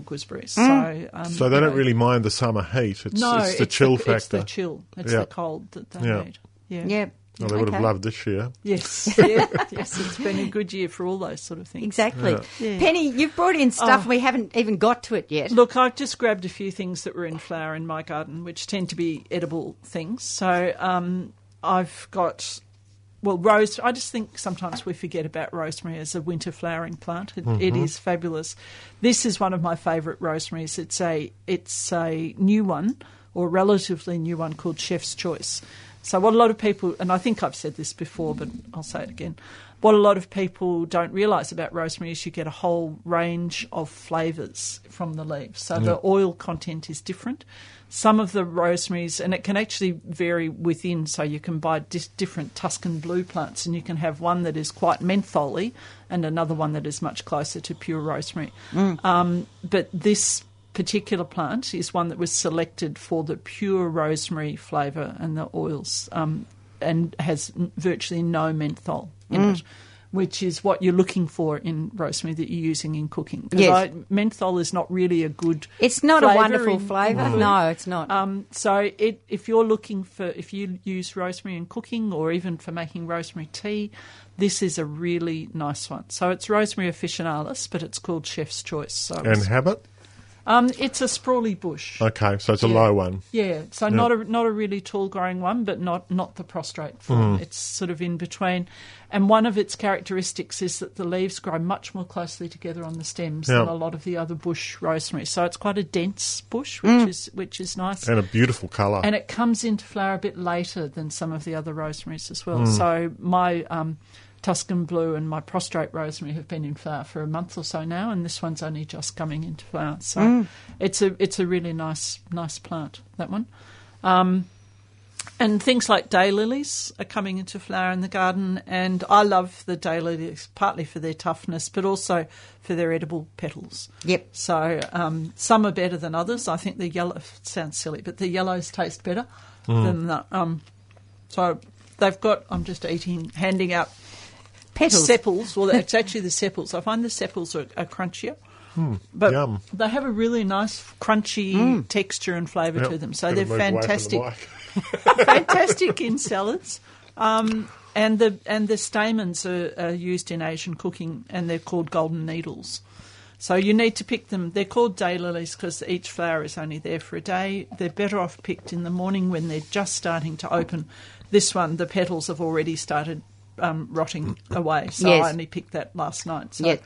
[SPEAKER 1] Mm.
[SPEAKER 2] gooseberries. So, um,
[SPEAKER 3] So they
[SPEAKER 2] you
[SPEAKER 3] don't
[SPEAKER 2] know,
[SPEAKER 3] really mind the summer heat. It's,
[SPEAKER 2] no,
[SPEAKER 3] it's the chill
[SPEAKER 2] the,
[SPEAKER 3] factor.
[SPEAKER 2] It's the chill. It's
[SPEAKER 3] Yeah.
[SPEAKER 2] the cold that they
[SPEAKER 3] Yeah.
[SPEAKER 2] need. Yeah.
[SPEAKER 1] Yeah.
[SPEAKER 3] Well, they would have
[SPEAKER 1] Okay.
[SPEAKER 3] loved this year.
[SPEAKER 2] Yes. Yeah. yes. It's been a good year for all those sort of things.
[SPEAKER 1] Exactly. Penny, you've brought in stuff
[SPEAKER 2] Oh.
[SPEAKER 1] we haven't even got to it yet.
[SPEAKER 2] Look, I've just grabbed a few things that were in flower in my garden, which tend to be edible things. So um, I've got, well, rose. I just think sometimes we forget about rosemary as a winter flowering plant. It, it
[SPEAKER 3] Mm-hmm.
[SPEAKER 2] is fabulous. This is one of my favourite rosemarys. It's a it's a new one or relatively new one called Chef's Choice. So, what a lot of people, and I think I've said this before, but I'll say it again. What a lot of people don't realise about rosemary is you get a whole range of flavours from the leaves. So, the oil content is different. Some of the rosemarys, and it can actually vary within, so you can buy dis- different Tuscan blue plants, and you can have one that is quite mentholy and another one that is much closer to pure rosemary. Um, but this particular plant is one that was selected for the pure rosemary flavour and the oils um, and has n- virtually no menthol in it, which is what you're looking for in rosemary that you're using in cooking. 'Cause
[SPEAKER 1] Yes.
[SPEAKER 2] I- menthol is not really a good
[SPEAKER 1] It's not a
[SPEAKER 2] flavour
[SPEAKER 1] wonderful
[SPEAKER 2] in- in
[SPEAKER 1] flavour.
[SPEAKER 2] food.
[SPEAKER 1] No, it's not.
[SPEAKER 2] Um, so it, if you're looking for, if you use rosemary in cooking or even for making rosemary tea, this is a really nice one. So it's rosemary officinalis, but it's called Chef's Choice. So
[SPEAKER 3] And
[SPEAKER 2] it's-
[SPEAKER 3] habit?
[SPEAKER 2] um, it's a sprawly bush.
[SPEAKER 3] Okay, so it's a low one.
[SPEAKER 2] Yeah, so not a not a really tall growing one, but not not the prostrate
[SPEAKER 3] Hmm.
[SPEAKER 2] form. It's sort of in between, and one of its characteristics is that the leaves grow much more closely together on the stems than
[SPEAKER 3] Yeah.
[SPEAKER 2] a lot of the other bush rosemary. So it's quite a dense bush, which is which is nice.
[SPEAKER 3] And a beautiful colour.
[SPEAKER 2] And it comes into flower a bit later than some of the other rosemaries as
[SPEAKER 3] Hmm.
[SPEAKER 2] well. So my um, Tuscan blue and my prostrate rosemary have been in flower for a month or so now, and this one's only just coming into flower. So it's a it's a really nice nice plant that one. Um, And things like daylilies are coming into flower in the garden, and I love the daylilies partly for their toughness, but also for their edible petals.
[SPEAKER 1] Yep.
[SPEAKER 2] So um, some are better than others. I think the yellow sounds silly, but the yellows taste better than the. Um, so they've got. I'm just eating, handing out
[SPEAKER 1] Petals.
[SPEAKER 2] sepals. Well, it's actually the sepals. I find the sepals are, are crunchier. But
[SPEAKER 3] Hmm, yum.
[SPEAKER 2] they have a really nice crunchy texture and flavour
[SPEAKER 3] Mm. Yep.
[SPEAKER 2] to them. So
[SPEAKER 3] Gotta
[SPEAKER 2] they're
[SPEAKER 3] move away from the
[SPEAKER 2] fantastic
[SPEAKER 3] mic.
[SPEAKER 2] fantastic in salads. Um, and the and the stamens are, are used in Asian cooking, and they're called golden needles. So you need to pick them. They're called daylilies because each flower is only there for a day. They're better off picked in the morning when they're just starting to open. This one, the petals have already started um, rotting away, so
[SPEAKER 1] Yes.
[SPEAKER 2] I only picked that last night. So
[SPEAKER 1] Yep.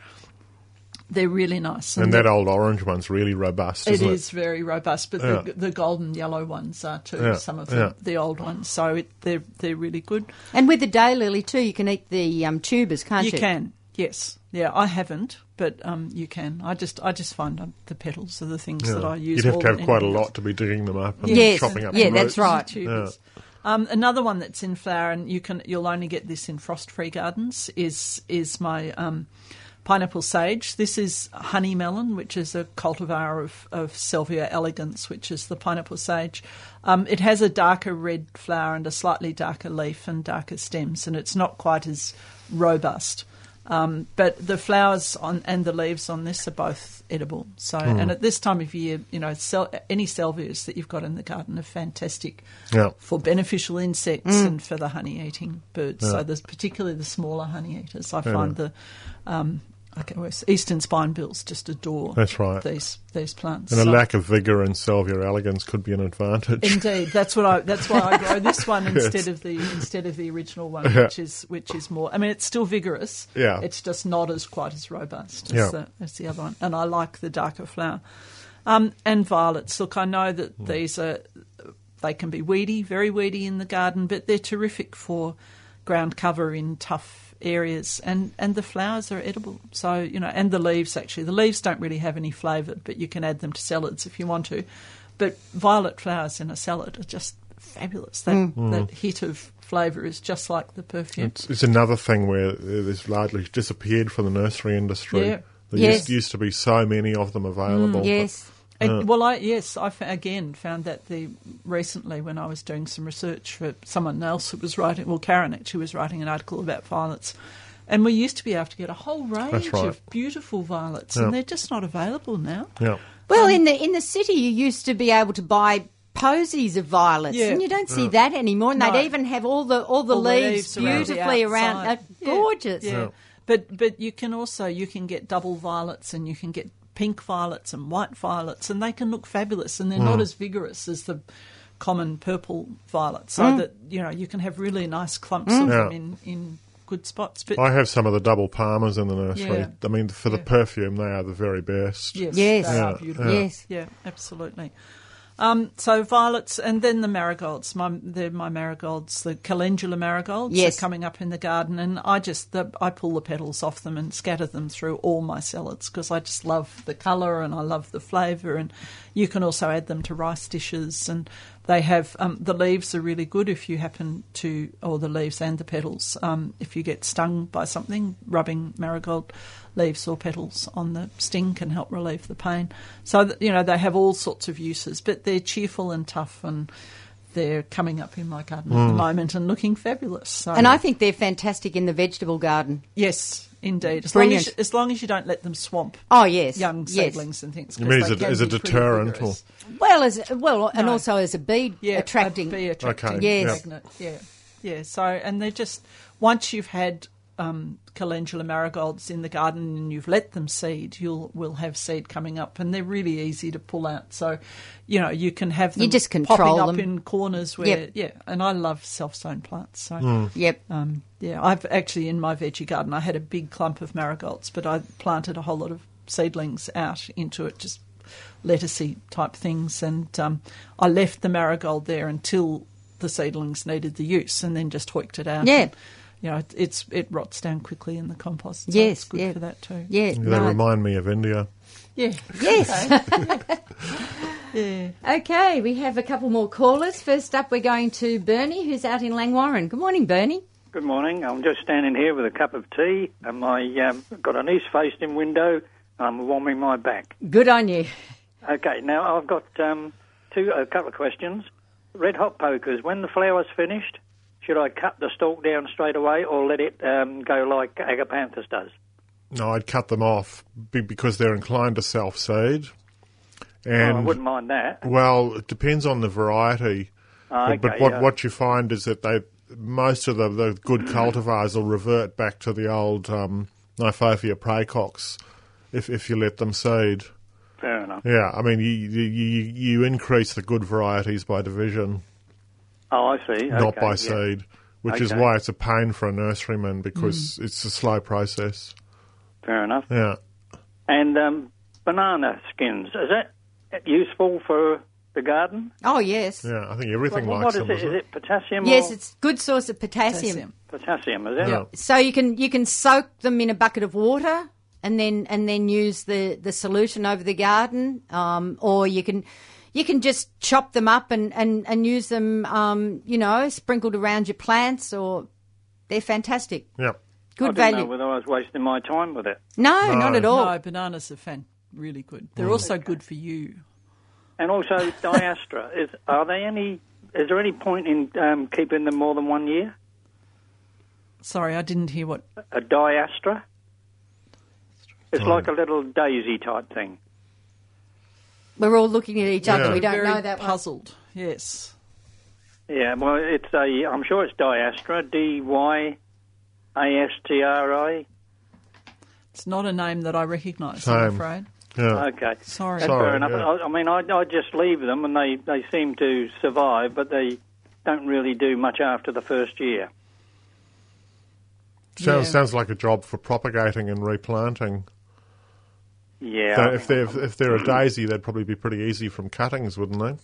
[SPEAKER 2] they're really nice.
[SPEAKER 3] And
[SPEAKER 2] they're-
[SPEAKER 3] that old orange one's really robust,
[SPEAKER 2] it
[SPEAKER 3] isn't it?
[SPEAKER 2] is very robust, but
[SPEAKER 3] Yeah.
[SPEAKER 2] the, the golden yellow ones are too.
[SPEAKER 3] Yeah,
[SPEAKER 2] Some of the,
[SPEAKER 3] yeah.
[SPEAKER 2] the old ones, so it, they're they're really good.
[SPEAKER 1] And with the daylily too, you can eat the um, tubers, can't you?
[SPEAKER 2] you can, yes, yeah. I haven't, but um, you can. I just I just find um, the petals are the things that I use.
[SPEAKER 3] You'd have
[SPEAKER 2] more
[SPEAKER 3] to have
[SPEAKER 2] than
[SPEAKER 3] quite a
[SPEAKER 2] anything else.
[SPEAKER 3] lot to be digging them up and
[SPEAKER 1] Yes.
[SPEAKER 3] chopping up
[SPEAKER 1] Yeah,
[SPEAKER 3] the roots.
[SPEAKER 1] that's right.
[SPEAKER 2] Tubers. Um, another one that's in flower, and you can you'll only get this in frost-free gardens is is my um, pineapple sage. This is honey melon, which is a cultivar of, of Salvia elegans, which is the pineapple sage. Um, it has a darker red flower and a slightly darker leaf and darker stems, and it's not quite as robust. Um, but the flowers on and the leaves on this are both edible. So,
[SPEAKER 3] Mm.
[SPEAKER 2] and at this time of year, you know, sel- any salvias that you've got in the garden are fantastic
[SPEAKER 3] Yeah.
[SPEAKER 2] for beneficial insects and for the honey eating birds. So, there's particularly the smaller honey eaters. I find the um, okay, well, eastern spine bills just adore
[SPEAKER 3] That's right.
[SPEAKER 2] these these plants.
[SPEAKER 3] And a
[SPEAKER 2] So-
[SPEAKER 3] lack of vigour and salvia elegans could be an advantage.
[SPEAKER 2] Indeed, that's what I. That's why I grow this one
[SPEAKER 3] Yes.
[SPEAKER 2] instead of the instead of the original one,
[SPEAKER 3] Yeah.
[SPEAKER 2] which is which is more. I mean, it's still vigorous.
[SPEAKER 3] Yeah.
[SPEAKER 2] it's just not as quite as robust as,
[SPEAKER 3] Yeah.
[SPEAKER 2] the, as the other one, and I like the darker flower. Um, and violets. Look, I know that
[SPEAKER 3] Hmm.
[SPEAKER 2] these are they can be weedy, very weedy in the garden, but they're terrific for ground cover in tough areas. And, and the flowers are edible. So, you know, and the leaves actually. The leaves don't really have any flavour, but you can add them to salads if you want to. But violet flowers in a salad are just fabulous. That, that hit of flavour is just like the perfume.
[SPEAKER 3] It's, it's another thing where uh, it's largely disappeared from the nursery industry.
[SPEAKER 2] Yeah.
[SPEAKER 3] There
[SPEAKER 1] Yes. Mm,
[SPEAKER 3] used, used to be so many of them available. uh,
[SPEAKER 1] Yes.
[SPEAKER 2] Mm, And- well, I yes, I fa- again found that the recently when I was doing some research for someone else who was writing, well, Karen actually was writing an article about violets, and we used to be able to get a whole range
[SPEAKER 3] right.
[SPEAKER 2] of beautiful violets,
[SPEAKER 3] Yeah.
[SPEAKER 2] and they're just not available now.
[SPEAKER 3] But, yeah.
[SPEAKER 1] Well,
[SPEAKER 2] Um,
[SPEAKER 1] in the in the city, you used to be able to buy posies of violets,
[SPEAKER 2] Yeah.
[SPEAKER 1] and you don't see that anymore. And
[SPEAKER 2] No.
[SPEAKER 1] they'd even have all the all the
[SPEAKER 2] All the
[SPEAKER 1] leaves,
[SPEAKER 2] around the
[SPEAKER 1] beautifully around,
[SPEAKER 2] outside.
[SPEAKER 1] They're gorgeous.
[SPEAKER 2] Yeah. But but you can also you can get double violets and you can get pink violets and white violets and they can look fabulous and they're
[SPEAKER 3] Mm.
[SPEAKER 2] not as vigorous as the common purple violet. So that you know, you can have really nice clumps of them
[SPEAKER 3] Mm. Yeah.
[SPEAKER 2] in, in good spots. But
[SPEAKER 3] I have some of the double palmers in the nursery.
[SPEAKER 2] Yeah.
[SPEAKER 3] I mean, for the
[SPEAKER 2] Yeah.
[SPEAKER 3] perfume, they are the very best.
[SPEAKER 2] yes,
[SPEAKER 1] Yes.
[SPEAKER 2] they are
[SPEAKER 3] Yeah.
[SPEAKER 2] beautiful.
[SPEAKER 1] Yes.
[SPEAKER 2] Yeah, absolutely. Um, so violets and then the marigolds. My, they're my marigolds. The calendula marigolds
[SPEAKER 1] Yes.
[SPEAKER 2] are coming up in the garden, and I just the, I pull the petals off them and scatter them through all my salads because I just love the colour and I love the flavour. And you can also add them to rice dishes, and they have um, the leaves are really good if you happen to, or the leaves and the petals. Um, if you get stung by something, rubbing marigold leaves or petals on the sting can help relieve the pain. So, that, you know, they have all sorts of uses, but they're cheerful and tough and they're coming up in my garden at the moment and looking fabulous. So,
[SPEAKER 1] And I think they're fantastic in the vegetable garden.
[SPEAKER 2] yes, indeed. As
[SPEAKER 1] Brilliant.
[SPEAKER 2] Long as, as long as you don't let them swamp
[SPEAKER 1] Oh yes,
[SPEAKER 2] young
[SPEAKER 1] yes.
[SPEAKER 2] seedlings and things.
[SPEAKER 3] You
[SPEAKER 2] 'cause
[SPEAKER 3] mean as
[SPEAKER 2] they
[SPEAKER 3] a-
[SPEAKER 2] can
[SPEAKER 3] as a
[SPEAKER 2] be pretty
[SPEAKER 3] deterrent or-
[SPEAKER 2] vigorous.
[SPEAKER 1] Well, as well, and
[SPEAKER 2] No.
[SPEAKER 1] also as a bee
[SPEAKER 2] yeah,
[SPEAKER 1] attracting.
[SPEAKER 2] Be attracting.
[SPEAKER 3] Okay,
[SPEAKER 1] Yes. yeah.
[SPEAKER 2] Magnet. Yeah. Yeah. So, and they're just, once you've had um, calendula marigolds in the garden and you've let them seed, you'll will have seed coming up, and they're really easy to pull out. So, you know, you can have them
[SPEAKER 1] You just
[SPEAKER 2] popping
[SPEAKER 1] control
[SPEAKER 2] up
[SPEAKER 1] them.
[SPEAKER 2] in corners where,
[SPEAKER 1] Yep.
[SPEAKER 2] yeah. And I love self-sown plants, so.
[SPEAKER 3] Hmm.
[SPEAKER 1] Yep.
[SPEAKER 2] Um, yeah, I've actually in my veggie garden I had a big clump of marigolds, but I planted a whole lot of seedlings out into it, just lettucey type things, and um, I left the marigold there until the seedlings needed the use, and then just hoiked it out.
[SPEAKER 1] Yeah.
[SPEAKER 2] And, you know, it, it's it rots down quickly in the compost. So
[SPEAKER 1] Yes,
[SPEAKER 2] it's good
[SPEAKER 1] yeah.
[SPEAKER 2] for that too.
[SPEAKER 1] Yeah.
[SPEAKER 3] They
[SPEAKER 1] no.
[SPEAKER 3] remind me of India.
[SPEAKER 2] yeah,
[SPEAKER 1] Yes.
[SPEAKER 2] yeah.
[SPEAKER 1] okay, we have a couple more callers. First up, we're going to Bernie, who's out in Langwarren. Good morning, Bernie.
[SPEAKER 9] Good morning. I'm just standing here with a cup of tea, and my um, got an east-facing window. And I'm warming my back.
[SPEAKER 1] Good on you.
[SPEAKER 9] Okay, now I've got um, two, a couple of questions. Red hot pokers. When the flower's finished, should I cut the stalk down straight away, or let it um, go like agapanthus does?
[SPEAKER 3] No, I'd cut them off be- because they're inclined to self seed.
[SPEAKER 9] oh, I
[SPEAKER 3] And
[SPEAKER 9] wouldn't mind that.
[SPEAKER 3] Well, it depends on the variety.
[SPEAKER 9] Ah,
[SPEAKER 3] but, but
[SPEAKER 9] okay,
[SPEAKER 3] what,
[SPEAKER 9] yeah.
[SPEAKER 3] what you find is that they most of the, the good cultivars will revert back to the old um, Nyphophia praecox if, if you let them seed.
[SPEAKER 9] Fair enough.
[SPEAKER 3] Yeah, I mean, you, you, you, you increase the good varieties by division,
[SPEAKER 9] Oh, I see.
[SPEAKER 3] not
[SPEAKER 9] Okay,
[SPEAKER 3] by
[SPEAKER 9] yeah.
[SPEAKER 3] seed, which is
[SPEAKER 9] Okay.
[SPEAKER 3] why it's a pain for a nurseryman because it's a slow process.
[SPEAKER 9] Fair enough.
[SPEAKER 3] Yeah.
[SPEAKER 9] And um, banana skins. Is that useful for the garden?
[SPEAKER 1] Oh yes.
[SPEAKER 3] Yeah, I think everything
[SPEAKER 9] Well, what
[SPEAKER 3] likes
[SPEAKER 9] is
[SPEAKER 3] them.
[SPEAKER 9] it?
[SPEAKER 3] doesn't
[SPEAKER 9] Is
[SPEAKER 3] it?
[SPEAKER 9] it potassium?
[SPEAKER 1] Yes,
[SPEAKER 9] or
[SPEAKER 1] it's good source of potassium.
[SPEAKER 2] Potassium.
[SPEAKER 9] potassium. Is it?
[SPEAKER 3] Yeah.
[SPEAKER 1] So you can you can soak them in a bucket of water and then and then use the, the solution over the garden, um, or you can you can just chop them up and and and use them, um, you know, sprinkled around your plants, or they're fantastic,
[SPEAKER 3] Yeah.
[SPEAKER 9] I
[SPEAKER 1] good
[SPEAKER 9] didn't
[SPEAKER 1] value.
[SPEAKER 9] know whether I was wasting my time with it.
[SPEAKER 1] No, not at all.
[SPEAKER 2] No, bananas are fan really good. They're also good for you.
[SPEAKER 9] And also diastra. Is are they any? Is there any point in um, keeping them more than one year?
[SPEAKER 2] Sorry, I didn't hear what.
[SPEAKER 9] A diastra. It's
[SPEAKER 3] Right.
[SPEAKER 9] like a little daisy type thing.
[SPEAKER 1] We're all looking at each other.
[SPEAKER 3] Yeah.
[SPEAKER 1] We don't
[SPEAKER 2] Very
[SPEAKER 1] know that one.
[SPEAKER 2] puzzled. Yes.
[SPEAKER 9] Yeah, well, it's a. I'm sure it's diastra. D y a s t r i.
[SPEAKER 2] It's not a name that I recognise, I'm
[SPEAKER 3] Same.
[SPEAKER 2] afraid.
[SPEAKER 3] Yeah.
[SPEAKER 9] Okay.
[SPEAKER 2] Sorry.
[SPEAKER 9] That's
[SPEAKER 3] Sorry,
[SPEAKER 9] fair enough.
[SPEAKER 3] yeah.
[SPEAKER 9] I, I mean, I, I just leave them and they, they seem to survive, but they don't really do much after the first year.
[SPEAKER 3] Sounds
[SPEAKER 2] Yeah.
[SPEAKER 3] sounds like a job for propagating and replanting.
[SPEAKER 9] Yeah. Mm.
[SPEAKER 3] So if they're if they're a daisy, they'd probably be pretty easy from cuttings, wouldn't they?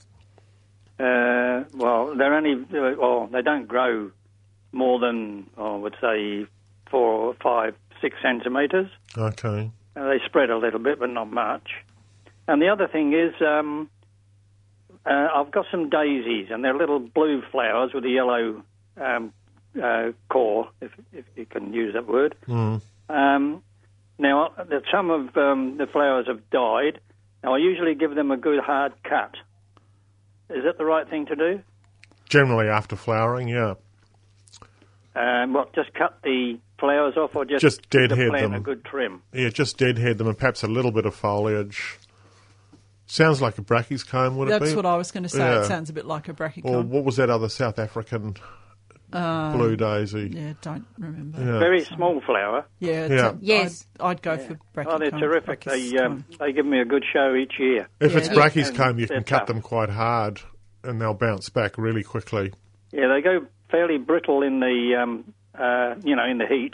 [SPEAKER 9] Uh, well, they're only, uh, well, they don't grow more than, I would say, four or five, six centimetres.
[SPEAKER 3] Okay.
[SPEAKER 9] Uh, they spread a little bit, but not much. And the other thing is, um, uh, I've got some daisies, and they're little blue flowers with a yellow um, uh, core, if, if you can use that word.
[SPEAKER 3] Mm.
[SPEAKER 9] Um, now, uh, the, some of um, the flowers have died. Now, I usually give them a good hard cut. Is that the right thing to do?
[SPEAKER 3] Generally after flowering, yeah.
[SPEAKER 9] Um, what, just cut the flowers off, or just,
[SPEAKER 3] Just
[SPEAKER 9] give the
[SPEAKER 3] deadhead
[SPEAKER 9] plant
[SPEAKER 3] them.
[SPEAKER 9] a good trim?
[SPEAKER 3] Yeah, just deadhead them and perhaps a little bit of foliage. Sounds like a brachy's comb, would it be?
[SPEAKER 2] That's what I was going to say.
[SPEAKER 3] Yeah.
[SPEAKER 2] It sounds a bit like a
[SPEAKER 3] Or
[SPEAKER 2] brachycon.
[SPEAKER 3] what was that other South African blue daisy?
[SPEAKER 2] Uh, yeah, don't remember.
[SPEAKER 3] Yeah.
[SPEAKER 9] Very small flower.
[SPEAKER 2] Yeah, it's
[SPEAKER 3] Yeah.
[SPEAKER 2] a-
[SPEAKER 1] Yes.
[SPEAKER 2] I'd, I'd go for brachycon.
[SPEAKER 9] Oh, they're terrific.
[SPEAKER 2] brachys-
[SPEAKER 9] They um, they give me a good show each year.
[SPEAKER 3] If
[SPEAKER 2] Yeah.
[SPEAKER 3] it's brachy's
[SPEAKER 9] And
[SPEAKER 3] comb, you
[SPEAKER 9] they're
[SPEAKER 3] can cut
[SPEAKER 9] tough.
[SPEAKER 3] them quite hard and they'll bounce back really quickly.
[SPEAKER 9] Yeah, they go fairly brittle in the um, uh, you know in the heat,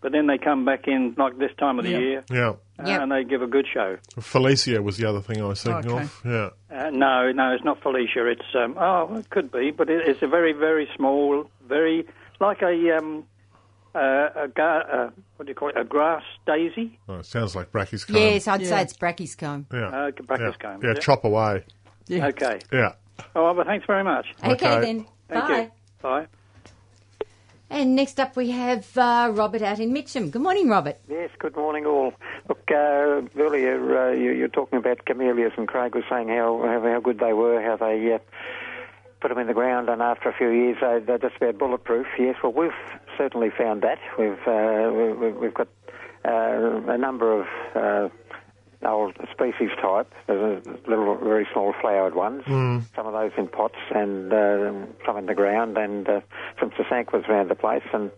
[SPEAKER 9] but then they come back in like this time of the
[SPEAKER 2] Yeah.
[SPEAKER 9] year,
[SPEAKER 3] Yeah.
[SPEAKER 9] uh,
[SPEAKER 1] Yep.
[SPEAKER 9] and they give a good show.
[SPEAKER 3] Felicia was the other thing I was thinking
[SPEAKER 2] Okay.
[SPEAKER 3] of. Yeah.
[SPEAKER 9] Uh, no, no, it's not Felicia. It's um, oh, it could be, but it, it's a very very small, very like a um, uh, a gar- uh, what do you call it? A grass daisy.
[SPEAKER 3] Oh, it sounds like brachy's comb.
[SPEAKER 1] Yes, I'd
[SPEAKER 2] Yeah.
[SPEAKER 1] say it's Brachy's comb.
[SPEAKER 3] Yeah.
[SPEAKER 9] Uh, brachy's
[SPEAKER 3] yeah.
[SPEAKER 9] comb,
[SPEAKER 3] Yeah,
[SPEAKER 9] is it?
[SPEAKER 3] chop away.
[SPEAKER 2] Yeah.
[SPEAKER 9] Okay.
[SPEAKER 3] Yeah.
[SPEAKER 9] All right, well, thanks very much.
[SPEAKER 1] Okay,
[SPEAKER 3] Okay.
[SPEAKER 1] then.
[SPEAKER 9] Thank
[SPEAKER 1] Bye.
[SPEAKER 9] you. Bye.
[SPEAKER 1] And next up we have uh, Robert out in Mitcham. Good morning, Robert.
[SPEAKER 10] Yes, good morning all. Look, uh, earlier uh, you, you were talking about camellias and Craig was saying how, how, how good they were, how they uh, put them in the ground and after a few years they, they're just about bulletproof. Yes, well we've certainly found that. We've, uh, we- we, we've got uh, a number of uh, old species type, There's a little very small flowered ones,
[SPEAKER 3] Hmm.
[SPEAKER 10] some of those in pots and uh, some in the ground and uh, some sasanquas around the place and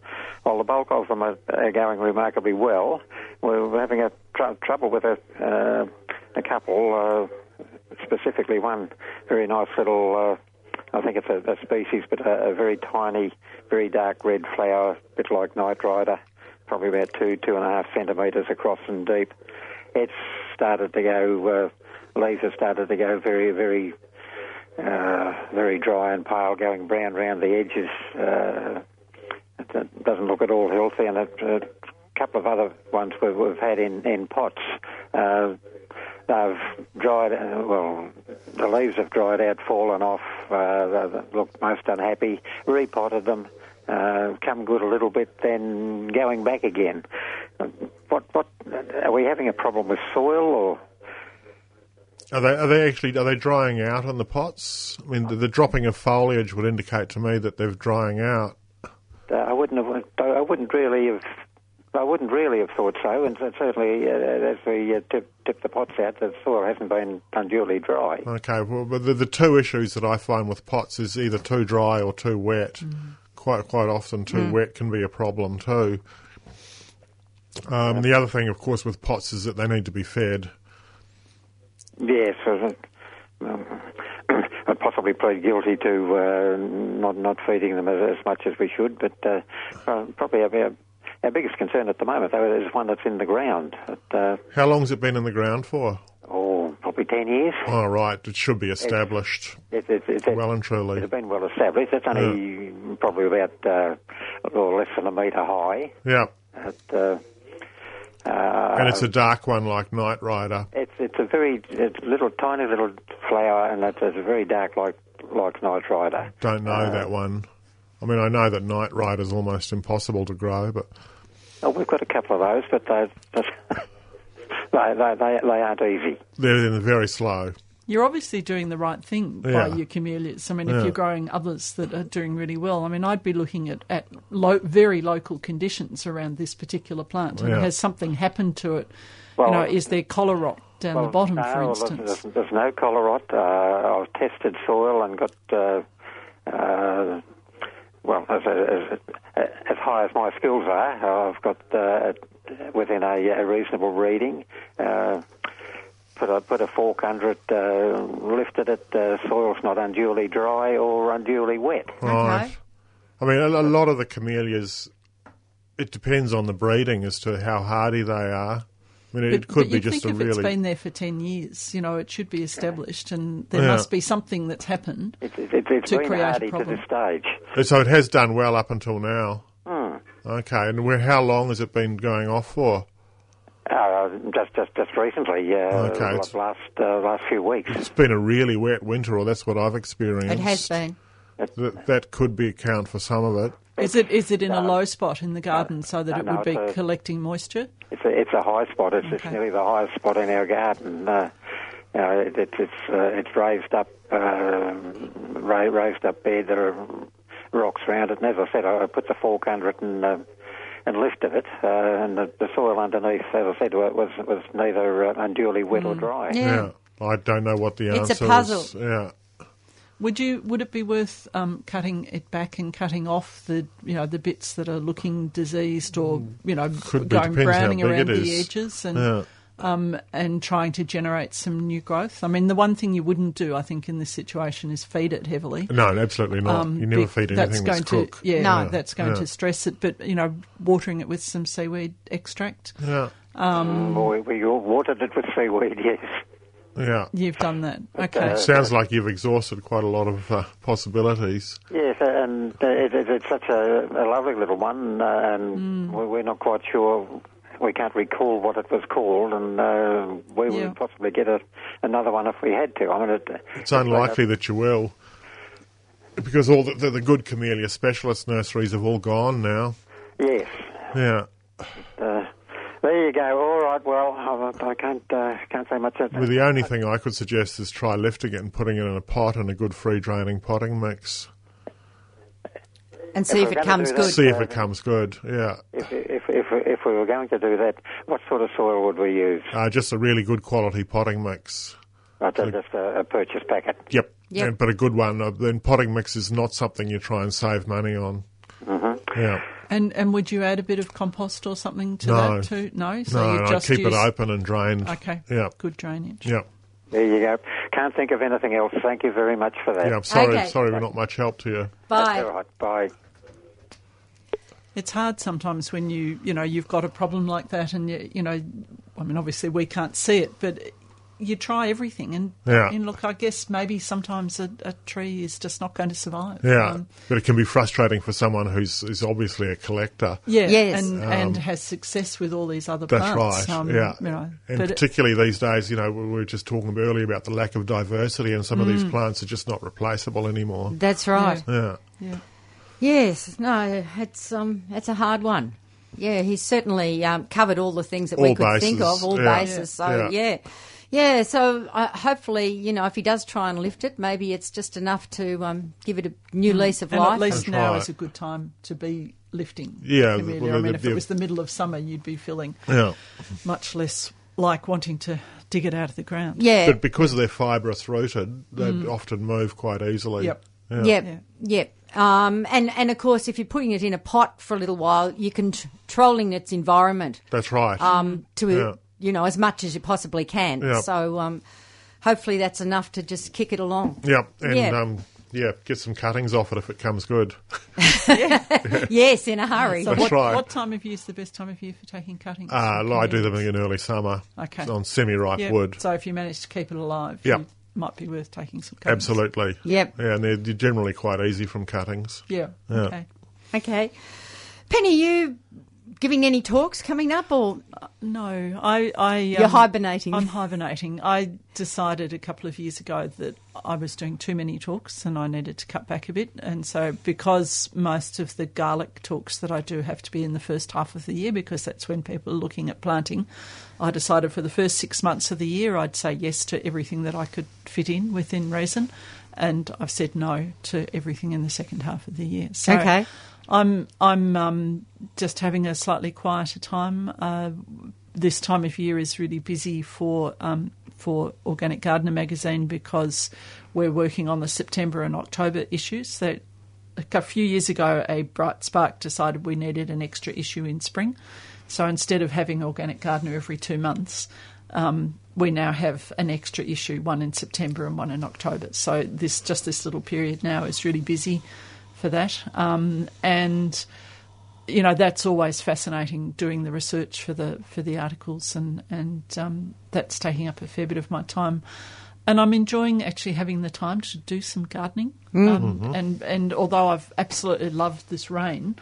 [SPEAKER 10] while the bulk of them are, are going remarkably well, we're we're having a tr- trouble with a, uh, a couple, uh, specifically one very nice little, uh, I think it's a, a species, but a, a very tiny, very dark red flower, a bit like Night Rider, probably about two, two and a half centimetres across and deep. It's started to go, uh, leaves have started to go very, very uh, very dry and pale, going brown round the edges. Uh, it do- doesn't look at all healthy, and a, a couple of other ones we've, we've had in, in pots. Uh, they've dried, uh, well, the leaves have dried out, fallen off, uh, they they look most unhappy, repotted them. Uh, come good a little bit, then going back again. What? What? Are we having a problem with soil, or
[SPEAKER 3] Are they are they actually are they drying out on the pots? I mean, the, the dropping of foliage would indicate to me that they're drying out.
[SPEAKER 10] Uh, I wouldn't have. I wouldn't really have. I wouldn't really have thought so, and certainly uh, as we uh, tip, tip the pots out, the soil hasn't been unduly dry.
[SPEAKER 3] Okay, well, but the, the two issues that I find with pots is either too dry or too wet. Quite quite often, too wet can be a problem too. Um, The other thing, of course, with pots is that they need to be fed.
[SPEAKER 10] Yes, uh, um, I'd possibly plead guilty to uh, not not feeding them as, as much as we should, but uh, well, probably our, our- our biggest concern at the moment, though, is one that's in the ground. But, uh,
[SPEAKER 3] How long's it been in the ground for?
[SPEAKER 10] oh, probably ten years.
[SPEAKER 3] Oh, right, it should be established
[SPEAKER 10] It, it, it, it-
[SPEAKER 3] well and
[SPEAKER 10] It
[SPEAKER 3] truly.
[SPEAKER 10] has been well established. It's only probably about uh, a little less than a metre high.
[SPEAKER 3] Yeah,
[SPEAKER 10] It, uh, uh,
[SPEAKER 3] and it's a dark one like Night Rider.
[SPEAKER 10] it's it's a very it's a little tiny little flower, and it's, it's a very dark like like night rider.
[SPEAKER 3] Don't know
[SPEAKER 1] Uh,
[SPEAKER 3] that one. I mean, I know that Night Rider's almost impossible to grow, but
[SPEAKER 10] Oh, we've got a couple of those, but they they they, they, they aren't easy.
[SPEAKER 3] they're they're very slow.
[SPEAKER 2] You're obviously doing the right thing by
[SPEAKER 3] Yeah.
[SPEAKER 2] your camellias. I mean,
[SPEAKER 3] Yeah.
[SPEAKER 2] if you're growing others that are doing really well, I mean, I'd be looking at, at lo- very local conditions around this particular plant. And
[SPEAKER 3] Yeah.
[SPEAKER 2] Has something happened to it?
[SPEAKER 10] Well-
[SPEAKER 2] you know, is there collar rot down the bottom,
[SPEAKER 10] no,
[SPEAKER 2] for
[SPEAKER 10] well,
[SPEAKER 2] instance?
[SPEAKER 10] There's, there's, there's no collar rot. Uh, I've tested soil and got, uh, uh, well, as, as, as high as my skills are, I've got uh, within a, a, a reasonable reading. Uh, put a put a fork under it, uh, lifted it. Uh, soil's not unduly dry or unduly wet.
[SPEAKER 3] Right. I mean, a, a lot of the camellias, it depends on the breeding as to how hardy they are. I mean, it could
[SPEAKER 2] you
[SPEAKER 3] be just
[SPEAKER 2] think
[SPEAKER 3] a
[SPEAKER 2] if
[SPEAKER 3] really.
[SPEAKER 2] it's been there for 10 years, you know, it should be established and there
[SPEAKER 3] Yeah.
[SPEAKER 2] must be something that's happened.
[SPEAKER 10] It's it's, it's, it's
[SPEAKER 2] To
[SPEAKER 10] been
[SPEAKER 2] create a
[SPEAKER 10] hardy to
[SPEAKER 2] problem.
[SPEAKER 10] this stage.
[SPEAKER 3] So it has done well up until now.
[SPEAKER 10] Hmm.
[SPEAKER 3] Okay, and where, how long has it been going off for?
[SPEAKER 10] Uh, just just just recently. Uh,
[SPEAKER 3] Okay,
[SPEAKER 10] la-
[SPEAKER 3] it's-
[SPEAKER 10] Last uh, last few weeks.
[SPEAKER 3] It's been a really wet winter, or that's what I've experienced.
[SPEAKER 1] It has been.
[SPEAKER 3] That, that could be account for some of it.
[SPEAKER 2] Is it is it in a low spot in the garden so that
[SPEAKER 10] no,
[SPEAKER 2] it
[SPEAKER 10] no,
[SPEAKER 2] would be
[SPEAKER 10] it's a-
[SPEAKER 2] collecting moisture?
[SPEAKER 10] It's a, it's a high spot. It's, it's
[SPEAKER 2] Okay.
[SPEAKER 10] nearly the highest spot in our garden. Uh, you know, it, it's it's uh, it's raised up, uh, ra- raised up bed. There are rocks round it, and as I said, I I put the fork under it and uh, and lifted it, uh, and the, the soil underneath, as I said, wa- was was neither uh, unduly wet or dry.
[SPEAKER 1] Yeah.
[SPEAKER 3] I don't know what the
[SPEAKER 1] It's a
[SPEAKER 3] answer
[SPEAKER 1] puzzle.
[SPEAKER 3] is. Yeah.
[SPEAKER 2] Would you would it be worth um, cutting it back and cutting off the you know the bits that are looking diseased or you know
[SPEAKER 3] Mm. Could be,
[SPEAKER 2] going
[SPEAKER 3] depends how
[SPEAKER 2] browning
[SPEAKER 3] big
[SPEAKER 2] around
[SPEAKER 3] it
[SPEAKER 2] the
[SPEAKER 3] is.
[SPEAKER 2] edges and
[SPEAKER 3] Yeah.
[SPEAKER 2] um, and trying to generate some new growth? I mean, the one thing you wouldn't do, I think, in this situation is feed it heavily. Um,
[SPEAKER 3] No, absolutely not. you never
[SPEAKER 2] be-
[SPEAKER 3] feed
[SPEAKER 2] that's
[SPEAKER 3] anything
[SPEAKER 2] going
[SPEAKER 3] that's cooked.
[SPEAKER 2] to yeah,
[SPEAKER 1] No.
[SPEAKER 2] that's going
[SPEAKER 3] Yeah.
[SPEAKER 2] to stress it. But you know, watering it with some seaweed extract, Um,
[SPEAKER 3] Yeah.
[SPEAKER 10] Mm, we, we all watered it with seaweed, yes.
[SPEAKER 3] Yeah.
[SPEAKER 2] you've done that. Okay,
[SPEAKER 3] It sounds like you've exhausted quite a lot of uh, possibilities.
[SPEAKER 10] Yes, and uh, it, it, it's such a, a lovely little one, uh, and
[SPEAKER 1] Mm.
[SPEAKER 10] we- we're not quite sure. We can't recall what it was called, and uh, we
[SPEAKER 2] Yeah.
[SPEAKER 10] would possibly get a, another one if we had to. I mean, it,
[SPEAKER 3] It's unlikely that you will, because all the, the, the good camellia specialist nurseries have all gone now.
[SPEAKER 10] yes.
[SPEAKER 3] Yeah.
[SPEAKER 10] Uh, there you go. All right. Well, I, I can't uh, can't say much.
[SPEAKER 3] Well, the only thing I could suggest is try lifting it and putting it in a pot and a good free draining potting mix.
[SPEAKER 1] And see
[SPEAKER 10] If
[SPEAKER 1] if
[SPEAKER 10] we're
[SPEAKER 1] it
[SPEAKER 10] gonna
[SPEAKER 1] comes
[SPEAKER 10] do that-
[SPEAKER 1] good.
[SPEAKER 3] See if it comes good. Yeah.
[SPEAKER 10] If, if if if we were going to do that, what sort of soil would we use?
[SPEAKER 3] Uh, just a really good quality potting mix.
[SPEAKER 10] Right, so just a, a purchase packet.
[SPEAKER 3] Yep.
[SPEAKER 1] Yep.
[SPEAKER 3] And- but a good one. Uh, Then potting mix is not something you try and save money on.
[SPEAKER 10] Mm-hmm.
[SPEAKER 3] Yeah.
[SPEAKER 2] and and would you add a bit of compost or something to
[SPEAKER 3] No.
[SPEAKER 2] that too? No, so
[SPEAKER 3] No,
[SPEAKER 2] you
[SPEAKER 3] no,
[SPEAKER 2] just
[SPEAKER 3] keep it
[SPEAKER 2] use
[SPEAKER 3] open and drained.
[SPEAKER 2] okay,
[SPEAKER 3] Yeah.
[SPEAKER 2] good drainage.
[SPEAKER 3] Yeah.
[SPEAKER 10] There you go. Can't think of anything else. Thank you very much for that.
[SPEAKER 3] Yeah. I'm sorry.
[SPEAKER 1] Okay.
[SPEAKER 3] Sorry, we're not much help to you.
[SPEAKER 10] All
[SPEAKER 1] Bye.
[SPEAKER 10] right. Bye.
[SPEAKER 2] It's hard sometimes when you you know you've got a problem like that, and you you know, I mean, obviously we can't see it, but you try everything, and
[SPEAKER 3] Yeah.
[SPEAKER 2] and look, I guess maybe sometimes a, a tree is just not going to survive.
[SPEAKER 3] Yeah,
[SPEAKER 2] Um,
[SPEAKER 3] but it can be frustrating for someone who's is obviously a collector.
[SPEAKER 2] Yeah,
[SPEAKER 1] Yes.
[SPEAKER 2] and, and has success with all these other
[SPEAKER 3] Um, That's
[SPEAKER 2] plants.
[SPEAKER 3] right. yeah,
[SPEAKER 2] um, you know,
[SPEAKER 3] and
[SPEAKER 2] but it-
[SPEAKER 3] particularly these days, you know, we were just talking earlier about the lack of diversity, and some of
[SPEAKER 2] Mm.
[SPEAKER 3] these plants are just not replaceable anymore.
[SPEAKER 1] That's right.
[SPEAKER 3] Yeah,
[SPEAKER 1] Yes, no, it's um, it's a hard one. Yeah, he's certainly um, covered all the things that we
[SPEAKER 3] All
[SPEAKER 1] could think
[SPEAKER 3] bases,
[SPEAKER 1] of, all
[SPEAKER 3] yeah.
[SPEAKER 1] bases. So
[SPEAKER 3] Yeah.
[SPEAKER 1] yeah, yeah, so uh, hopefully, you know, if he does try and lift it, maybe it's just enough to um, give it a new lease of
[SPEAKER 2] Mm. and
[SPEAKER 1] life.
[SPEAKER 2] at least
[SPEAKER 3] That's
[SPEAKER 2] now
[SPEAKER 3] right.
[SPEAKER 2] is a good time to be lifting.
[SPEAKER 3] Yeah,
[SPEAKER 2] Amelia.
[SPEAKER 3] well,
[SPEAKER 2] I
[SPEAKER 3] the-
[SPEAKER 2] mean,
[SPEAKER 3] the-
[SPEAKER 2] if
[SPEAKER 3] the-
[SPEAKER 2] it was the middle of summer, you'd be feeling
[SPEAKER 3] yeah.
[SPEAKER 2] much less like wanting to dig it out of the ground.
[SPEAKER 1] yeah,
[SPEAKER 3] But because they're fibrous rooted, they often move quite easily.
[SPEAKER 2] Mm. Yep.
[SPEAKER 1] Yep.
[SPEAKER 2] Yeah.
[SPEAKER 1] Yep. Um, and, and of course, if you're putting it in a pot for a little while, you're controlling its environment
[SPEAKER 3] That's right.
[SPEAKER 1] um, to,
[SPEAKER 3] Yeah.
[SPEAKER 1] you know, as much as you possibly can.
[SPEAKER 3] Yeah.
[SPEAKER 1] So um, hopefully that's enough to just kick it along.
[SPEAKER 3] yep, and
[SPEAKER 1] yeah.
[SPEAKER 3] um, yeah, get some cuttings off it if it comes good.
[SPEAKER 1] yes, in a hurry.
[SPEAKER 2] So
[SPEAKER 3] That's
[SPEAKER 2] what,
[SPEAKER 3] right.
[SPEAKER 2] what time of year is the best time of year for taking cuttings?
[SPEAKER 3] Uh,
[SPEAKER 2] from
[SPEAKER 3] well, I do them
[SPEAKER 2] communities?
[SPEAKER 3] in early summer.
[SPEAKER 2] Okay.
[SPEAKER 3] On semi-ripe
[SPEAKER 2] Yeah,
[SPEAKER 3] wood.
[SPEAKER 2] So if you manage to keep it alive,
[SPEAKER 3] Yeah.
[SPEAKER 2] you might be worth taking some cuttings.
[SPEAKER 3] Absolutely.
[SPEAKER 1] Yep.
[SPEAKER 3] Yeah, and they're they're generally quite easy from cuttings.
[SPEAKER 2] Yeah.
[SPEAKER 3] Yeah.
[SPEAKER 2] Okay.
[SPEAKER 1] Okay. Penny, you giving any talks coming up or
[SPEAKER 2] No, I. I um,
[SPEAKER 1] You're hibernating.
[SPEAKER 2] I'm hibernating. I decided a couple of years ago that I was doing too many talks and I needed to cut back a bit. And so, because most of the garlic talks that I do have to be in the first half of the year, because that's when people are looking at planting, I decided for the first six months of the year I'd say yes to everything that I could fit in within reason. And I've said no to everything in the second half of the year. So
[SPEAKER 1] Okay.
[SPEAKER 2] I'm I'm um, just having a slightly quieter time. Uh, this time of year is really busy for um, for Organic Gardener magazine because we're working on the September and October issues. That a few years ago, a bright spark decided we needed an extra issue in spring, So instead of having Organic Gardener every two months, um, we now have an extra issue, one in September and one in October. So this just this little period now is really busy for that. Um, and you know that's always fascinating doing the research for the for the articles and and um, that's taking up a fair bit of my time and I'm enjoying actually having the time to do some gardening
[SPEAKER 1] Mm.
[SPEAKER 2] um,
[SPEAKER 1] Mm-hmm.
[SPEAKER 2] and and although I've absolutely loved this rain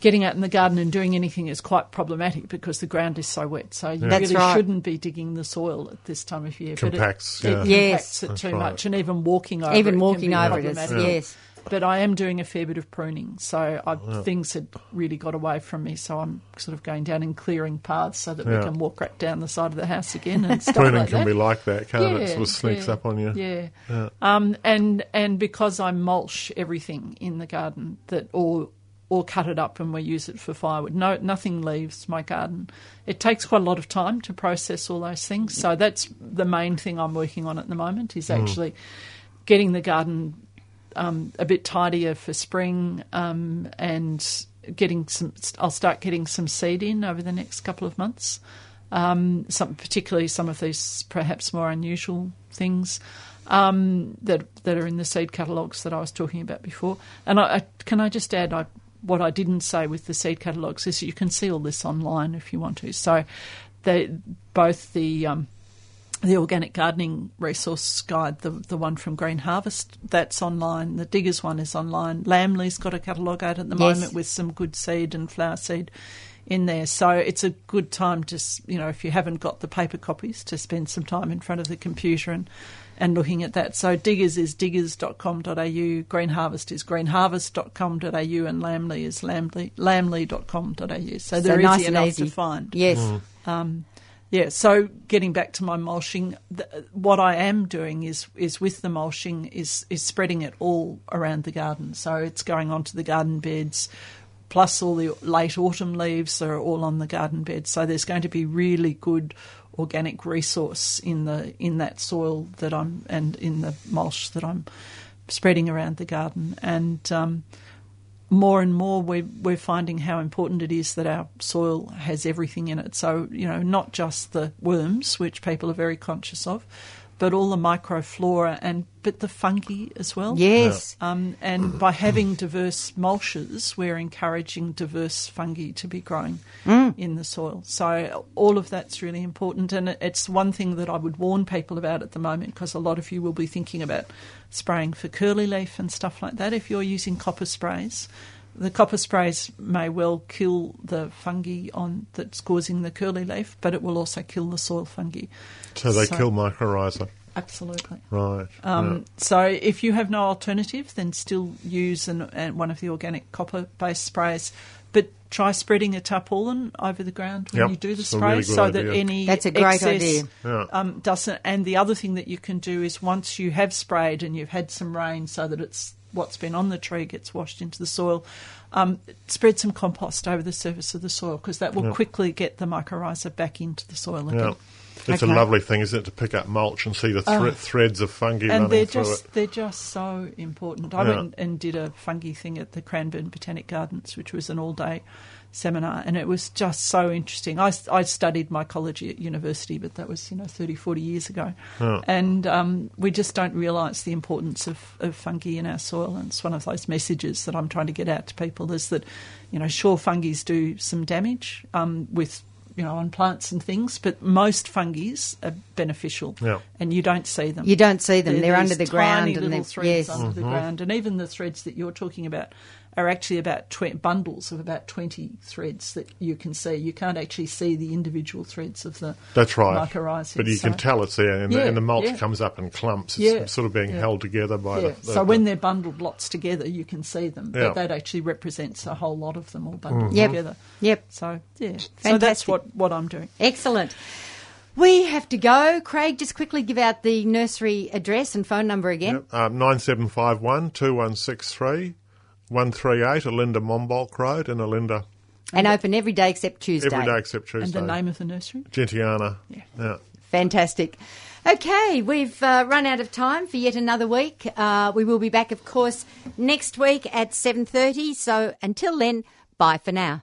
[SPEAKER 2] getting out in the garden and doing anything is quite problematic because the ground is so wet so you
[SPEAKER 1] That's
[SPEAKER 2] really
[SPEAKER 1] right.
[SPEAKER 2] shouldn't be digging the soil at this time of year
[SPEAKER 3] Compacts,
[SPEAKER 2] but it,
[SPEAKER 3] yeah.
[SPEAKER 2] it
[SPEAKER 1] Yes.
[SPEAKER 2] compacts it
[SPEAKER 3] That's
[SPEAKER 2] too
[SPEAKER 3] right.
[SPEAKER 2] much and even walking over it
[SPEAKER 1] Even
[SPEAKER 2] can
[SPEAKER 1] walking
[SPEAKER 2] be
[SPEAKER 1] over it is,
[SPEAKER 2] problematic
[SPEAKER 1] yes.
[SPEAKER 2] but I am doing a fair bit of pruning, so I, things had really got away from me. So I'm sort of going down and clearing paths so that
[SPEAKER 3] Yeah.
[SPEAKER 2] we can walk right down the side of the house again and stuff
[SPEAKER 3] Pruning
[SPEAKER 2] like
[SPEAKER 3] can
[SPEAKER 2] that.
[SPEAKER 3] be like that, can't
[SPEAKER 2] Yeah,
[SPEAKER 3] it? Sort of sneaks
[SPEAKER 2] yeah,
[SPEAKER 3] up on you.
[SPEAKER 2] Yeah. Um, and and because I mulch everything in the garden that or or cut it up and we use it for firewood. No, nothing leaves my garden. It takes quite a lot of time to process all those things. So that's the main thing I'm working on at the moment is actually getting the garden um, a bit tidier for spring um, and getting some. I'll start getting some seed in over the next couple of months. Um, some particularly some of these perhaps more unusual things um, that that are in the seed catalogues that I was talking about before. And I, I can I just add I. What I didn't say with the seed catalogues is you can see all this online if you want to. So, they, both the um, the organic gardening resource guide, the the one from Green Harvest, that's online. The Diggers one is online. Lamley's got a catalogue out at the
[SPEAKER 1] Yes.
[SPEAKER 2] moment with some good seed and flower seed in there. So it's a good time to s- you know if you haven't got the paper copies to spend some time in front of the computer and and looking at that. So Diggers is diggers.com.au, Green Harvest is greenharvest.com.au, and Lamley is lamley, lamley.com.au. So they're
[SPEAKER 1] nice
[SPEAKER 2] easy
[SPEAKER 1] and
[SPEAKER 2] enough
[SPEAKER 1] easy.
[SPEAKER 2] to find.
[SPEAKER 1] Yes.
[SPEAKER 2] Yeah, so getting back to my mulching, th- what I am doing is is with the mulching is is spreading it all around the garden. So it's going onto the garden beds, plus all the late autumn leaves are all on the garden bed. So there's going to be really good organic resource in the in that soil that I'm and in the mulch that I'm spreading around the garden and. Um, more and more we're, we're finding how important it is that our soil has everything in it. So, you know, not just the worms, which people are very conscious of, but all the microflora and but the fungi as well.
[SPEAKER 1] Yes.
[SPEAKER 2] Um, and by having diverse mulches, we're encouraging diverse fungi to be growing in the soil. So all of that's really important, and it- it's one thing that I would warn people about at the moment because a lot of you will be thinking about spraying for curly leaf and stuff like that. If you're using copper sprays, the copper sprays may well kill the fungi on that's causing the curly leaf, but it will also kill the soil fungi.
[SPEAKER 3] So they
[SPEAKER 2] So-
[SPEAKER 3] kill mycorrhiza.
[SPEAKER 2] Absolutely.
[SPEAKER 3] Right.
[SPEAKER 2] Um, So if you have no alternative, then still use an, an, one of the organic copper based sprays, but try spreading a tarpaulin over the ground when
[SPEAKER 3] Yep,
[SPEAKER 2] you do the
[SPEAKER 3] it's a
[SPEAKER 2] spray
[SPEAKER 3] really good
[SPEAKER 2] so that
[SPEAKER 3] idea.
[SPEAKER 2] any
[SPEAKER 1] That's a great
[SPEAKER 2] excess,
[SPEAKER 1] idea.
[SPEAKER 3] Yeah.
[SPEAKER 2] um, doesn't. And the other thing that you can do is once you have sprayed and you've had some rain so that it's what's been on the tree gets washed into the soil, um, spread some compost over the surface of the soil because that will quickly get the mycorrhiza back into the soil again.
[SPEAKER 3] yeah. It's
[SPEAKER 1] Okay.
[SPEAKER 3] a
[SPEAKER 1] Oh.
[SPEAKER 3] lovely thing, isn't it, to pick up mulch and see the thre- threads of fungi
[SPEAKER 2] Oh. and
[SPEAKER 3] running
[SPEAKER 2] they're
[SPEAKER 3] through
[SPEAKER 2] just
[SPEAKER 3] it.
[SPEAKER 2] they're just so important. I
[SPEAKER 3] Yeah.
[SPEAKER 2] went and did a fungi thing at the Cranbourne Botanic Gardens, which was an all day seminar, and it was just so interesting. I, I studied mycology at university, but that was you know 30, 40 years ago, and um, we just don't realise the importance of, of fungi in our soil. And it's one of those messages that I'm trying to get out to people is that you know sure fungi's do some damage um, with you know on plants and things, but most fungi's are beneficial,
[SPEAKER 3] Yeah.
[SPEAKER 2] and you don't see them.
[SPEAKER 1] You don't see them. They're,
[SPEAKER 2] these
[SPEAKER 1] under the
[SPEAKER 2] tiny
[SPEAKER 1] ground and
[SPEAKER 2] little
[SPEAKER 1] they're
[SPEAKER 2] threads
[SPEAKER 1] yes.
[SPEAKER 2] under
[SPEAKER 3] Mm-hmm.
[SPEAKER 2] the ground, and even the threads that you're talking about are actually about tw- bundles of about twenty threads that you can see. You can't actually see the individual threads of the
[SPEAKER 3] That's right.
[SPEAKER 2] mycorrhizas,
[SPEAKER 3] But you can
[SPEAKER 2] so-
[SPEAKER 3] tell it's there, and,
[SPEAKER 2] Yeah,
[SPEAKER 3] the, and the mulch
[SPEAKER 2] yeah.
[SPEAKER 3] comes up in clumps. It's
[SPEAKER 2] Yeah,
[SPEAKER 3] sort of being
[SPEAKER 2] yeah.
[SPEAKER 3] held together by
[SPEAKER 2] Yeah.
[SPEAKER 3] the, the.
[SPEAKER 2] so when they're bundled lots together, you can see them,
[SPEAKER 3] Yeah.
[SPEAKER 2] but that actually represents a whole lot of them all bundled
[SPEAKER 1] Mm-hmm. Yep.
[SPEAKER 2] together.
[SPEAKER 1] Yep.
[SPEAKER 2] So yeah, so that's
[SPEAKER 1] Fantastic.
[SPEAKER 2] what what I'm doing.
[SPEAKER 1] Excellent. We have to go. Craig, just quickly give out the nursery address and phone number again.
[SPEAKER 3] Um, 9751 2163 138 Alinda Mombolk Road in Alinda.
[SPEAKER 1] And open every day except Tuesday.
[SPEAKER 3] Every day except Tuesday.
[SPEAKER 2] And the name of the nursery.
[SPEAKER 3] Gentiana.
[SPEAKER 2] Yeah.
[SPEAKER 3] yeah.
[SPEAKER 1] Fantastic. Okay, we've uh, run out of time for yet another week. Uh, we will be back, of course, next week at 7.30. So until then, bye for now.